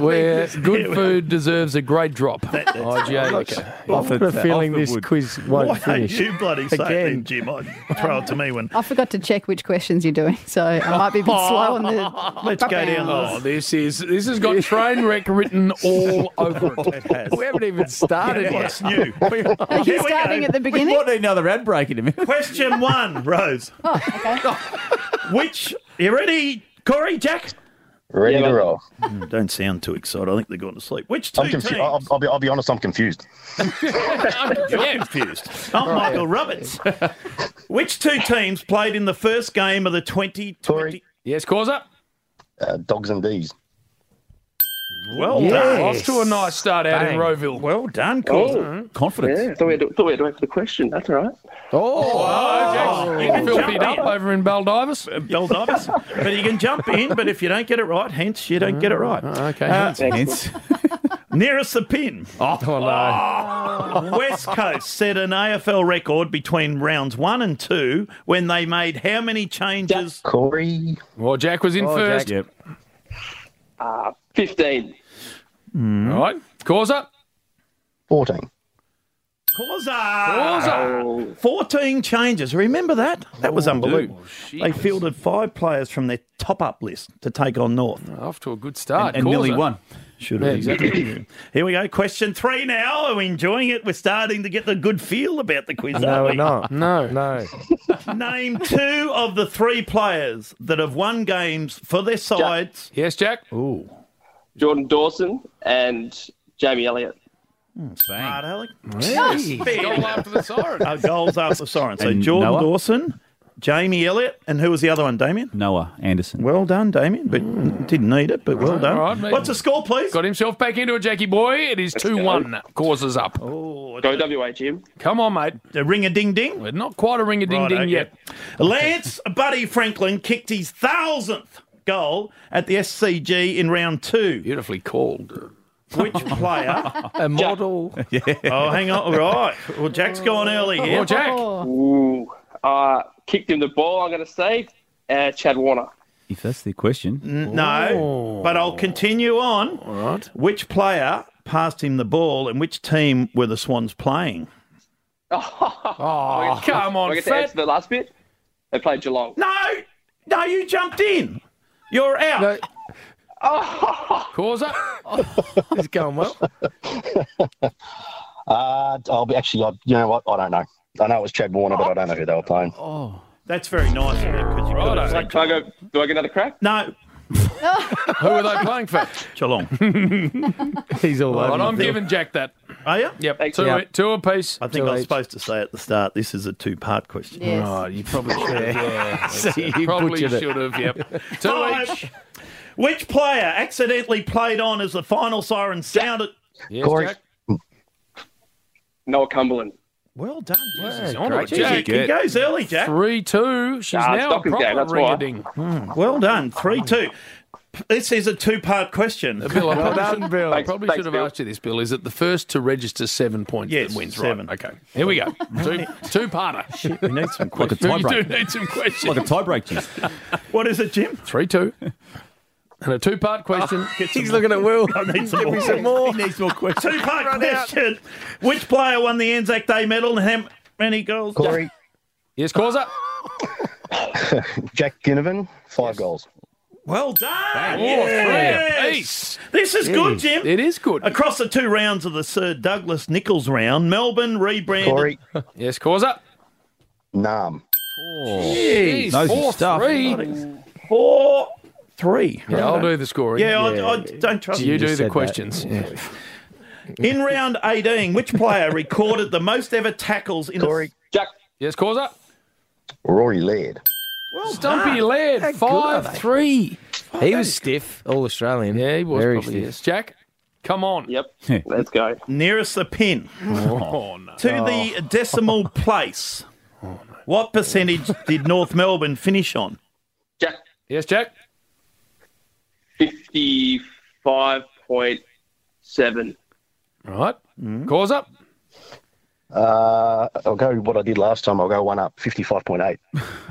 Speaker 7: Where good food deserves a great drop. IGA. Okay.
Speaker 1: I've got a feeling this quiz won't
Speaker 8: Why
Speaker 1: finish.
Speaker 8: you bloody say it, then,
Speaker 1: Again.
Speaker 8: Jim? I'd throw it to me when.
Speaker 4: I forgot to check which questions you're doing, so I might be a bit slow on the.
Speaker 8: Let's go down the
Speaker 7: Oh, this is this has got train wreck written all over it.
Speaker 8: It has.
Speaker 1: We haven't even started yet.
Speaker 8: What's new?
Speaker 4: Are
Speaker 8: Here
Speaker 4: you
Speaker 8: we
Speaker 4: starting
Speaker 8: go.
Speaker 4: at the beginning?
Speaker 9: need another ad break in a minute.
Speaker 8: Question one, Rose.
Speaker 4: Oh, okay.
Speaker 8: Which you ready, Corey, Jack?
Speaker 26: Ready to roll.
Speaker 8: Hmm, Don't sound too excited. I think they're going to sleep. Which 2
Speaker 26: I'm
Speaker 8: teams?
Speaker 26: confused. I'll, I'll, be, I'll be honest, I'm confused.
Speaker 8: You're confused. I'm Michael Roberts. Which two teams played in the first game of the 2020?
Speaker 7: Yes, Causer.
Speaker 26: Uh, dogs and D's.
Speaker 8: Well done.
Speaker 7: Off to a nice start out
Speaker 1: Bang.
Speaker 7: in Roeville.
Speaker 8: Well done, Causer.
Speaker 19: Oh,
Speaker 9: Confidence.
Speaker 19: yeah. Thought we, had to, thought we had to wait for the question. That's all right.
Speaker 7: Oh, Jack's- you
Speaker 8: can
Speaker 7: filthy
Speaker 8: jump
Speaker 7: up over in Baldivis.
Speaker 8: Bell divers. but you can jump in, but if you don't get it right, hence you don't get it right.
Speaker 7: Okay.
Speaker 8: Uh,
Speaker 9: Hence,
Speaker 8: nearest the pin. Oh.
Speaker 7: oh, no.
Speaker 8: West Coast set an AFL record between rounds one and two when they made how many changes?
Speaker 26: Corey.
Speaker 7: Well, Oh, Jack was in
Speaker 1: Oh,
Speaker 7: first.
Speaker 9: yep.
Speaker 19: 15.
Speaker 7: All right. Causer.
Speaker 26: 14.
Speaker 8: Causer!
Speaker 7: Causer.
Speaker 8: 14 changes. Remember that? That
Speaker 7: Oh,
Speaker 8: was unbelievable. they fielded five players from their top up list to take on North.
Speaker 7: Off to a good start.
Speaker 9: and nearly
Speaker 7: Causer.
Speaker 9: won.
Speaker 8: Should have
Speaker 7: Yeah,
Speaker 8: exactly. Here we go. Question three now. Are we enjoying it? We're starting to get the good feel about the quiz,
Speaker 1: No,
Speaker 8: aren't
Speaker 1: we're
Speaker 8: we?
Speaker 1: not.
Speaker 7: No.
Speaker 1: No.
Speaker 8: Name two of the three players that have won games for their sides.
Speaker 7: Yes, Jack.
Speaker 19: Jordan Dawson and Jamie Elliott.
Speaker 8: Smart, Alec.
Speaker 7: Goal after the siren.
Speaker 8: Uh, goals after siren. So
Speaker 9: And
Speaker 8: Jordan
Speaker 9: Noah?
Speaker 8: Dawson, Jamie Elliott, and who was the other one, Damien?
Speaker 9: Noah Anderson.
Speaker 8: Well done, Damien. But didn't need it, but well done.
Speaker 7: Mm. all right, mate.
Speaker 8: What's the score, please?
Speaker 7: Got himself back into it, Jackie boy. It is 2 1. Causes up.
Speaker 8: Oh,
Speaker 19: Go WA, Jim.
Speaker 7: Come on, mate.
Speaker 8: A ring a ding ding.
Speaker 7: We're not quite a ring a ding ding yet.
Speaker 8: Lance Buddy Franklin kicked his thousandth goal at the SCG in round two.
Speaker 7: Beautifully called.
Speaker 8: Which player?
Speaker 1: A model.
Speaker 8: oh, hang on. Right. Well, Jack's gone early
Speaker 7: Well,
Speaker 8: here.
Speaker 7: Oh, Jack.
Speaker 19: Ooh. Uh, kicked him the ball, I'm going to say. Uh, Chad Warner.
Speaker 9: If that's the question,
Speaker 8: N- No, but I'll continue on. All right. Which player passed him the ball and which team were the Swans playing?
Speaker 7: Oh, come
Speaker 19: I
Speaker 7: on,
Speaker 19: get to answer
Speaker 7: fat.
Speaker 19: the last bit. They played Geelong.
Speaker 8: No, no, you jumped in. You're out.
Speaker 1: No.
Speaker 7: Causer.
Speaker 1: It's going well.
Speaker 26: Uh, I'll be actually, I, you know what? I don't know. I know it was Chad Warner, but I don't know who they were playing.
Speaker 8: Oh, that's very nice of you. Because you could have
Speaker 19: Can I go, do I get another crack?
Speaker 8: No.
Speaker 7: Who are they playing for?
Speaker 8: Geelong.
Speaker 1: He's all
Speaker 7: All right,
Speaker 8: over
Speaker 7: I'm
Speaker 8: the-
Speaker 7: giving Jack that.
Speaker 8: Are you?
Speaker 7: Yep. Two, two apiece.
Speaker 8: I think
Speaker 7: Two
Speaker 8: I was
Speaker 7: each.
Speaker 8: supposed to say at the start, this is a two-part question.
Speaker 7: Yes. Right,
Speaker 8: you probably
Speaker 7: should have. Yeah.
Speaker 8: See,
Speaker 7: You probably should have, yep. Two
Speaker 8: each. Which player accidentally played on as the final siren sounded?
Speaker 19: Yes, Corey. Jack. Noah Cumberland.
Speaker 8: Well done.
Speaker 7: He's
Speaker 8: Yeah,
Speaker 7: on
Speaker 8: great.
Speaker 7: it, Jack.
Speaker 8: He goes early, Jack.
Speaker 7: Three two. She's
Speaker 8: Nah,
Speaker 7: now a
Speaker 8: Stockings down,
Speaker 7: proper
Speaker 8: that's why.
Speaker 7: ring-a-ding.
Speaker 8: Hmm, Well done. Three two. This is a two-part question.
Speaker 7: Uh, Bill, I probably, should, I probably should have asked you this, Bill. Is it the first to register seven points
Speaker 8: Yes,
Speaker 7: that wins?
Speaker 8: seven.
Speaker 7: Right. Okay. Here we go. two two parter.
Speaker 8: We need some
Speaker 7: Like a
Speaker 8: questions.
Speaker 7: tiebreak. We do need some questions. Like a
Speaker 9: tiebreak, Jim.
Speaker 8: What is it, Jim?
Speaker 7: Three two. And a two part question.
Speaker 8: He's looking
Speaker 7: at Will.
Speaker 8: I need some
Speaker 7: Give
Speaker 8: more.
Speaker 7: me some more.
Speaker 8: He needs more questions. Two-part
Speaker 7: Run out.
Speaker 8: question. Which player won the Anzac Day medal and how many goals?
Speaker 26: Corey.
Speaker 7: Yes, Causer.
Speaker 26: Jack Ginnivan, five goals.
Speaker 8: Well done.
Speaker 26: Bang. Oh,
Speaker 7: three
Speaker 8: Yes. This is good, Jim.
Speaker 7: It is good.
Speaker 8: Across the two rounds of the Sir Douglas Nichols round, Melbourne rebranded.
Speaker 26: Corey.
Speaker 7: yes, Causer.
Speaker 26: Nam.
Speaker 7: Jeez,
Speaker 8: Nosy
Speaker 7: four
Speaker 8: stuff.
Speaker 7: three.
Speaker 8: Four three.
Speaker 7: Yeah, I'll do the scoring.
Speaker 8: Yeah, I- I don't trust
Speaker 7: you.
Speaker 8: you.
Speaker 7: You do
Speaker 8: Just
Speaker 7: the
Speaker 8: said
Speaker 7: questions.
Speaker 8: In round 18, which player recorded the most ever tackles in Corey.
Speaker 19: Jack.
Speaker 7: Yes, Causer.
Speaker 26: Rory Laird.
Speaker 7: Well
Speaker 8: Ah.
Speaker 7: Stumpy Laird, five three.
Speaker 1: He was stiff, all Australian.
Speaker 7: Yeah, he was
Speaker 1: Very
Speaker 7: probably
Speaker 1: stiff.
Speaker 7: yes. Jack, come on.
Speaker 19: Yep. Let's go.
Speaker 8: Nearest the pin.
Speaker 7: Oh, no.
Speaker 8: To the decimal place. What percentage did North Melbourne finish on?
Speaker 19: Jack.
Speaker 7: Yes, Jack.
Speaker 19: 55.7.
Speaker 7: Right.
Speaker 8: Mm.
Speaker 7: Cause up.
Speaker 26: Uh, I'll go with what I did last time. I'll go one up, 55.8.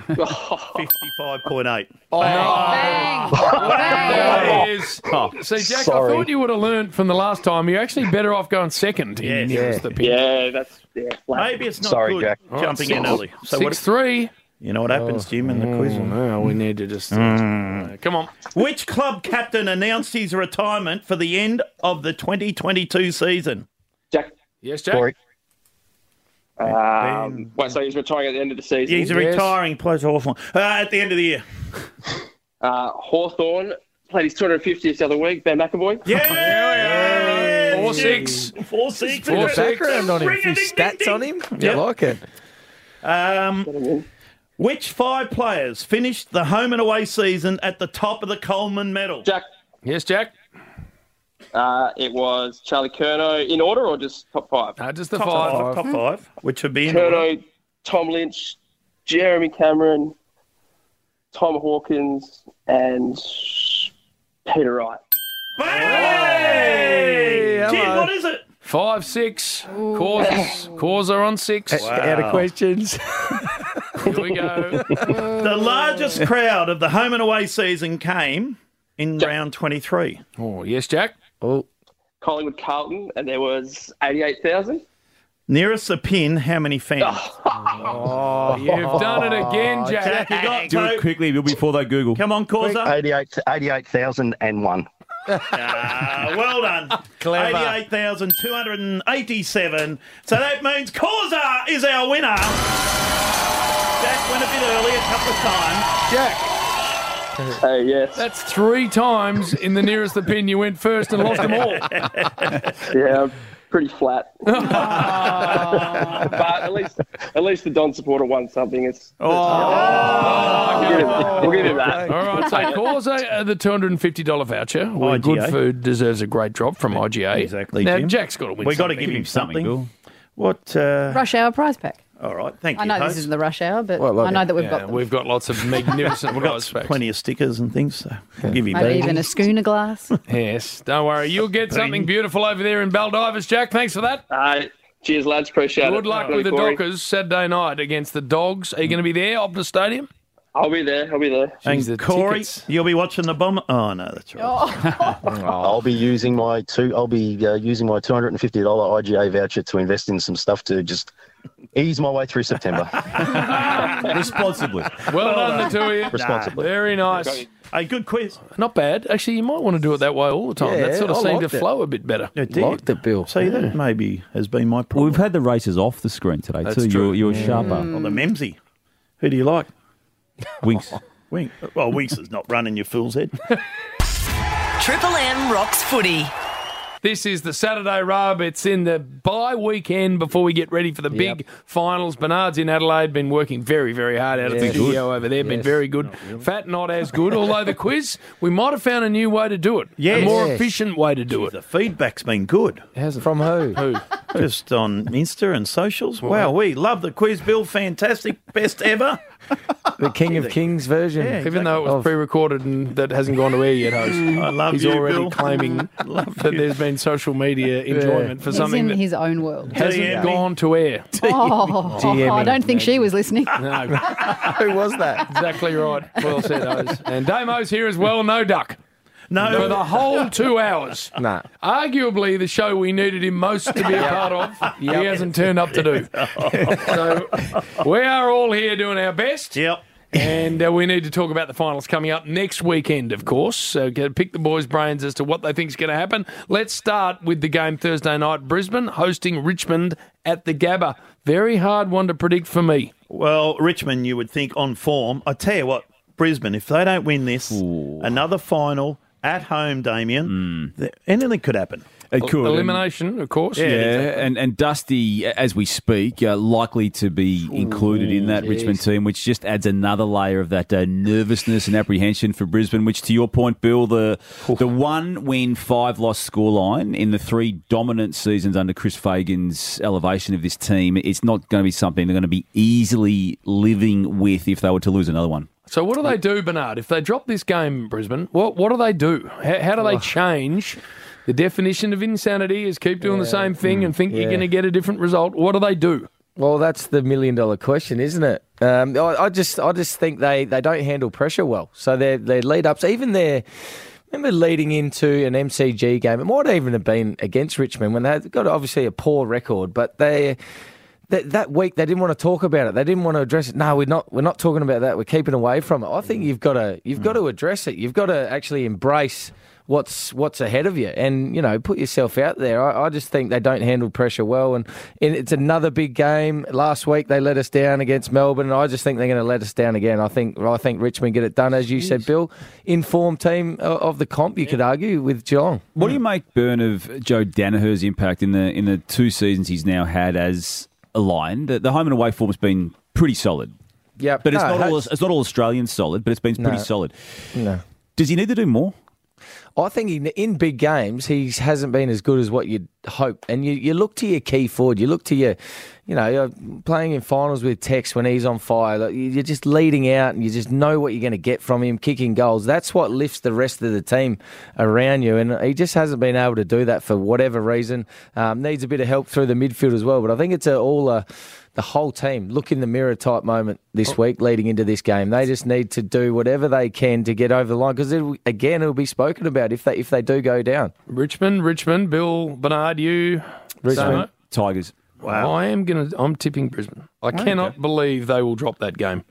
Speaker 8: 55.8.
Speaker 7: Oh,
Speaker 8: Bang.
Speaker 7: That is.
Speaker 26: Oh,
Speaker 7: See, Jack,
Speaker 26: sorry.
Speaker 7: I thought you would have learned from the last time. You're actually better off going second. in nearest the pin.
Speaker 19: Yeah, that's yeah, flat.
Speaker 8: Maybe it's not
Speaker 26: Sorry,
Speaker 8: good
Speaker 26: Jack.
Speaker 8: jumping in early.
Speaker 7: So Six three.
Speaker 8: You know what happens, Jim, in the quiz?
Speaker 7: No, we need to just. Oh. Come on.
Speaker 8: Which club captain announced his retirement for the end of the 2022 season?
Speaker 19: Jack.
Speaker 7: Yes, Jack.
Speaker 19: Um, wait, so he's retiring at the end of the season.
Speaker 8: He's a retiring, plays Hawthorn. Uh, at the end of the year.
Speaker 19: Uh, Hawthorne played his 250th the other week. Ben McAvoy.
Speaker 8: Yeah.
Speaker 7: Four six.
Speaker 8: Four six.
Speaker 1: Bit of background on him, a few
Speaker 8: Ring-a-ding-ding-ding.
Speaker 1: stats on him.
Speaker 8: Yep.
Speaker 1: I like it.
Speaker 8: Um, which five players finished the home and away season at the top of the Coleman medal?
Speaker 19: Jack.
Speaker 7: Yes, Jack.
Speaker 19: Uh, it was Charlie Curno in order or just top five?
Speaker 7: Uh, just the
Speaker 8: Top
Speaker 7: five.
Speaker 8: five, top five, which would be in order.
Speaker 19: Curno, Tom Lynch, Jeremy Cameron, Tom Hawkins, and Peter Wright.
Speaker 8: Jim, what is it?
Speaker 7: Five six. Causes. Cause are on six.
Speaker 1: Out of questions.
Speaker 7: Here we go.
Speaker 8: The largest crowd of the home and away season came in round 23.
Speaker 7: Oh, yes, Jack.
Speaker 1: Oh.
Speaker 19: Collingwood Carlton, and there was 88,000.
Speaker 8: Nearest the pin, how many fans?
Speaker 1: Oh.
Speaker 7: Oh, You've done it again, Jack.
Speaker 8: Jack, you got
Speaker 9: Oh, Do it
Speaker 8: vote.
Speaker 9: quickly before they Google.
Speaker 8: Come on, Causer.
Speaker 26: 88 88,001.
Speaker 8: Ah, well done.
Speaker 1: Clever.
Speaker 8: 88,287. So that means Causer is our winner. Jack went a bit early a couple of times.
Speaker 7: Jack.
Speaker 19: Hey, yes.
Speaker 7: That's three times in the nearest the pin you went first and lost them all.
Speaker 19: Yeah, I'm pretty flat. but at least, at least the Don supporter won something. It's we'll, give it, we'll give it that.
Speaker 7: Oh. All right, so Corso, uh, the $250 voucher. Where
Speaker 8: IGA.
Speaker 7: good food deserves a great drop from IGA.
Speaker 8: Oh, eh? Exactly,
Speaker 7: Now,
Speaker 8: Jim.
Speaker 7: Jack's got to win
Speaker 8: we got to
Speaker 7: something.
Speaker 8: give him something.
Speaker 9: Bill.
Speaker 8: What? Uh,
Speaker 4: Rush hour prize pack.
Speaker 8: all right. Thank
Speaker 4: I
Speaker 8: you.
Speaker 4: know
Speaker 8: host.
Speaker 4: this isn't the rush hour, but
Speaker 1: Well,
Speaker 4: I know that we've got them.
Speaker 7: We've got lots of magnificent
Speaker 8: We've got
Speaker 7: prize packs.
Speaker 8: plenty of stickers and things. So we'll give him
Speaker 4: Maybe
Speaker 8: that.
Speaker 4: even a schooner glass.
Speaker 7: Yes, don't worry. You'll get something beautiful over there in Baldivis, Jack. Thanks for that.
Speaker 19: Uh, cheers, lads. Appreciate it.
Speaker 7: Good luck with the
Speaker 19: Corey.
Speaker 7: Dockers Saturday night against the Dogs. Are you going to be there, Optus Stadium?
Speaker 19: I'll be there. I'll be there.
Speaker 8: And
Speaker 7: Jeez, the
Speaker 8: Corey,
Speaker 7: tickets.
Speaker 8: you'll be watching the bomb. Oh no, that's right.
Speaker 26: I'll be using my two. I'll be uh, using my two hundred and fifty dollar IGA voucher to invest in some stuff to just ease my way through September
Speaker 9: Responsibly.
Speaker 7: Well done, the two of you.
Speaker 26: responsibly.
Speaker 7: Very nice.
Speaker 8: A good quiz.
Speaker 7: Not bad. Actually, you might want to do it that way all the time. that sort of seemed to flow a bit better.
Speaker 8: It did.
Speaker 7: it,
Speaker 1: Bill.
Speaker 8: See, that maybe has been my problem.
Speaker 9: We've had the races off the screen today,
Speaker 8: That's
Speaker 9: too.
Speaker 8: true.
Speaker 9: You're, you're sharper.
Speaker 8: Well, the Memsey. Who do you like?
Speaker 9: Winks.
Speaker 8: Wink. Well, Winks is not running your fool's head.
Speaker 6: Triple M rocks footy.
Speaker 7: This is the Saturday rub. It's in the bye weekend before we get ready for the big finals. Bernard's in Adelaide, been working very, very hard out of the
Speaker 9: Yes. Good.
Speaker 7: studio over there, been
Speaker 9: Yes.
Speaker 7: very good. Fat not as good, although the quiz, we might have found a new way to do it.
Speaker 8: Yes.
Speaker 7: A more
Speaker 8: Yes.
Speaker 7: efficient way to do it.
Speaker 8: The feedback's been good.
Speaker 7: Has it?
Speaker 1: From who?
Speaker 7: who?
Speaker 8: Just on Insta and socials. Wow, we love the quiz, Bill. Fantastic. Best ever.
Speaker 1: The King of Kings version.
Speaker 7: Even though it was pre-recorded and that hasn't gone to air yet, host.
Speaker 8: I love
Speaker 7: He's
Speaker 8: you,
Speaker 7: already
Speaker 8: Bill.
Speaker 7: claiming that there's been social media enjoyment for
Speaker 4: He's
Speaker 7: something
Speaker 4: in
Speaker 7: that
Speaker 4: his own world.
Speaker 7: hasn't gone to air.
Speaker 4: Oh,
Speaker 7: DM
Speaker 4: I don't think she was listening.
Speaker 1: Who was that?
Speaker 7: Exactly right. Well said, Oz. And Damo's here as well. No duck.
Speaker 8: No.
Speaker 7: For the whole two hours.
Speaker 1: Nah.
Speaker 7: Arguably the show we needed him most to be a part of, he hasn't turned up to do. so we are all here doing our best.
Speaker 8: Yep.
Speaker 7: And uh, we need to talk about the finals coming up next weekend, of course. So get, pick the boys' brains as to what they think is going to happen. Let's start with the game Thursday night. Brisbane hosting Richmond at the Gabba. Very hard one to predict for me.
Speaker 8: Well, Richmond, you would think on form. I tell you what, Brisbane, if they don't win this, another final at home, Damien, th- anything could happen.
Speaker 9: Mm. It could.
Speaker 7: Elimination, of course.
Speaker 9: Yeah, and, and Dusty, as we speak, uh, likely to be included in that
Speaker 7: Ooh,
Speaker 9: Richmond
Speaker 7: yes.
Speaker 9: team, which just adds another layer of that uh, nervousness and apprehension for Brisbane. Which, to your point, Bill, the the one win, five loss scoreline in the three dominant seasons under Chris Fagan's elevation of this team, it's not going to be something they're going to be easily living with if they were to lose another one.
Speaker 7: So what do they do, Bernard? If they drop this game, Brisbane, what what do they do? How, how do they change the definition of insanity? Is keep doing the same thing and think you're
Speaker 1: yeah.
Speaker 7: going to get a different result? What do they do?
Speaker 1: Well, that's the million dollar question, isn't it? Um, I, I just, I just think they, they don't handle pressure well. So their their lead ups, even their remember leading into an MCG game, it might even have been against Richmond when they got obviously a poor record, but they. That, that week they didn't want to talk about it. They didn't want to address it. No, we're not. We're not talking about that. We're keeping away from it. I
Speaker 9: Mm.
Speaker 1: think you've got to you've got to address it. You've got to actually embrace what's what's ahead of you and you know put yourself out there I, I just think they don't handle pressure well and, and it's another big game last week they let us down against melbourne and i just think they're going to let us down again i think i think richmond get it done as you said bill informed team o- of the comp you could argue with geelong
Speaker 9: What do you make, Byrne, of Joe Danaher's impact in the in the two seasons he's now had as a Lion? The, the home and away form's been pretty solid,
Speaker 1: yeah
Speaker 9: but it's not all it's not all Australian solid, but it's been pretty
Speaker 1: No.
Speaker 9: solid.
Speaker 1: no
Speaker 9: Does he need to do more?
Speaker 1: I think in, in big games he hasn't been as good as what you'd hope, and you, you look to your key forward, you look to your, you know, you're playing in finals with Tex when he's on fire. Like, you- you're just leading out, and you just know what you're going to get from him, kicking goals. That's what lifts the rest of the team around you, and he just hasn't been able to do that for whatever reason. Um, needs a bit of help through the midfield as well, but I think it's a, all a. The whole team look in the mirror type moment this week leading into this game. They just need to do whatever they can to get over the line because again it'll be spoken about if they if they do go down.
Speaker 7: Richmond, Richmond, Bill, Bernard, you,
Speaker 1: Richmond.
Speaker 9: Tigers.
Speaker 7: Wow. I am gonna. I'm tipping Brisbane. I cannot believe they will drop that game.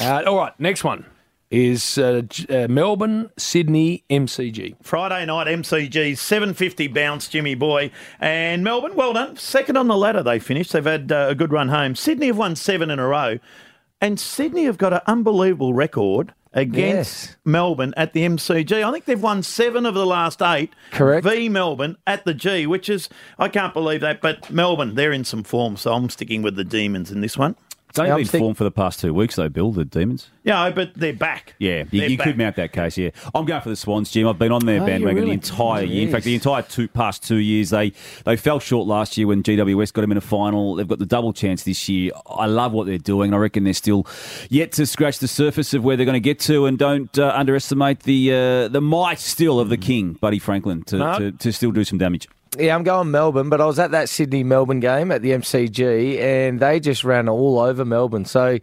Speaker 7: Uh, all right, next one is uh, J- uh, Melbourne, Sydney, MCG.
Speaker 8: Friday night, MCG, 750 bounce, Jimmy Boy. And Melbourne, well done. Second on the ladder they finished. They've had uh, a good run home. Sydney have won seven in a row. And Sydney have got an unbelievable record against Melbourne at the MCG. I think they've won seven of the last eight. Correct. V Melbourne at the G, which is, I can't believe that. But Melbourne, they're in some form. So I'm sticking with the Demons in this one.
Speaker 9: They've
Speaker 8: Yeah, I'm
Speaker 9: been
Speaker 8: think-
Speaker 9: form for the past two weeks, though, Bill, the Demons.
Speaker 8: Yeah, but they're back.
Speaker 9: Yeah, you,
Speaker 8: They're
Speaker 9: you
Speaker 8: back.
Speaker 9: could mount that case. Yeah, I'm going for the Swans, Jim. I've been on their
Speaker 8: Are you
Speaker 9: bandwagon
Speaker 8: really?
Speaker 9: the entire year. In fact, the
Speaker 8: Yes.
Speaker 9: entire two past two years, they they fell short last year when GWS got them in a final. They've got the double chance this year. I love what they're doing. I reckon they're still yet to scratch the surface of where they're going to get to, and don't uh, underestimate the uh, the might still
Speaker 8: Mm.
Speaker 9: of the King, Buddy Franklin, to,
Speaker 1: No.
Speaker 9: to, to still do some damage.
Speaker 1: Yeah, I'm going Melbourne, but I was at that Sydney Melbourne game at the MCG, and they just ran all over Melbourne. So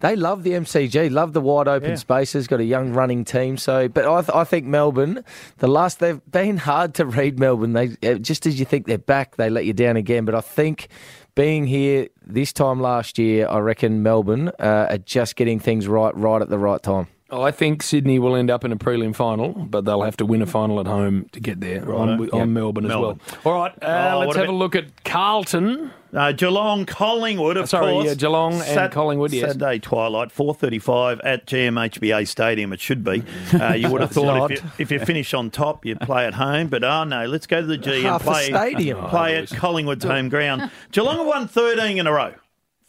Speaker 1: they love the MCG, love the wide open
Speaker 10: Yeah.
Speaker 1: spaces. Got a young running team. So, but I, th- I think Melbourne, the last they've been hard to read. Melbourne, they eh, just as you think they're back, they let you down again. But I think. Being here this time last year, I reckon Melbourne uh, are just getting things right, right at the right time.
Speaker 7: I think Sydney will end up in a prelim final, but they'll have to win a final at home to get there.
Speaker 8: Righto.
Speaker 7: On, on
Speaker 8: Yep.
Speaker 7: Melbourne as
Speaker 8: Melbourne.
Speaker 7: well. All right, uh,
Speaker 8: Oh,
Speaker 7: let's
Speaker 8: what
Speaker 7: have
Speaker 8: about-
Speaker 7: a look at Carlton.
Speaker 8: Uh, Geelong, Collingwood, of
Speaker 7: Sorry,
Speaker 8: course.
Speaker 7: yeah, Geelong and Collingwood, yes.
Speaker 8: Saturday twilight, 4.35 at GMHBA Stadium, it should be. Uh, you would have
Speaker 7: It's
Speaker 8: thought if
Speaker 7: not.
Speaker 8: you, if you finish on top, you play at home, but oh no, let's go to the G
Speaker 7: Half the
Speaker 8: and play,
Speaker 7: stadium.
Speaker 8: play at Collingwood's home ground. Geelong have won 13 in a row.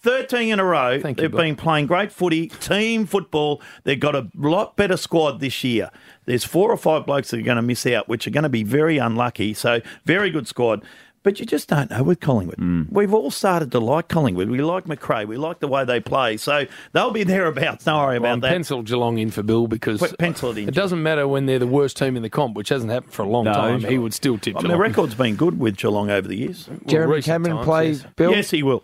Speaker 8: 13 in a row. They've been playing great footy, team football. They've got a lot better squad this year. There's four or five blokes that are going to miss out, which are going to be very unlucky. So, very good squad. But you just don't know with Collingwood.
Speaker 1: Mm.
Speaker 8: We've all started to like Collingwood. We like McRae. We like the way they play. So they'll be thereabouts. Don't worry about
Speaker 7: I'm
Speaker 8: that.
Speaker 7: pencil Geelong in for Bill because
Speaker 8: Pe- pencil it in,
Speaker 7: It doesn't matter when they're the worst team in the comp, which hasn't happened for a long
Speaker 8: No.
Speaker 7: time. He would still tip
Speaker 8: I mean,
Speaker 7: Geelong.
Speaker 8: the record's been good with Geelong over the years.
Speaker 7: Jeremy recent Cameron times, plays yes. Bill?
Speaker 8: Yes, he will.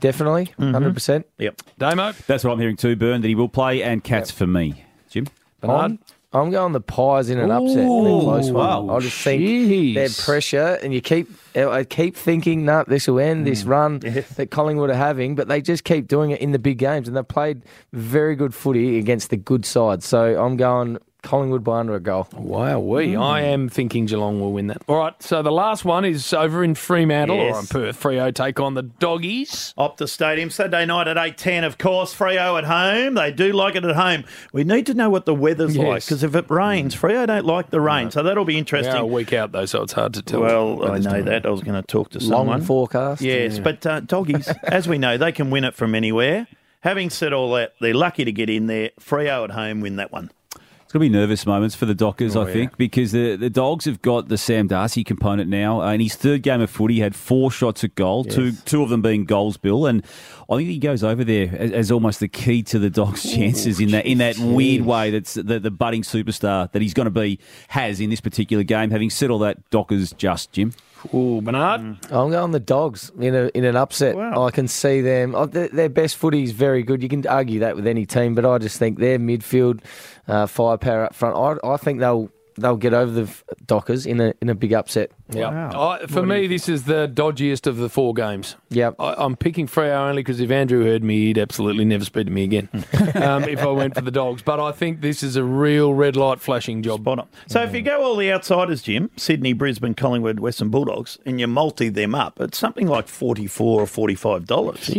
Speaker 1: Definitely, 100 percent.
Speaker 8: Yep.
Speaker 7: Damo.
Speaker 9: That's what I'm hearing too, Burn, that he will play and cats for me. Jim?
Speaker 1: I'm, I'm going the Pies in an upset, in a close
Speaker 9: Ooh,
Speaker 1: one.
Speaker 9: wow.
Speaker 1: I just think their pressure, and you keep, I keep thinking, no, this will end
Speaker 9: Hmm.
Speaker 1: this run that Collingwood are having, but they just keep doing it in the big games, and they've played very good footy against the good side. So I'm going Collingwood by under a goal. Mm.
Speaker 7: Wow, we. I am thinking Geelong will win that. All right, so the last one is over in Fremantle
Speaker 8: Yes.
Speaker 7: or in Perth. Frio take on the Doggies.
Speaker 8: Optus Stadium, Saturday night at 8.10, of course. Freo at home. They do like it at home. We need to know what the weather's
Speaker 7: Yes.
Speaker 8: like because if it rains, Freo don't like the rain. So that'll be
Speaker 7: They
Speaker 8: interesting.
Speaker 7: are a week out though, so it's hard to tell.
Speaker 8: Well,
Speaker 7: at
Speaker 8: I
Speaker 7: this
Speaker 8: know
Speaker 7: time.
Speaker 8: that. I was going to talk to
Speaker 7: Long
Speaker 8: someone.
Speaker 1: forecast.
Speaker 8: Yes,
Speaker 7: Yeah.
Speaker 8: but uh, doggies, as we know, they can win it from anywhere. Having said all that, they're lucky to get in there. Freo at home win that one.
Speaker 9: It's going to be nervous moments for the Dockers,
Speaker 7: Oh,
Speaker 9: I think, because the, the Dogs have got the Sam Darcy component now. Uh, in his third game of footy, he had four shots at goal, two two of them being goals, Bill. And I think he goes over there as, as almost the key to the Dogs' chances in that in that weird way that's the, the budding superstar that he's going to be has in this particular game. Having said all that, Dockers just, Jim.
Speaker 7: Ooh, Bernard.
Speaker 1: Mm. I'm going the dogs in a, in an upset. I can see them. oh, Their, their best footy is very good. You can argue that with any team, but I just think their midfield uh, firepower up front. I, I think they'll they'll get over the F- Dockers in a in a big upset.
Speaker 7: Yeah. I, for me, this is the dodgiest of the four games.
Speaker 1: Yep.
Speaker 7: I, I'm picking Freo only because if Andrew heard me, he'd absolutely never speak to me again um, if I went for the dogs. But I think this is a real red light flashing job.
Speaker 8: Spot on. So if you go all the outsiders, Jim, Sydney, Brisbane, Collingwood, Western Bulldogs, and you multi them up, it's something like forty-four or forty-five dollars,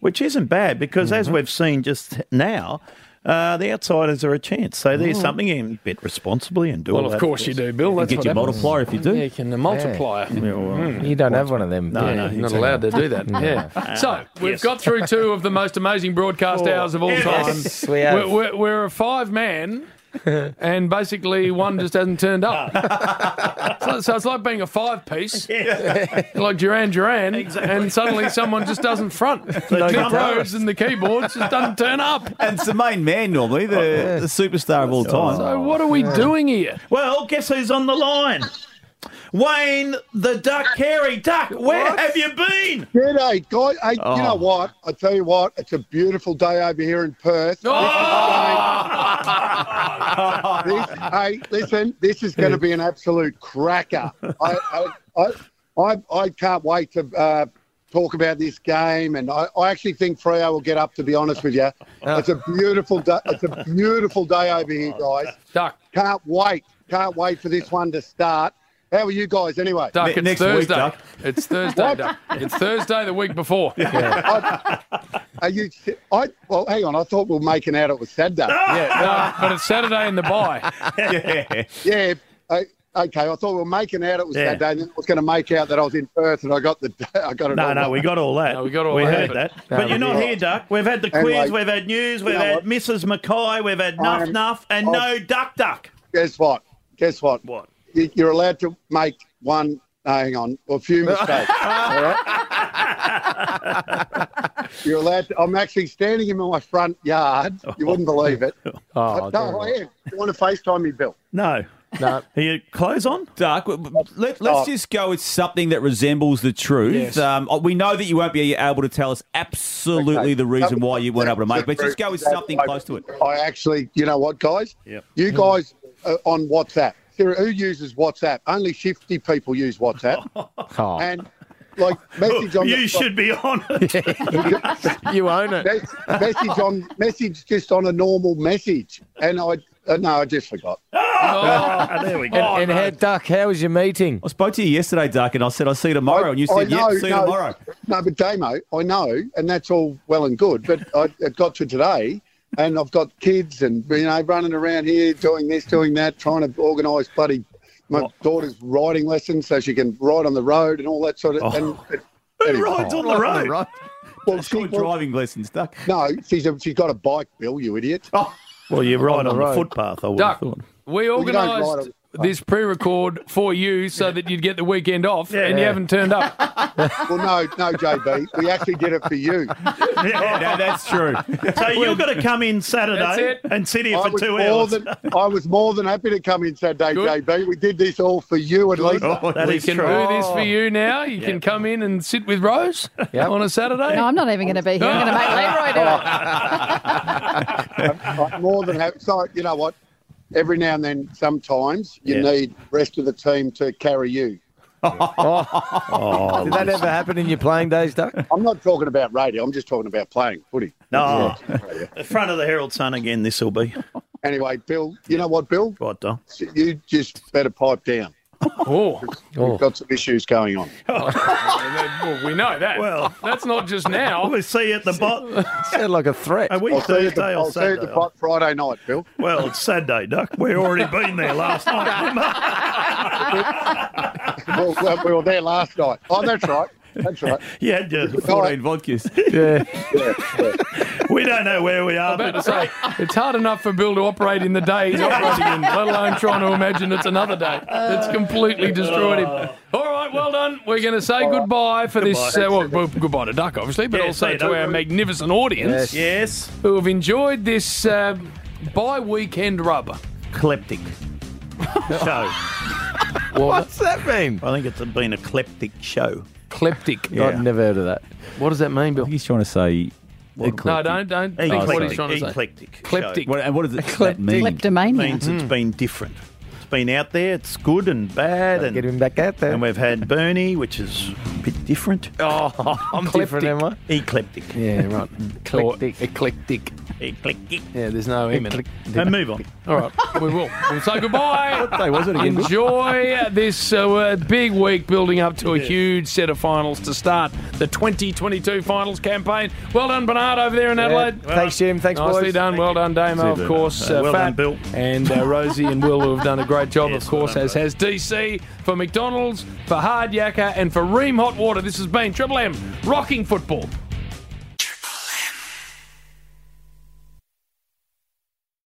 Speaker 8: which isn't bad because as
Speaker 7: Mm-hmm.
Speaker 8: we've seen just now, uh, the outsiders are a chance. So there's
Speaker 7: Mm.
Speaker 8: something you can bet responsibly and do.
Speaker 7: Well,
Speaker 8: all
Speaker 7: of
Speaker 8: that,
Speaker 7: course you do, Bill.
Speaker 8: You
Speaker 7: That's
Speaker 8: get
Speaker 7: what
Speaker 8: your
Speaker 7: happens.
Speaker 8: multiplier if you do.
Speaker 7: Yeah, you can uh, multiplier.
Speaker 8: Yeah, well,
Speaker 7: Mm.
Speaker 1: You don't have one of them.
Speaker 8: No,
Speaker 7: Yeah,
Speaker 8: no,
Speaker 7: you're not
Speaker 8: exactly.
Speaker 7: allowed to do that.
Speaker 8: No.
Speaker 7: Yeah. So we've
Speaker 8: Ah, Yes.
Speaker 7: got through two of the most amazing broadcast
Speaker 8: Oh,
Speaker 7: hours of all time.
Speaker 8: yes, we have.
Speaker 7: We're, we're, we're a five man. and basically, one just hasn't turned up.
Speaker 8: Ah.
Speaker 7: so, so it's like being a five piece, like Duran Duran, and suddenly someone just doesn't front. The
Speaker 9: guitarist.
Speaker 7: drum roads and the keyboards just doesn't turn up.
Speaker 9: And it's the main man normally,
Speaker 7: Oh,
Speaker 9: the, the superstar of all time.
Speaker 7: So what are we doing here?
Speaker 8: Well, guess who's on the line? Wayne the Duck Carey. Duck, where have you been?
Speaker 10: G'day, guys. Hey,
Speaker 8: Oh.
Speaker 10: you know what? I tell you what, it's a beautiful day over here in Perth. This- hey, listen, this is going to be an absolute cracker. I, I, I, I, I can't wait to uh, talk about this game, and I, I actually think Freo will get up. To be honest with you, it's a beautiful day. It's a beautiful day over here, guys.
Speaker 7: Duck.
Speaker 10: Can't wait. Can't wait for this one to start. How are you guys anyway?
Speaker 7: Duck, it's Thursday. It's Thursday, Duck. It's Thursday the week before.
Speaker 10: Are you? I well, hang on. I thought we were making out it was Saturday.
Speaker 7: Yeah, no, but it's Saturday in the bye.
Speaker 10: yeah. I, okay, I thought we were making out it was
Speaker 7: Yeah.
Speaker 10: Saturday, and then I was going to make out that I was in Perth, and I got the I got it.
Speaker 8: No,
Speaker 10: all
Speaker 8: no,
Speaker 10: wrong.
Speaker 8: we got all that.
Speaker 7: No, we got all
Speaker 8: We
Speaker 7: that,
Speaker 8: heard
Speaker 7: but-
Speaker 8: that.
Speaker 10: No,
Speaker 8: But
Speaker 10: we
Speaker 8: you're not
Speaker 10: did.
Speaker 8: here, Duck. We've had the
Speaker 10: And
Speaker 8: quiz,
Speaker 10: like-
Speaker 8: we've had news, we've
Speaker 10: You know
Speaker 8: had
Speaker 10: what?
Speaker 8: Mrs. Mackay, we've had Nuff
Speaker 10: I'm-
Speaker 8: Nuff, and
Speaker 10: I'm-
Speaker 8: no Duck Duck.
Speaker 10: Guess what? Guess what?
Speaker 8: What?
Speaker 10: You, you're allowed to make one. No, hang on, a few mistakes. all right? You're allowed. To, I'm actually standing in my front yard. You wouldn't believe it.
Speaker 9: Oh,
Speaker 10: no, I am. You want to FaceTime me, Bill?
Speaker 8: No.
Speaker 9: No.
Speaker 8: Are you clothes on?
Speaker 9: Dark. w- w- Let, let's
Speaker 10: Oh.
Speaker 9: just go with something that resembles the truth.
Speaker 10: Yes.
Speaker 9: Um, we know that you won't be able to tell us absolutely
Speaker 10: Okay.
Speaker 9: the reason why you weren't able to
Speaker 10: That's
Speaker 9: make, but just
Speaker 10: true.
Speaker 9: go with
Speaker 10: That's
Speaker 9: something
Speaker 10: right.
Speaker 9: close to it.
Speaker 10: I actually, you know what, guys?
Speaker 9: Yep.
Speaker 10: You guys uh, on
Speaker 9: Oh.
Speaker 10: WhatsApp. Sarah, Who uses WhatsApp? Only shifty people use WhatsApp. and like message on. the-
Speaker 8: you should be on
Speaker 1: you own it.
Speaker 10: message on message just on a normal message, and I uh, no, I just forgot.
Speaker 8: Ah, there we Oh,
Speaker 1: go. And, and how, Duck, how was your meeting?
Speaker 9: I spoke to you yesterday, Duck, and I said, I'll see you tomorrow. and you said, yeah, see you
Speaker 10: no,
Speaker 9: tomorrow.
Speaker 10: No, but Damo, I know, and that's all well and good. But I, it got to today, and I've got kids, and you know, running around here doing this, doing that, trying to organise bloody my daughter's riding lessons so she can ride on the road and all that sort of. And, but anyway.
Speaker 9: Oh. rides on the Rides on the road? road?
Speaker 10: Well, she, well,
Speaker 9: driving lessons, Duck. Oh.
Speaker 10: No, she's a, she's got a bike, Bill. You idiot.
Speaker 8: Well, you ride on the
Speaker 10: road.
Speaker 8: footpath, I would
Speaker 7: Duck,
Speaker 8: have thought.
Speaker 7: we
Speaker 10: Well, you don't ride
Speaker 7: organised
Speaker 10: on-
Speaker 7: this pre-record for you so that you'd get the weekend off, and you
Speaker 10: Yeah.
Speaker 7: haven't turned up.
Speaker 10: well, no, no, JB, we actually did it for you.
Speaker 8: Yeah, that's true. So you've got to come in Saturday and sit here
Speaker 10: I
Speaker 8: for
Speaker 10: was
Speaker 8: two
Speaker 10: more
Speaker 8: hours.
Speaker 10: Than, I was more than happy to come in Saturday, JB. We did this all for you, at least.
Speaker 8: Oh,
Speaker 7: we can do this for you now. You can come in and sit with Rose on a Saturday.
Speaker 4: No, I'm not even going to be here. I'm going to make Leroy do it.
Speaker 10: I'm more than happy. So you know what? Every now and then, sometimes you
Speaker 1: Yeah.
Speaker 10: need rest of the team to carry you.
Speaker 8: Oh,
Speaker 1: Did that ever happen in your playing days, Duck?
Speaker 10: I'm not talking about radio. I'm just talking about playing footy.
Speaker 8: No, in front of the Herald Sun again. This will be.
Speaker 10: Oh, Anyway, Bill, you know what, Bill?
Speaker 8: What, Don?
Speaker 10: You just better pipe down.
Speaker 7: Oh,
Speaker 10: we've got some issues going on.
Speaker 7: well, we know that. Well, that's not just now.
Speaker 8: We'll see you at the bot.
Speaker 1: Sound like a threat.
Speaker 8: Are we
Speaker 10: I'll see you at the,
Speaker 8: Thursday or
Speaker 10: I'll see you at the
Speaker 8: Saturday?
Speaker 10: pot Friday night, Bill.
Speaker 8: Well, it's Saturday, Duck. We've already been there last night.
Speaker 10: well, well, we were there last night. Oh, that's right. That's right.
Speaker 8: You had your
Speaker 10: Sorry.
Speaker 9: 14 vodkas.
Speaker 8: We don't know where we are.
Speaker 7: I'm about to say, it's hard enough for Bill to operate in the day he's operating in, let alone trying to imagine it's another day. It's completely destroyed him. All right, well done. We're going to say goodbye for this.
Speaker 8: Goodbye.
Speaker 7: Uh, well, well, goodbye to Duck, obviously, but
Speaker 8: Yeah, see
Speaker 7: also
Speaker 8: you,
Speaker 7: to
Speaker 8: Duck.
Speaker 7: our magnificent audience.
Speaker 8: Yes. Yes.
Speaker 7: Who have enjoyed this uh, bi weekend rubber.
Speaker 8: Eclectic show.
Speaker 1: What's that mean?
Speaker 8: I think it's been a eclectic show.
Speaker 7: Eclectic.
Speaker 1: I've never heard of that.
Speaker 7: What does that mean, Bill?
Speaker 9: He's trying to say.
Speaker 7: No, don't, don't think what he's trying to say.
Speaker 8: Eclectic.
Speaker 7: Eclectic.
Speaker 8: show.
Speaker 9: What, and what does it
Speaker 8: Eclectic.
Speaker 9: that mean?
Speaker 4: Kleptomania.
Speaker 8: means
Speaker 7: Hmm.
Speaker 8: it's been different. It's been out there. It's good and bad. And get
Speaker 1: him back out there.
Speaker 8: And we've had Bernie, which is a bit different.
Speaker 7: Oh,
Speaker 1: I'm different, am I?
Speaker 8: Eclectic.
Speaker 1: Yeah, right. Eclectic.
Speaker 7: eclectic.
Speaker 8: Eclectic.
Speaker 7: Yeah, there's no M in it.
Speaker 8: And move on.
Speaker 7: All right, we will. We'll say goodbye.
Speaker 9: What day was it again?
Speaker 7: Enjoy this uh, uh, big week building up to a huge set of finals to start the 2022 finals campaign. Well done, Bernard, over there in
Speaker 1: Yeah.
Speaker 7: Adelaide.
Speaker 1: Thanks, Jim. Thanks,
Speaker 7: Nicely
Speaker 1: boys.
Speaker 7: done. well done,
Speaker 1: See you,
Speaker 7: Damo, of
Speaker 1: Bernard.
Speaker 7: course.
Speaker 1: Uh, well
Speaker 7: Fat
Speaker 1: done, Bill.
Speaker 7: And uh, Rosie and Will, who have done a great job, of course, as has DC for McDonald's, for Hard Yakka, and for Ream Hot Water. This has been Triple M Rocking Football.